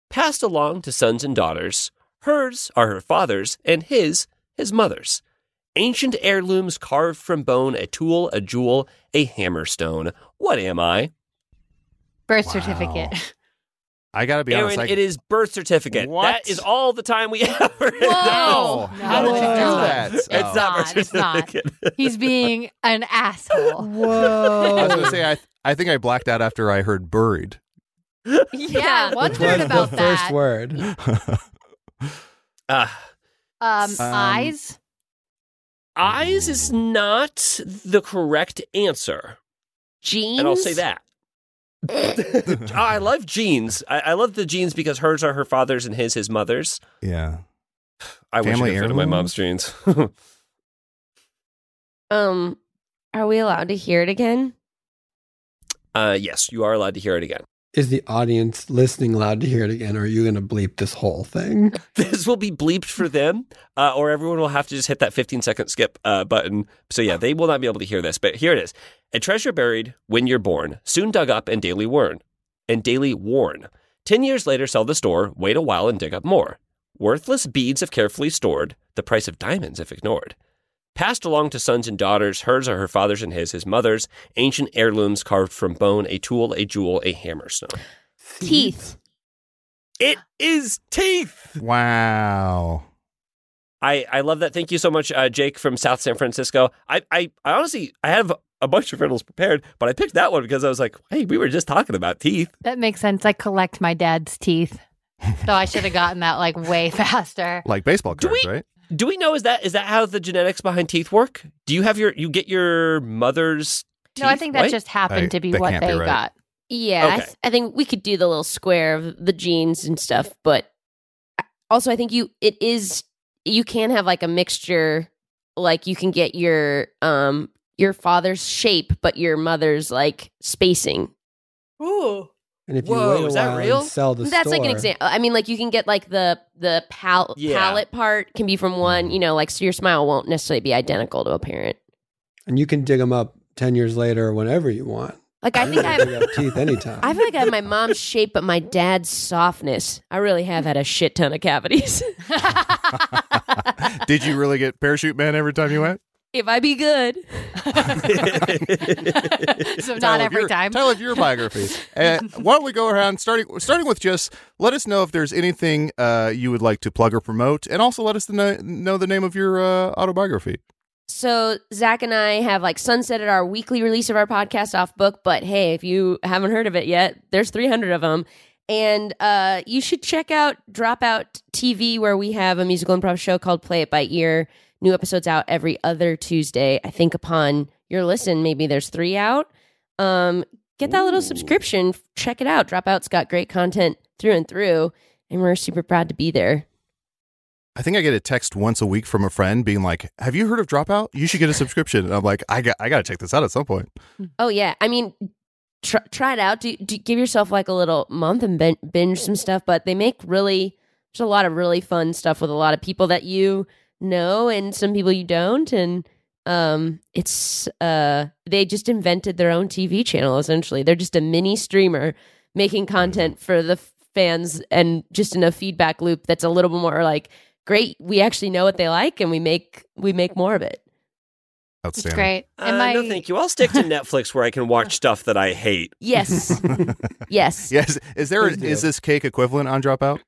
[SPEAKER 6] Passed along to sons and daughters, hers are her father's, and his, his mother's. Ancient heirlooms carved from bone, a tool, a jewel, a hammerstone. What am I?
[SPEAKER 5] Birth
[SPEAKER 4] Wow.
[SPEAKER 5] certificate.
[SPEAKER 4] I gotta be
[SPEAKER 6] Aaron,
[SPEAKER 4] honest. I,
[SPEAKER 6] it is birth certificate.
[SPEAKER 4] What?
[SPEAKER 6] That is all the time we have. Whoa!
[SPEAKER 4] No.
[SPEAKER 5] How
[SPEAKER 3] did you do
[SPEAKER 4] that?
[SPEAKER 6] It's
[SPEAKER 4] No.
[SPEAKER 6] not
[SPEAKER 5] It's not,
[SPEAKER 6] birth
[SPEAKER 5] it's not.
[SPEAKER 6] certificate.
[SPEAKER 5] He's being an asshole.
[SPEAKER 4] I was gonna
[SPEAKER 3] Whoa.
[SPEAKER 4] say I, I think I blacked out after I heard "buried."
[SPEAKER 5] Yeah,
[SPEAKER 3] Which
[SPEAKER 5] wondered
[SPEAKER 3] was
[SPEAKER 5] about
[SPEAKER 3] the
[SPEAKER 5] that.
[SPEAKER 3] first word.
[SPEAKER 6] Uh,
[SPEAKER 5] Um,
[SPEAKER 4] Um,
[SPEAKER 5] eyes.
[SPEAKER 6] eyes is not the correct answer.
[SPEAKER 7] Jeans.
[SPEAKER 6] And I'll say that. Oh, I love jeans. I, I love the jeans because hers are her father's and his his mother's.
[SPEAKER 4] yeah.
[SPEAKER 6] I wish I
[SPEAKER 4] Family
[SPEAKER 6] could fit in my
[SPEAKER 4] heirloom?
[SPEAKER 6] mom's jeans.
[SPEAKER 7] Um, are we allowed to hear it again?
[SPEAKER 6] uh, yes, you are allowed to hear it again.
[SPEAKER 3] Is the audience listening allowed to hear it again, or are you going to bleep this whole thing?
[SPEAKER 6] this will be bleeped for them, uh, or everyone will have to just hit that 15 second skip uh, button. So, yeah, they will not be able to hear this, but here it is. A treasure buried when you're born, soon dug up and daily worn. And daily worn. 10 years later, sell the store, wait a while and dig up more. Worthless beads if carefully stored, the price of diamonds if ignored. Passed along to sons and daughters, hers are her father's and his, his mother's, ancient heirlooms carved from bone, a tool, a jewel, a hammerstone.
[SPEAKER 7] Teeth.
[SPEAKER 6] It is teeth!
[SPEAKER 4] Wow.
[SPEAKER 6] I, I love that. Thank you so much, uh, Jake from South San Francisco. I, I, I honestly, I have a bunch of riddles prepared, but I picked that one because I was like, hey, we were just talking about teeth.
[SPEAKER 5] That makes sense. I collect my dad's teeth. So I should have gotten that like way faster.
[SPEAKER 4] Like baseball
[SPEAKER 6] Do
[SPEAKER 4] cards,
[SPEAKER 6] we-
[SPEAKER 4] right?
[SPEAKER 6] Do we know is that is that how the genetics behind teeth work? Do you have your you get your mother's teeth?
[SPEAKER 5] no, I think that
[SPEAKER 6] right?
[SPEAKER 5] just happened
[SPEAKER 4] I-
[SPEAKER 5] to be
[SPEAKER 4] that
[SPEAKER 5] what
[SPEAKER 4] can't be
[SPEAKER 5] they
[SPEAKER 4] right.
[SPEAKER 5] got.
[SPEAKER 7] Yeah, I,
[SPEAKER 6] Okay.
[SPEAKER 7] th- I think we could do the little square of the jeans and stuff, but I- also I think you it is you can have like a mixture, like you can get your um your father's shape, but your mother's like spacing.
[SPEAKER 13] Ooh.
[SPEAKER 3] And if
[SPEAKER 6] Whoa,
[SPEAKER 3] you wait a
[SPEAKER 6] is that
[SPEAKER 3] while
[SPEAKER 6] real?
[SPEAKER 3] and sell the
[SPEAKER 7] That's like an
[SPEAKER 3] store-
[SPEAKER 7] example. I mean, like you can get like the the pal-
[SPEAKER 6] Yeah.
[SPEAKER 7] palette part can be from one. You know, like so your smile won't necessarily be identical to a parent.
[SPEAKER 3] and you can dig them up ten years later, or whenever you want.
[SPEAKER 7] Like I think
[SPEAKER 3] I
[SPEAKER 7] I,
[SPEAKER 3] got teeth anytime.
[SPEAKER 7] I feel like I have my mom's shape, but my dad's softness. I really have had a shit ton of cavities.
[SPEAKER 4] Did you really get parachute man every time you went?
[SPEAKER 7] if I be good,
[SPEAKER 9] so not
[SPEAKER 4] Tyler,
[SPEAKER 9] every
[SPEAKER 4] your-
[SPEAKER 9] time.
[SPEAKER 4] Tyler, your biography. Uh, why don't we go around starting starting with just let us know if there's anything uh, you would like to plug or promote, and also let us know, know the name of your uh, autobiography.
[SPEAKER 7] So Zach and I have like sunsetted our weekly release of our podcast off book, but hey, if you haven't heard of it yet, there's 300 of them. And uh, you should check out Dropout TV, where we have a musical improv show called Play It By Ear. New episodes out every other Tuesday. I think upon your listen, maybe there's three out. Um, get that little subscription. Check it out. Dropout's got great content through and through, and we're super proud to be there.
[SPEAKER 4] I think I get a text once a week from a friend being like, "Have you heard of Dropout? You should get a subscription." And I'm like, "I got I got to check this out at some point."
[SPEAKER 7] Oh yeah, I mean, try, try it out. Do, do give yourself like a little month and bin- binge some stuff. But they make really there's a lot of really fun stuff with a lot of people that you know and some people you don't. And um, it's uh, they just invented their own TV channel. Essentially, they're just a mini streamer making content for the f- fans and just in a feedback loop that's a little bit more like great. We actually know what they like, and we make we make more of it.
[SPEAKER 4] Outstanding.
[SPEAKER 9] Great.
[SPEAKER 6] Uh,
[SPEAKER 9] Am I-
[SPEAKER 6] No, thank you. I'll stick to Netflix where I can watch stuff that I hate.
[SPEAKER 7] Yes, yes.
[SPEAKER 4] Yes, is there
[SPEAKER 3] Please do.
[SPEAKER 4] is this cake equivalent on Dropout?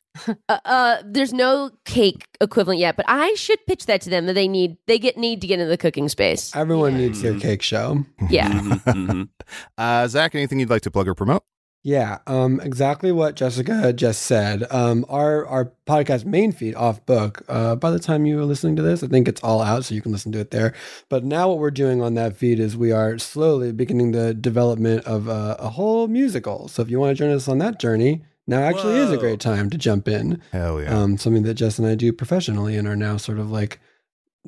[SPEAKER 7] Uh, uh, there's no cake equivalent yet, but I should pitch that to them that they need they get need to get into the cooking space.
[SPEAKER 3] Everyone needs their
[SPEAKER 6] Mhm.
[SPEAKER 3] cake show.
[SPEAKER 7] Yeah. Um,
[SPEAKER 6] Mhm, mhm.
[SPEAKER 4] Uh, Zach, anything you'd like to plug or promote?
[SPEAKER 3] Yeah, um, exactly what Jessica just said. Um, our our podcast main feed off book. Uh, by the time you are listening to this, I think it's all out, so you can listen to it there. But now, what we're doing on that feed is we are slowly beginning the development of uh, a whole musical. So if you want to join us on that journey, now actually is a
[SPEAKER 6] Whoa.
[SPEAKER 3] great time to jump in.
[SPEAKER 4] Hell yeah!
[SPEAKER 3] Um, something that Jess and I do professionally and are now sort of like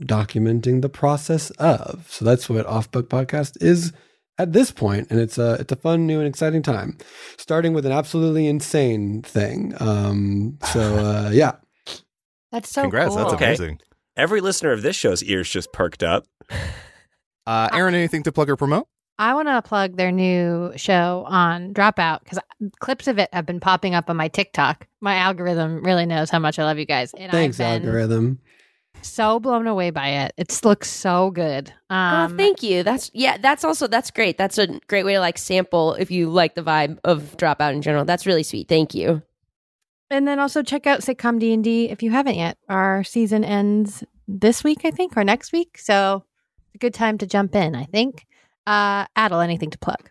[SPEAKER 3] documenting the process of. So that's what Off Book Podcast is at this point, and it's a it's a fun, new, and exciting time. Starting with an absolutely insane thing. Um, so uh, yeah,
[SPEAKER 9] That's so
[SPEAKER 4] Congrats, that's
[SPEAKER 9] cool.
[SPEAKER 6] Okay.
[SPEAKER 4] amazing.
[SPEAKER 6] Every listener of this show's ears just perked up.
[SPEAKER 4] Uh, Aaron,
[SPEAKER 9] Um,
[SPEAKER 4] anything to plug or promote?
[SPEAKER 9] I want to plug their new show on Dropout because clips of it have been popping up on my TikTok. My algorithm really knows how much I love you guys. And
[SPEAKER 3] thanks
[SPEAKER 9] I've been
[SPEAKER 3] algorithm.
[SPEAKER 9] so blown away by it. It looks so good.
[SPEAKER 5] Um,
[SPEAKER 7] oh, thank you. That's yeah. That's also that's great. That's a great way to like sample if you like the vibe of Dropout in general. That's really sweet. Thank you.
[SPEAKER 5] And then also check out Sitcom D&D if you haven't yet. Our season ends this week, I think, or next week. So it's a good time to jump in, I think. Uh, Adel, anything to plug?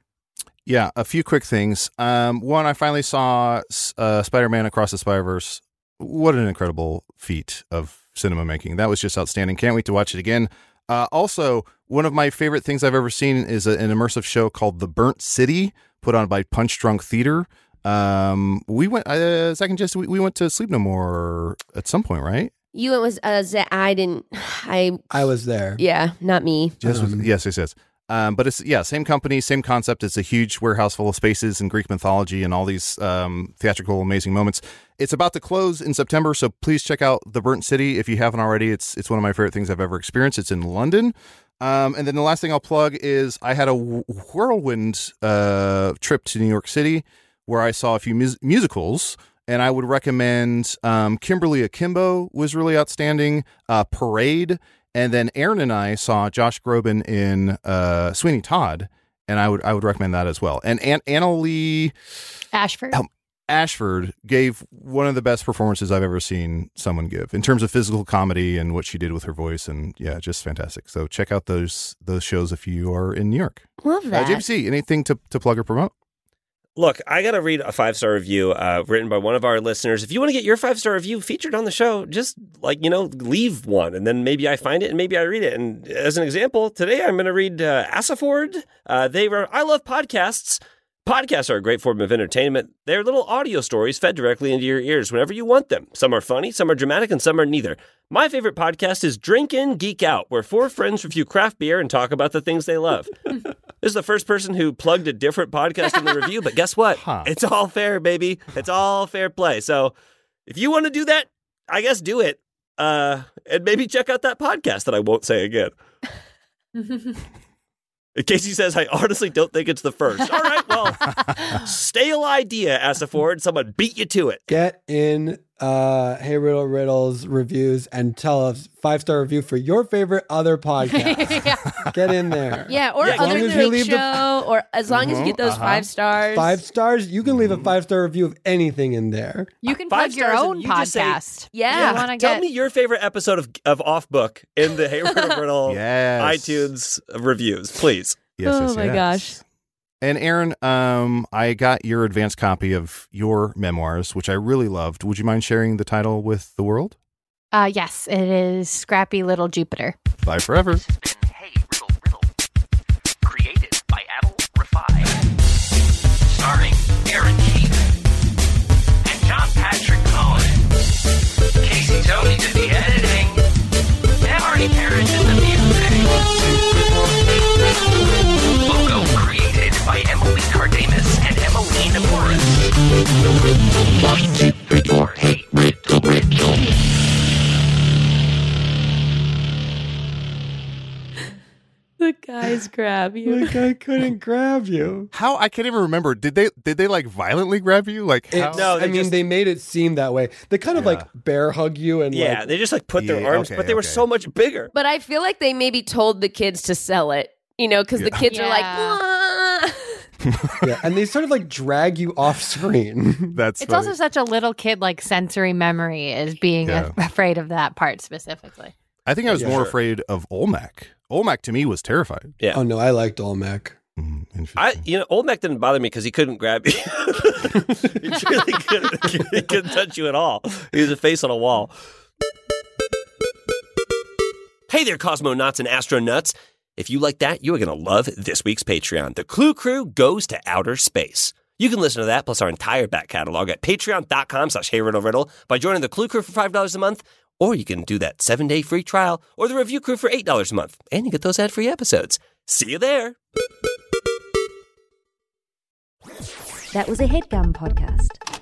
[SPEAKER 4] Yeah, a few quick things. Um, one, I finally saw uh, Spider Man Across the Spider Verse. What an incredible feat of cinema making. That was just outstanding. Can't wait to watch it again. Uh, also, one of my favorite things I've ever seen is a, an immersive show called The Burnt City, put on by Punch Drunk Theater. Um, we went, uh, Zach and Jess, we, we went to Sleep No More at some point, right?
[SPEAKER 7] You it was uh, Z- I didn't. I
[SPEAKER 3] I was there.
[SPEAKER 7] yeah, not me.
[SPEAKER 4] Yes,
[SPEAKER 3] Um,
[SPEAKER 4] yes, yes, yes. Um, but it's yeah, same company, same concept. It's a huge warehouse full of spaces and Greek mythology and all these um, theatrical amazing moments. It's about to close in September, so please check out the Burnt City if you haven't already. It's it's one of my favorite things I've ever experienced. It's in London. Um, and then the last thing I'll plug is I had a wh- whirlwind uh, trip to New York City where I saw a few mus- musicals, and I would recommend um, Kimberly Akimbo was really outstanding. Uh, Parade, and then Aaron and I saw Josh Groban in uh, Sweeney Todd, and I would I would recommend that as well. And An- Anna Lee
[SPEAKER 9] Ashford.
[SPEAKER 6] Oh,
[SPEAKER 4] Um, Ashford gave one of the best performances I've ever seen someone give in terms of physical comedy and what she did with her voice, and yeah, just fantastic. So check out those those shows if you are in New York.
[SPEAKER 7] Love
[SPEAKER 4] Uh,
[SPEAKER 7] that.
[SPEAKER 4] JPC, anything to, to plug or promote?
[SPEAKER 6] Look, I got to read a five star review uh, written by one of our listeners. If you want to get your five star review featured on the show, just like, you know, leave one and then maybe I find it and maybe I read it. And as an example, today I'm going to read uh, Asaford. Uh, they were, I love podcasts. Podcasts are a great form of entertainment. They're little audio stories fed directly into your ears whenever you want them. Some are funny, some are dramatic, and some are neither. My favorite podcast is Drink In, Geek Out, where four friends review craft beer and talk about the things they love. This is the first person who plugged a different podcast in the review, but guess what?
[SPEAKER 4] Huh.
[SPEAKER 6] It's all fair, baby. It's all fair play. So if you want to do that, I guess do it. Uh, and maybe check out that podcast that I won't say again. Casey says, I honestly don't think it's the first. All right, well, stale idea, Asaford. and Someone beat you to it.
[SPEAKER 2] Get in uh Hey Riddle Riddles reviews and tell us five star review for your favorite other podcast. Get in there.
[SPEAKER 7] Yeah, or
[SPEAKER 2] Yeah, as long
[SPEAKER 7] other
[SPEAKER 2] as you
[SPEAKER 7] great
[SPEAKER 2] leave
[SPEAKER 7] show,
[SPEAKER 2] the-
[SPEAKER 7] or as long
[SPEAKER 4] Mm-hmm.
[SPEAKER 7] as you get those
[SPEAKER 4] Uh-huh.
[SPEAKER 7] five stars.
[SPEAKER 2] Five stars. You can leave a five star review of anything in there.
[SPEAKER 5] You can
[SPEAKER 6] Five
[SPEAKER 5] plug your
[SPEAKER 6] stars and
[SPEAKER 5] own
[SPEAKER 6] you just say-
[SPEAKER 5] podcast.
[SPEAKER 7] Yeah.
[SPEAKER 5] You wanna
[SPEAKER 6] Tell
[SPEAKER 5] get-
[SPEAKER 6] me your favorite episode of, of Off Book in the Hey Riddle Riddle
[SPEAKER 4] Yes.
[SPEAKER 6] iTunes reviews, please.
[SPEAKER 4] Yes,
[SPEAKER 7] oh
[SPEAKER 4] yes,
[SPEAKER 7] my
[SPEAKER 4] yes.
[SPEAKER 7] gosh.
[SPEAKER 4] And Aaron, um, I got your advanced copy of your memoirs, which I really loved. Would you mind sharing the title with the world?
[SPEAKER 5] Uh, yes, it is Scrappy Little Jupiter.
[SPEAKER 4] Bye forever.
[SPEAKER 3] been Hey Riddle Riddle, created by Adel Rafai, starring Aaron Keith and John Patrick Cohen. Casey Tony did the editing, and Marty Parrish did the music. Logo created by Emily Cardamus and Emily Naporis. Love or hate Riddle Riddle.
[SPEAKER 7] The guys grab you.
[SPEAKER 2] Like I couldn't grab you.
[SPEAKER 4] How I can't even remember. Did they did they like violently grab you? Like
[SPEAKER 2] It,
[SPEAKER 4] how?
[SPEAKER 6] No,
[SPEAKER 2] I
[SPEAKER 6] they
[SPEAKER 2] mean
[SPEAKER 6] just-
[SPEAKER 2] they made it seem that way. They kind of
[SPEAKER 4] Yeah.
[SPEAKER 2] like bear hug you and
[SPEAKER 6] Yeah,
[SPEAKER 2] like
[SPEAKER 6] they just like put their
[SPEAKER 4] Yeah,
[SPEAKER 6] arms,
[SPEAKER 4] okay,
[SPEAKER 6] but they were
[SPEAKER 4] okay.
[SPEAKER 6] so much bigger.
[SPEAKER 7] But I feel like they maybe told the kids to sell it, you know, because the
[SPEAKER 4] Yeah.
[SPEAKER 7] kids are like,
[SPEAKER 5] Yeah.
[SPEAKER 7] "Ah."
[SPEAKER 2] yeah, and they sort of like drag you off screen.
[SPEAKER 4] That's
[SPEAKER 5] It's
[SPEAKER 4] funny.
[SPEAKER 5] also such a little kid like sensory memory is being a- afraid of that part specifically.
[SPEAKER 4] I think I was
[SPEAKER 2] Yeah.
[SPEAKER 4] more
[SPEAKER 6] Sure.
[SPEAKER 4] afraid of Olmec. Olmec to me was terrified.
[SPEAKER 6] Yeah.
[SPEAKER 2] oh no, I liked Olmec.
[SPEAKER 4] Mm, interesting.
[SPEAKER 6] I, you know, Olmec didn't bother me because he couldn't grab you. he really couldn't, he couldn't touch you at all. He was a face on a wall. Hey there, cosmonauts and astronauts. If you like that, you are going to love this week's Patreon. The Clue Crew goes to outer space. You can listen to that plus our entire back catalog at patreon.com slash heyriddleriddle by joining the Clue Crew for $5 a month, or you can do that seven-day free trial or the Review Crew for $8 a month, and you get those ad-free episodes. See you there.
[SPEAKER 9] That was a headgum podcast.